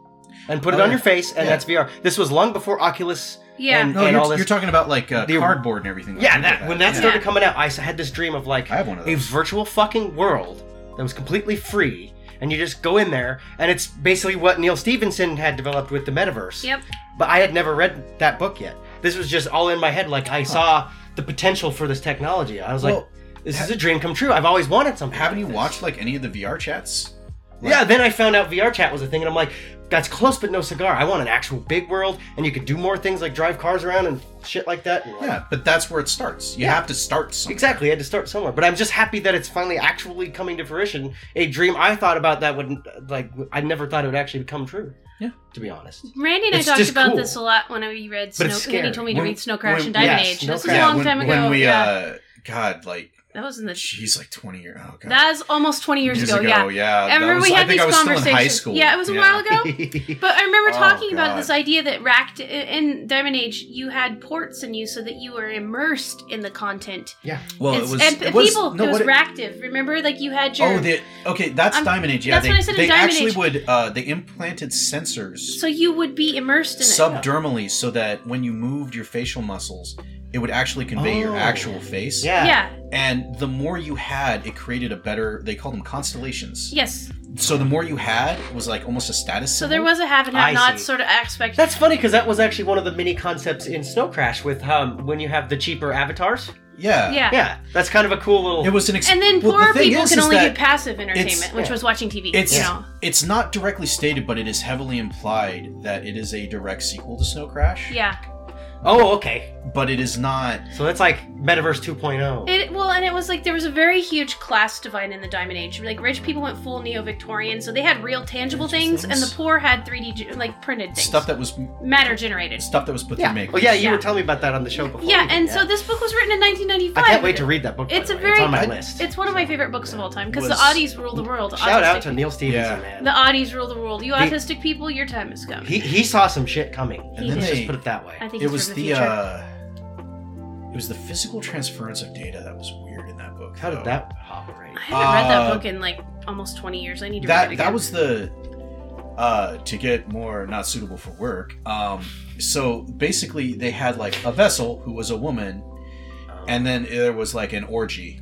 and put it Oh, on yeah. your face, and Yeah. that's VR. This was long before Oculus. Yeah. And, No, and all you're, this. you're talking about like uh, The- cardboard and everything. yeah, like that, when that yeah. started Yeah. coming out, I s- had this dream of like I have one of a those. virtual fucking world that was completely free, and you just go in there, and it's basically what Neil Stevenson had developed with the metaverse. Yep. But I had never read that book yet. This was just all in my head. Like I saw the potential for this technology. I was Well, like, this is a dream come true. I've always wanted something. Haven't like you this. watched like any of the VR chats? yeah, then I found out VR chat was a thing, and I'm like, that's close but no cigar. I want an actual big world, and you could do more things like drive cars around and shit like that. And, like, Yeah, but that's where it starts. You have to start something. Exactly, I had to start somewhere, but I'm just happy that it's finally actually coming to fruition. A dream I thought about that would like I never thought it would actually come true. Yeah. to be honest. Randy and I It's talked just about cool. this a lot when we read But Snow. it's When he scary. told me to When- read Snow Crash when- and Diamond yeah, Age. Snow This is Crash. a long when, time ago. when we yeah. uh, God, like that was in the. she's like twenty years. Oh God, That is almost 20 years, ago, Yeah. I yeah. remember That was- we I had think these I was conversations. Still in high school. Yeah, it was a while ago. But I remember Oh, talking about God. this idea that racked in Diamond Age, you had ports in you so that you were immersed in the content. yeah, Well, It's- it was and it p- was, people, No, it was what reactive. Remember, like you had your. Oh, they, okay, that's I'm- Diamond Age. Yeah, that's they, what I said in they Diamond actually Age. would. Uh, they implanted sensors so you would be immersed in it. subdermally so that when you moved your facial muscles, it would actually convey your Oh. actual face. yeah, Yeah. And the more you had, it created a better. They call them constellations. Yes. So the more you had it was like almost a status. So symbol. there was a have and I have not see. sort of aspect. That's funny because that was actually one of the mini concepts in Snow Crash with um, when you have the cheaper avatars. Yeah. yeah. Yeah, that's kind of a cool little. It was an. Ex- And then well, the poor thing people is, can is only that do passive entertainment, which yeah. was watching TV. It's you know. it's not directly stated, but it is heavily implied that it is a direct sequel to Snow Crash. Yeah. oh, okay. But it is not. So that's like Metaverse oh. 2.0. It, well, and it was like there was a very huge class divide in the Diamond Age. Like rich people went full neo-Victorian, so they had real tangible things, and the poor had 3D ge- like printed things, Stuff that was matter generated. stuff that was put yeah. through makeup. Well, yeah, you Yeah. were telling me about that on the show before. Yeah, and so this book was written in 1995. I can't wait to read that book. by It's the a way. very it's on my I- list. It's one of my favorite books of all time because the Was- oddies rule the world. Shout out Autistic- to Neil Stevenson, Yeah. man. the oddies rule the world. You autistic people, your time is coming. He he saw some shit coming. And He then did. Let's they, just put it that way. I think it it's was for the, the, future. uh, it was the physical transference of data that was weird in that book. How though. did that operate? I haven't read that uh, book in like almost 20 years. I need to read it that again. that was the uh to get more not suitable for work um so basically they had like a vessel who was a woman and then there was like an orgy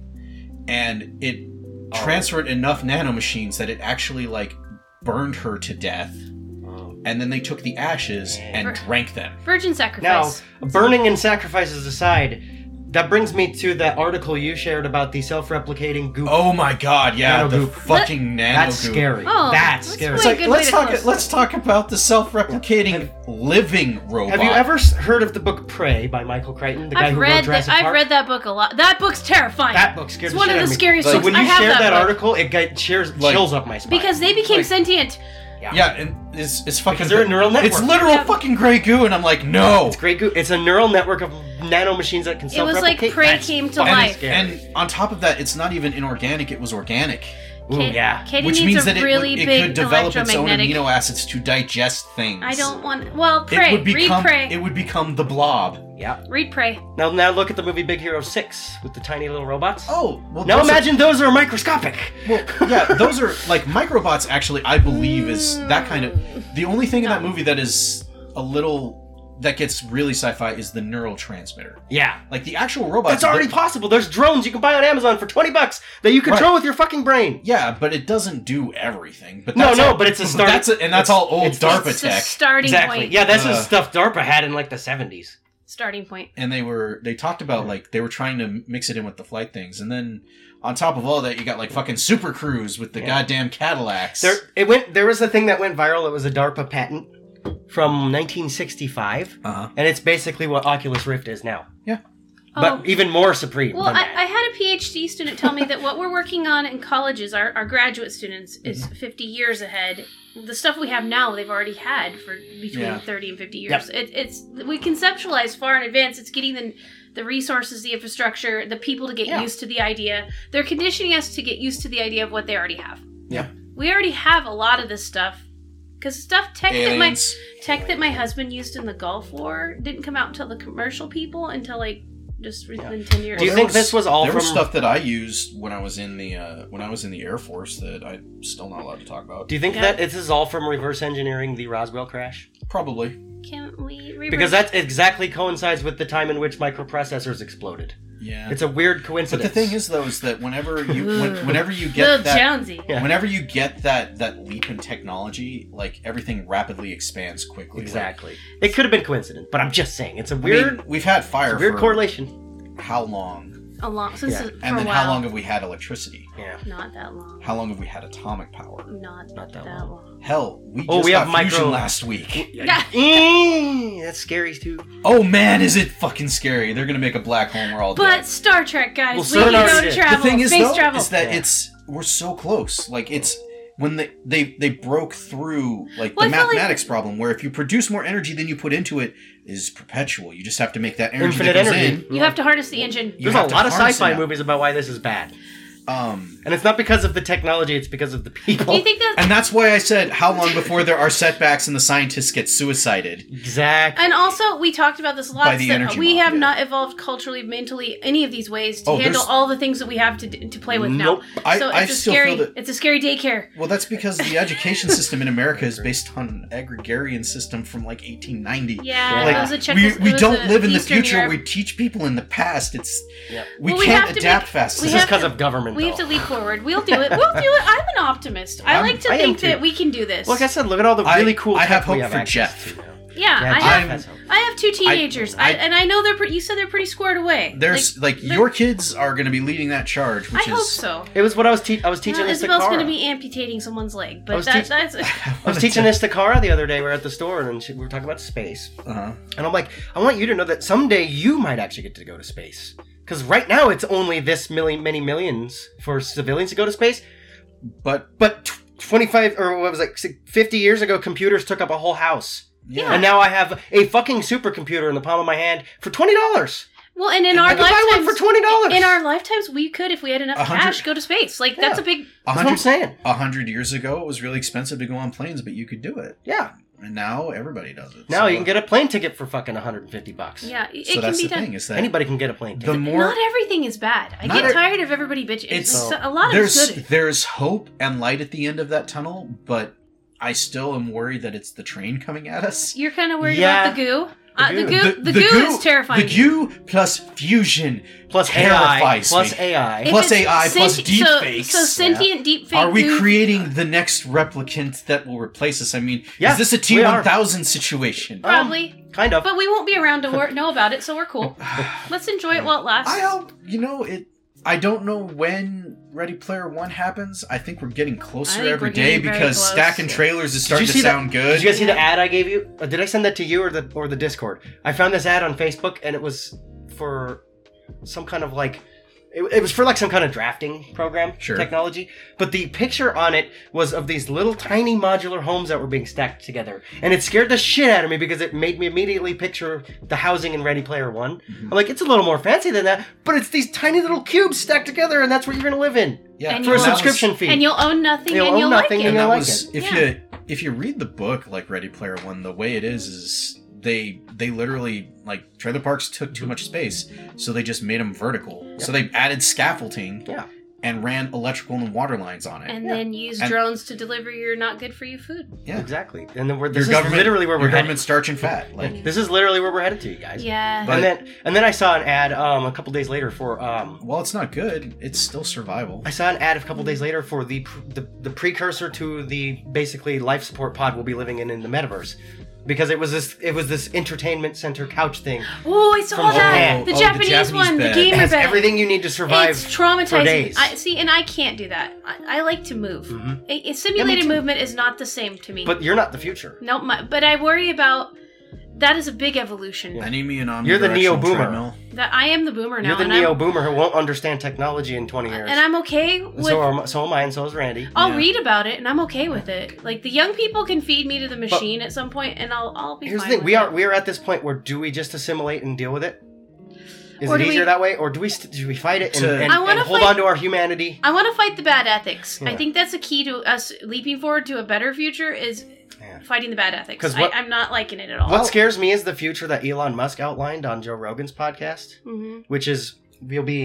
and it Oh. transferred enough nanomachines that it actually like burned her to death Um, and then they took the ashes and drank them virgin Now, sacrifice. um, burning and sacrifices aside, that brings me to that article you shared about the self-replicating goop. oh my god yeah Nano the goop. fucking nano that's goop. scary. Oh, that's that's scary. what It's I- like, Good way let's to talk close. let's talk about the self-replicating living robot Have you ever s- heard of the book Prey by Michael Crichton, the guy I've who wrote read that. Jurassic I've Park? read that book a lot. That book's terrifying. That book scared It's the one shit of out the me. scariest So books. when you I have shared that that book. article, it got shares Like- chills up my spine. because they became Like- sentient. Yeah. Yeah, and it's it's fucking. they're a neural It's network. literal Yeah. fucking gray goo, and I'm like, no. It's Great goo. It's a neural network of nano machines that can It self was like prey came to and, life. scary. and on top of that, it's not even inorganic; it was organic, Ka- yeah. Katie which needs means a that it, would- really it big could develop its own electromagnetic. amino acids to digest things. I don't want. Well, It pray. would become. Read pray. It would become the blob. Yeah. Read pray. Now, now look at the movie Big Hero Six with the tiny little robots. Oh, well. now those are- imagine those are microscopic. Well, yeah, those are like microbots. Actually, I believe is that kind of the only thing in that movie that is a little that gets really sci-fi is the neural transmitter. Yeah. Like the actual robots. That's already possible. There's drones you can buy on Amazon for twenty bucks that you control Right. with your fucking brain. yeah, but it doesn't do everything. But No, that's no, all- but it's a start- That's a, and that's all old it's- DARPA It's the tech. starting Exactly. Uh. point. Yeah, that's the Ugh. stuff DARPA had in like the seventies. Starting point. and they were they talked about like they were trying to mix it in with the flight things, and then on top of all that, you got like fucking Super Cruise with the goddamn Cadillacs. There, it went. There was a thing that went viral. It was a DARPA patent from 1965, Uh-huh. and it's basically what Oculus Rift is now, Oh. but even more supreme. Well, than I, that. I had a PhD student tell me that what we're working on in colleges, our, our graduate students, is 50 years ahead. The stuff we have now, they've already had for between Yeah. 30 and 50 years. It, it's we conceptualize far in advance. It's getting the the resources, the infrastructure, the people to get used to the idea. They're conditioning us to get used to the idea of what they already have. Yeah. we already have a lot of this stuff because stuff tech that my Aliens. tech that my husband used in the Gulf War didn't come out until the commercial people until like just within 10 years. Do you There think was- this was all there from? was stuff that I used when I was in the uh, when I was in the Air Force that I'm still not allowed to talk about. do you think Yeah. that this is all from reverse engineering the Roswell crash? Probably. Can we reverse? Because that exactly coincides with the time in which microprocessors exploded. Yeah. It's a weird but coincidence. the thing is, though, is that whenever you when, whenever you Lil get that Jonesy. Yeah. whenever you get that that leap in technology, like everything rapidly expands quickly. exactly. It could have been coincidence, but I'm just saying it's a Like, I mean, weird, we've had fire it's a weird for correlation. how long, A long since Yeah. for and a then while. how long have we had electricity? Yeah. Not that long. How long have we had atomic power? Not, Not that that, long. long. Hell, we just Oh, we got have fusion micro- last week. Yeah. Eh, That's scary too. Oh man, is it fucking scary? They're gonna make a black hole and we're all dead. But Star Trek guys, Well, we Cern can already go to did. travel, the thing is space though travel. is that Yeah. it's we're so close like it's when they they they broke through like Well, the I feel like- mathematics problem where if you produce more energy than you put into it is perpetual you just have to make that energy Infinite that goes energy. you have to harness the engine. You There's have a to lot of harness sci-fi it. movies about why this is bad, in um and it's not because of the technology; it's because of the people. Do you think that? and that's why I said how long before there are setbacks and the scientists get suicided exactly. And also, we talked about this a lot. By is the that energy we mafia. have not evolved culturally, mentally, any of these ways to Oh, handle there's- all the things that we have to d- to play with Nope. now. I- so it's I a still scary. feel that- It's a scary daycare. well that's because the education system in America is based on an egregarian system from like 1890 Yeah, like it was a Czech- we, it we was don't a live in the Eastern future Europe- we teach people in the past it's Yep. we Well, we can't have to adapt make- fast we This enough. have is because to- of government. We have though. to leap forward. We'll do it. We'll do it. I'm an optimist. I I'm- like to I am think too. that we can do this. Like I said, look at all the I- really cool. I have tech hope we have for access Jeff. to now. yeah, Yeah, I Jeff have. has hope. I have two teenagers, I, I- and I know they're. Pre- you said they're pretty squared away. There's like, they're- your kids are going to be leading that charge, which I is hope so. It was what I was teaching. I was teaching Now, this to Isabel's Cara. going to be amputating someone's leg, I but was that, teach- that's. I was teaching this to Cara the other day. We were at the store and she, we were talking about space. Uh-huh. And I'm like, I want you to know that someday you might actually get to go to space. Because right now it's only this million, many millions for civilians to go to space. But But tw 25 or what was it, si- 50 years ago, computers took up a whole house. yeah, And now I have a fucking supercomputer in the palm of my hand for twenty dollars. well, and in our I could buy one lifetimes, for twenty dollars. in our lifetimes, we could, if we had enough A hundred- cash, go to space. Like that's Yeah. a big. a That's what I'm hundred saying. a hundred years ago, it was really expensive to go on planes, but you could do it. Yeah. And now everybody does it. Now you can get a plane ticket for fucking one hundred and fifty bucks. Yeah, it So it can that's be the done. thing is that Anybody can get a plane ticket. the more Not everything is bad. I Not get e- tired of everybody bitching. It's- It's, a lot of there's good. there's hope and light at the end of that tunnel, but I still am worried that it's the train coming at us. You're kind of worried Yeah. about the goo. Uh, the goo. goo, the, goo, is terrifying. The goo plus fusion plus AI. terrifies Plus me. AI. If Plus it's AI, plus senti- deep so, fakes. So sentient deep fake. Are we goo- creating the next replicant that will replace us? I mean, Yeah, is this a we are. T1000 situation? Um, Probably, kind of. but we won't be around to wor- know about it, so we're cool. Let's enjoy it while it lasts. I hope you know it. I don't know when Ready Player One happens. I think we're getting closer I think every we're day getting very because close. stacking trailers is starting to see that- sound good. Did you guys see the ad I gave you? Uh, Did I send that to you or the or the Discord? I found this ad on Facebook and it was for some kind of like It, it was for like some kind of drafting program Sure. technology. But the picture on it was of these little tiny modular homes that were being stacked together, and it scared the shit out of me because it made me immediately picture the housing in Ready Player One. I'm like, it's a little more fancy than that, but it's these tiny little cubes stacked together, and that's what you're gonna live in Yeah, And for a Well, that was- subscription fee. And you'll own nothing You'll and own you'll nothing like it. and and I that like was it. if Yeah. you if you read the book like Ready Player One, the way it is is they they literally like trailer parks took too much space, so they just made them vertical. So they added scaffolding Yeah. and ran electrical and water lines on it. and then use And- drones to deliver your not good for you food. yeah. Exactly. And then we're, Your this is government literally where your we're government headed. starch and fat. Like This is literally where we're headed to, you guys. Yeah. But- and then and then I saw an ad um, a couple days later for um, while it's not good, it's still survival. I saw an ad a couple days later for the, pr- the the precursor to the basically life support pod we'll be living in in the metaverse because it was this it was this entertainment center couch thing Oh, I saw From that. Japan. The, Oh, the Japanese Japanese one, bed. the it gamer has bed. everything you need to survive It's for traumatizing. days. I see, and I can't do that. I, I like to move. Mhm. A, a simulated too. movement is not the same to me. but you're not the future no, my, but I worry about that is a big evolution. I need me an You're the Neo omnidirectional Boomer. treadmill. That I am the boomer now, you're the and, neo I'm, boomer who won't understand technology in 20 years and I'm okay with. so, am, so am I and so is Randy I'll Yeah. read about it, and I'm okay with it. Like the young people can feed me to the machine at some point, and I'll I'll be Here's the fine. thing: with we it. are we are at this point where do we just assimilate and deal with it? Is Or it do we- easier that way, or do we st- do we fight it and, To- and, I wanna and hold fight- on to our humanity? I want to fight the bad ethics. I Yeah. think that's a key to us leaping forward to a better future is Yeah. fighting the bad ethics. 'Cause what- I, I'm not liking it at all. what scares me is the future that Elon Musk outlined on Joe Rogan's podcast, Mhm. which is we'll be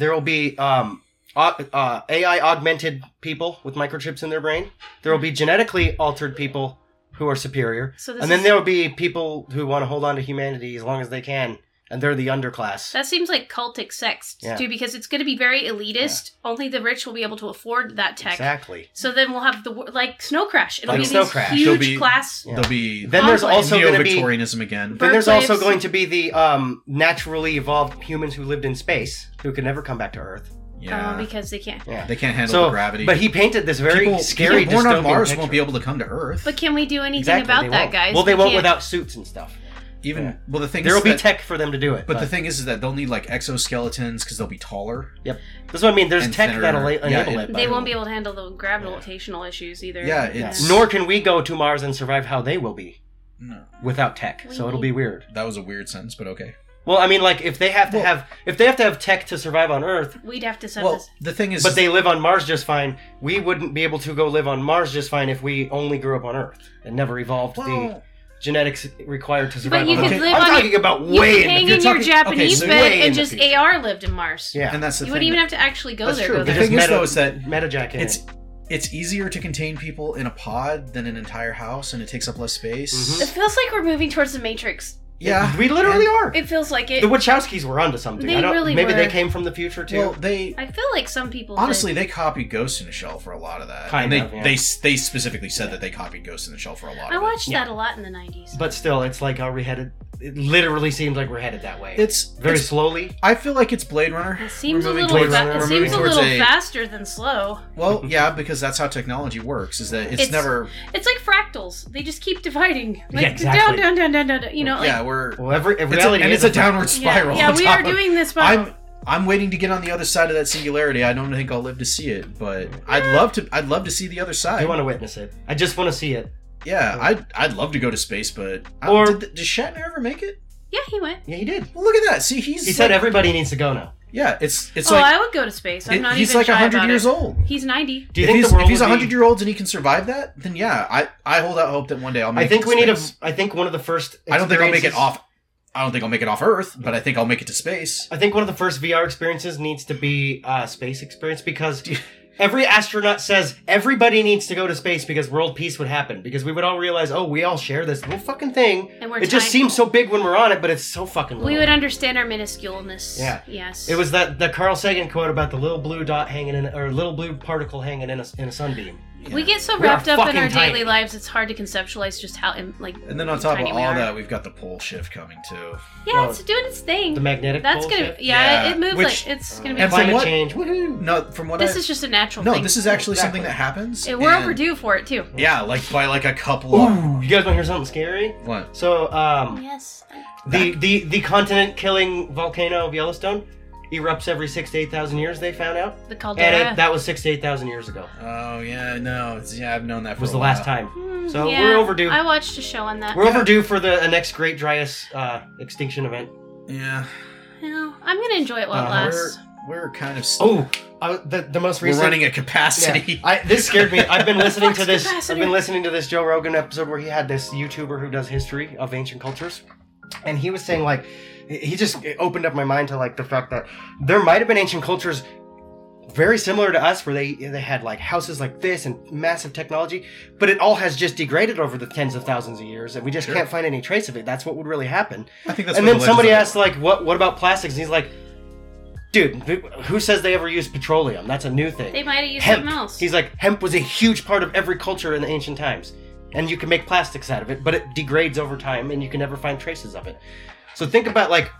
there will be um, au- uh, AI augmented people with microchips in their brain. There will be genetically altered people who are superior, So this and then is- there will be people who want to hold on to humanity as long as they can, and they're the underclass. That seems like cultic sex Yeah. too, because it's going to be very elitist. Only the rich will be able to afford that tech. Exactly. So then we'll have the wor- like Snow Crash. It'll Like be Snow these Crash. huge There'll be- class. Yeah. There'll be Then there's Conflict. also going to be neo-Victorianism again. Then there's Birthplace. also going to be the um, naturally evolved humans who lived in space who could never come back to Earth. Uh, Yeah, because they can't. Yeah. they can't handle so, the gravity. but he painted this very people, scary people born dystopian on Mars picture. won't be able to come to Earth. But can we do anything exactly, about they that, won't. guys? Well, they We won't can't- without suits and stuff. Even Yeah. well, the thing There is will be that- tech for them to do it. But the thing is, is that they'll need like exoskeletons because they'll be taller. yep, that's what I mean. There's And tech thinner. that'll Yeah, la- enable it- it. but- They won't be able to handle the gravitational issues either. Yeah, it's- Nor can we go to Mars and survive how they will be No, without tech. So We it'll need- be weird. that was a weird sentence, but okay. Well, I mean, like if they have to Well- have if they have to have tech to survive on Earth, We'd have to send Well, this. the thing is, but they live on Mars just fine. We wouldn't be able to go live on Mars just fine if we only grew up on Earth and never evolved the well, genetics required to survive. But you on could Earth. live I'm on talking your- about You way could hang in in the your future. talking- okay, Japanese so bed way in and the just future. AR lived in Mars. Yeah, and that's the You thing. wouldn't even have to actually go that's there. true. Go They there. The just thing is, meta- though, is that meta jacket. it's it's easier to contain people in a pod than an entire house, and it takes up less space. It Mm-hmm. feels like we're moving towards the Matrix. Yeah, we literally are. It feels like the it. Wachowskis were onto something. They I don't, really maybe were. they came from the future too. Well, they I feel like some people did. honestly they copied Ghost in the Shell for a lot of that, Kind and of, they yeah. they they specifically said that they copied Ghost in the Shell for a lot. I of watched Yeah. that a lot in the '90s. but still, it's like are we headed? It literally seems like we're headed that way. it. It's very it's- slowly. I feel like it's Blade Runner. It seems We're a moving little, towards- fa- we're it moving seems a towards little a- faster than slow. Well, yeah, because that's how technology works. Is that it's, It's- never It's like fractals; they just keep dividing. Like, Yeah, exactly. Down, down, down, down, down. You know, like yeah we're Well, every, it's a- reality and it's is a downward spiral. Yeah, on we top are of- doing this. Spiral. I'm I'm waiting to get on the other side of that singularity. I don't think I'll live to see it, but I'd love to. I'd love to see the other I side. want to witness it. I just want to see it. yeah, I'd I'd love to go to space, but I- Or- did, th- did Shatner ever make it? yeah, he went. Yeah, he did. Well, look at that. See, he's He said like- everybody needs to go now. yeah. It's it's oh, like I would go to space. I'm it- not he's even like shy hundred about years it. old. He's 90. Do you if think he's, the world if he's will be- hundred year old and he can survive that, then yeah, I, I hold out hope that one day I'll make. I think it to we need a. space. I think one of the first. I don't think I'll make it experiences- off. I don't think I'll make it off Earth, but I think I'll make it to space. I think one of the first VR experiences needs to be uh, space experience because every astronaut says everybody needs to go to space because world peace would happen because we would all realize oh we all share this little fucking thing And we're it just tiny. seems so big when we're on it but it's so fucking little. We would understand our minusculeness. Yeah. Yes. it was that the Carl Sagan quote about the little blue dot hanging in or little blue particle hanging in a, in a sunbeam. We get so We are wrapped up in fucking our tiny. daily lives, it's hard to conceptualize just how im- like. And then on top of tiny we all are. that, we've got the pole shift coming too. yeah, Well, it's doing its thing. The magnetic That's pole gonna, shift. yeah, Yeah. it moves Which- like it's gonna be. And from climate what- change. Woohoo. No, from what this I, is just a natural no, thing. this is actually Exactly. something that happens. Yeah, we're and- overdue for it too. Yeah, like by like a couple of Ooh, you guys want to hear something scary? what? So um Yes. the the the continent killing volcano of Yellowstone erupts every six to eight thousand years. They found out, The caldera. and it, that was six to eight thousand years ago. Oh yeah, no, it's, yeah, I've known that for Was a the last while. time. Hmm, So yeah. we're overdue. I watched a show on that. We're overdue for the uh, next Great Dryas uh, extinction event. Yeah, Well, I'm gonna enjoy it while it Uh, lasts. we're kind of st- Oh, I, the the most we're recent. running at Yeah. capacity. I, this scared me. I've been listening to this. Fuck's I've been listening to this Joe Rogan episode where he had this YouTuber who does history of ancient cultures, and he was saying like, he just it opened up my mind to like the fact that there might have been ancient cultures very similar to us where they they had like houses like this and massive technology, but it all has just degraded over the tens of thousands of years, and we just Sure. can't find any trace of it. That's what would really happen. I think that's. and what then the somebody legends asked like, what what about plastics? And he's like. Dude, who says they ever used petroleum? That's a new thing They might have used hemp. something else. He's like, hemp was a huge part of every culture in the ancient times. And you can make plastics out of it, but it degrades over time and you can never find traces of it. So think about like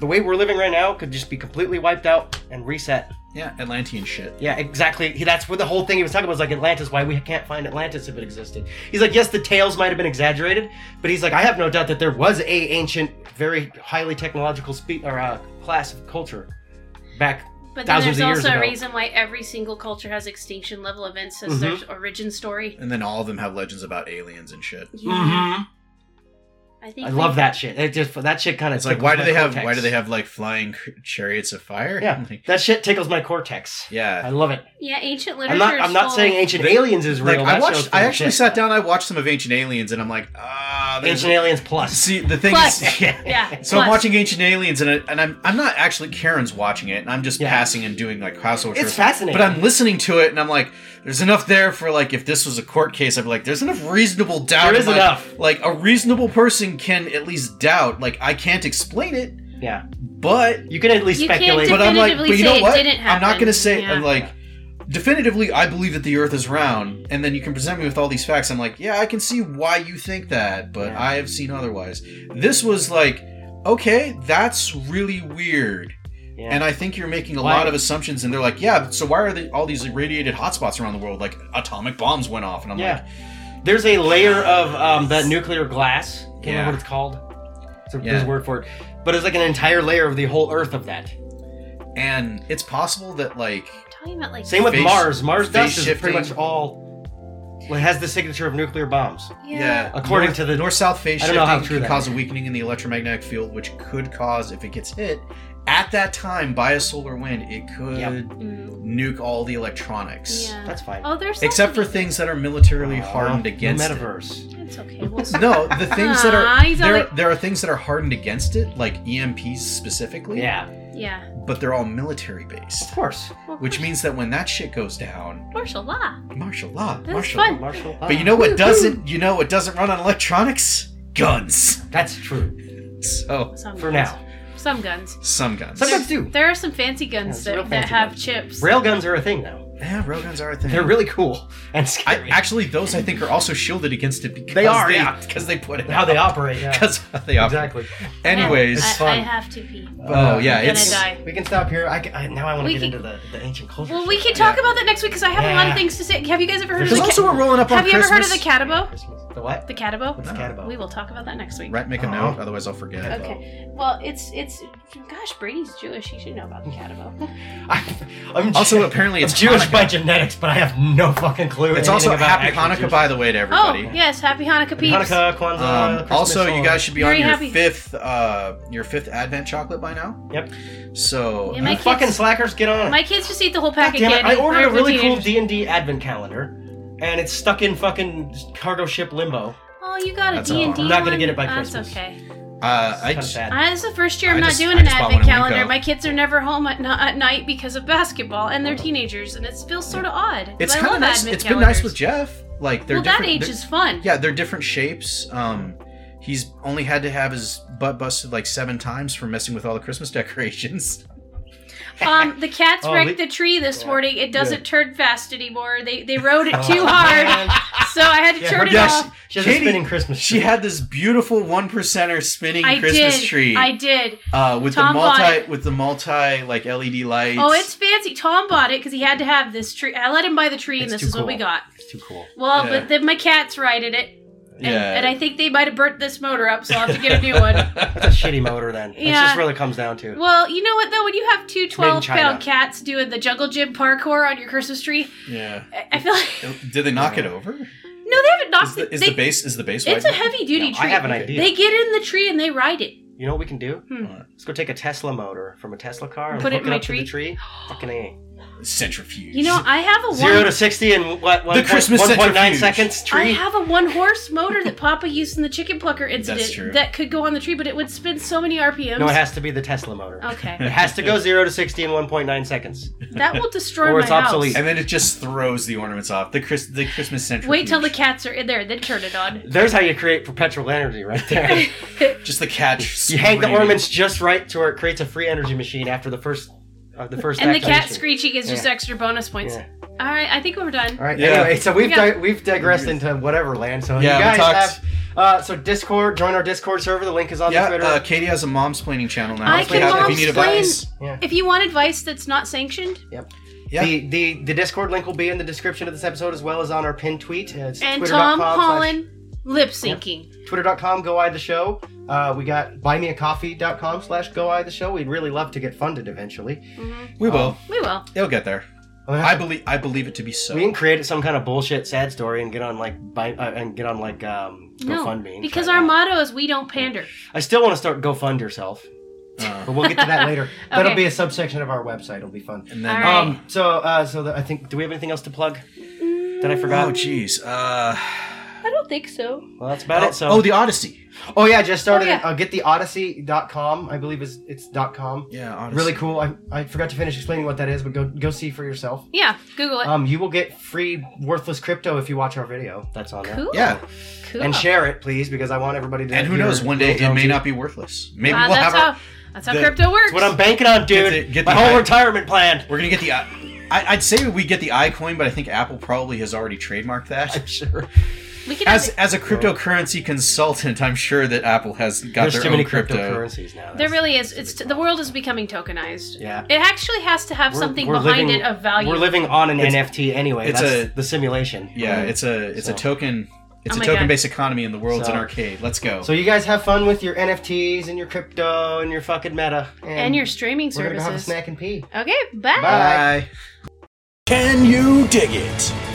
the way we're living right now could just be completely wiped out and reset. are. Yeah, Atlantean shit. Yeah, exactly. He- That's what the whole thing he was talking about was like Atlantis, why we can't find Atlantis if it existed. He's like, yes, the tales might have been exaggerated, but he's like, I have no doubt that there was a ancient, very highly technological spe- or uh, class of culture back but then thousands there's of years also a ago. reason why every single culture has extinction level events as Mhm. their origin story. And then all of them have legends about aliens and shit. Yeah. Mm-hmm. I think I love that shit. It just that shit kind of It's like why do they have why do they have like flying c- chariots of fire? Yeah, Like, that shit tickles my cortex. yeah. I love it. Yeah, ancient literature. I'm not. I'm is not full saying of- Ancient Aliens is real. Like I That watched, show's full I of actually shit. sat down. I watched some of Ancient Aliens, and I'm like, ah, there's- Ancient Aliens Plus. See, the thing Plus. is, yeah. Yeah. So I'm plus. watching Ancient Aliens, and, I, and I'm I'm not actually Karen's watching it, and I'm just Yeah. passing and doing like household. It's chores. fascinating. But I'm listening to it, and I'm like, there's enough there for like if this was a court case, I'd be like, there's enough reasonable doubt. There in is my- enough. Like a reasonable person can at least doubt. Like I can't explain it, Yeah, but you can at least You can't speculate. do- but I'm like, but Definitively you say know it what? didn't I'm not happen. gonna say Yeah. I'm like. Definitively, I believe that the Earth is round, and then you can present me with all these facts. I'm like, yeah, I can see why you think that, but Yeah. I have seen otherwise. This was like, okay, that's really weird, Yeah. and I think you're making a Why? lot of assumptions. And they're like, yeah, so why are they, all these irradiated hotspots around the world? Like atomic bombs went off, and I'm yeah, there's a layer of um, that nuclear glass. Can't Yeah. remember what it's called. It's a, There's Yeah. a word for it, but it's like an entire layer of the whole Earth of that. like, and it's possible that like, talking about like Same with Phase- Mars. Mars dust is phase-shifting. pretty much all. Well, it has the signature of nuclear bombs. yeah, yeah. According north- to the- north-south phase I don't know how shifting true can that cause a weakening in the electromagnetic field, which could cause, if it gets hit at that time by a solar wind, it could Yep. Mm, nuke all the electronics. yeah. That's fine. Oh, there's Except for something- things that are militarily hardened Uh, against the it. metaverse. It's okay. We'll No, the things that Aw, are he's all there, like- there are things that are hardened against it, like EMPs specifically. Yeah, yeah. But they're all military of based, course. Well, which means that when that shit goes down, martial law. martial law, That's martial fun. law. Marshall. But you know what doesn't? You know what doesn't run on electronics? Guns. That's true. So Some For guns. now. Some guns. some guns. Some guns do. There are some fancy guns it's real that, that fancy have guns. chips. Railguns are a thing now. Yeah, railguns are a thing. They're really cool and I, scary. actually, those I think are also shielded against it because They are, yeah. because they put it how out. they operate. Yeah. because how they operate. Exactly. Anyways, I, I fun. have to pee. oh yeah, I'm gonna it's Uh, die. We can stop here. I, can, I now I want to We get can- into the, the ancient culture. Well, we shit. can talk about that next week because I have a lot of Yeah. things to say. Have you guys ever heard of There's the? Because ca- Ca- also we're rolling up on have you ever Christmas. heard of the catabo? Christmas. The what? The catabo. What's the cat about? We will talk about that next week. Right, make a Oh. note, otherwise I'll forget. Okay. Well, it's it's. Gosh, Brady's Jewish. He should know about the catabo. I, I'm Also, Jew- apparently it's I'm Jewish Hanukkah. by genetics, but I have no fucking clue. It's anything also about Happy actual Hanukkah, Jewish- by the way, to Oh everybody. yes, happy Hanukkah, peeps. Hanukkah, Kwanzaa. Um, Christmas, also, you all guys should be Very on your happy. fifth, uh, your fifth Advent chocolate by now. Yep. So, Yeah, that. my You fucking kids- slackers, get on it. My kids just eat the whole God pack damn it! again. I ordered a Aren't we really cool teenagers? D and D advent calendar, and it's stuck in fucking cargo ship limbo. Oh, you got a That's D all. and D. I'm not gonna get it by That's Christmas. okay. uh, I Kinda j- sad. I, this is the first year I'm I not just- doing I an just bought advent one in Winco. calendar. My kids are never home at, not at night because of basketball, and they're teenagers, and it feels sort of odd. 'cause it's I kind love of nice. advent It's been nice calendars. with Jeff. Like they're Well, different. that age they're- is fun. yeah, they're different shapes. Um, he's only had to have his butt busted like seven times for messing with all the Christmas decorations. Um, the cats Oh, wrecked we- the tree this yeah. morning. It doesn't Yeah. turn fast anymore. They they rode it too Oh, hard, man. so I had to Yeah, turn her- it yeah, off. She has a Katie- spinning Christmas. She tree. had this beautiful one percenter spinning I Christmas did. tree I did. uh, with Tom the bought multi it. with the multi like LED lights. Oh, it's fancy. Tom bought it because he had to have this tree. I let him buy the tree, and this It's too is what we cool. got. It's too cool. Well, Yeah. but then my cats righted it. And, and I think they might have burnt this motor up, so I'll have to get a new one. That's a shitty motor then. That's Yeah. just what it comes down to. Well, you know what though? When you have two 12 China. pound cats doing the jungle gym parkour on your Christmas tree, Yeah. Oh, I I feel like. Did they knock it over? No, they haven't knocked Is the, it. is they- the base is the base It's a wide? heavy duty No, tree. I have an idea. They get in the tree and they ride it. You know what we can do? Hmm. Alright. Let's go take a Tesla motor from a Tesla car and Put it hook in my up to tree? the tree. Fucking A. centrifuge? You know, I have a Zero one. to sixty in what? One The point- Christmas 1.9 centrifuge. seconds. I Tree. have a one horse motor that Papa used in the chicken plucker true. incident that could go on the tree, but it would spin so many RPMs. No, it has to be the Tesla motor. okay, It has to go zero to sixty in one point nine seconds. that will destroy Or my it's obsolete. and then it just throws the ornaments off the Chris the Christmas house. centrifuge. Wait till the cats are in there, then turn it on. There's how you create perpetual energy, right there. just the catch. you hang the screaming. ornaments just right to where it creates a free energy machine after the first, uh, the first. And the cat activation. screeching is just Yeah. extra bonus points. Yeah. All right, I think we're done. All right. Yeah. Anyway, so we've We got- di- we've digressed into whatever land. So Yeah, we you guys talked- have. Uh, so Discord, join our Discord server. The link is on Yeah, the Twitter. uh, Katie has a mom's planning channel now. I if you can have- if you need momsplain. advice. yeah. If you want advice that's not sanctioned, Yeah. The, the the Discord link will be in the description of this episode as well as on our pinned tweet. Uh, It's and Tom twitter.com slash- Holland lip syncing. Twitter.com, go eye the show. Uh, we got buymeacoffee.com slash go eye the show. We'd really love to get funded eventually. Uh, We Um, will. We will. It'll get there. I believe. I believe it to be so. we can create some kind of bullshit sad story and get on like buy, uh, and get on like um, No, GoFundMe. and because try our that. motto is we don't pander. I still want to start GoFund yourself, Uh, but we'll get to that later. That'll Okay. be a subsection of our website. It'll be fun. and then, All right. Um, so uh, so that I think do we have anything else to plug that Mm. I forgot? oh, jeez. Uh, I don't think so. well, that's about it. So oh, the Odyssey. Oh yeah, I just started Oh, yeah. it. Uh, gettheodyssey.com, I believe is it's dot .com. Yeah, Odyssey. Really cool. I, I forgot to finish explaining what that is, but go go see for yourself. Yeah, Google it. Um, you will get free worthless crypto if you watch our video. That's on cool. Yeah, Cool. And share it, please, because I want everybody to. and who hear knows? One Lil day it may Jonesy. not be worthless. Maybe Ah, we'll that's have. how Our, that's how the- crypto works. That's what I'm banking on, dude. the- get My the- whole retirement plan. we're gonna get the. I, I- I'd say we get the iCoin, but I think Apple probably has already trademarked that. Sure. we can As have as a cryptocurrency consultant, I'm sure that Apple has got There's their too own many crypto. cryptocurrencies now. it- there really is. It's the world is becoming tokenized. Yeah. It actually has to have We're- something we're behind living- it of value. We're living on an It's- NFT anyway. it's That's a- the simulation. Yeah, Right. it's a it's So- a token. Oh It's a my token God. based economy, and the world's So- an arcade. Let's go. So you guys have fun with your NFTs and your crypto and your fucking meta and your streaming We're gonna go have a services. snack and pee. Okay, Bye. Bye. Can you dig it?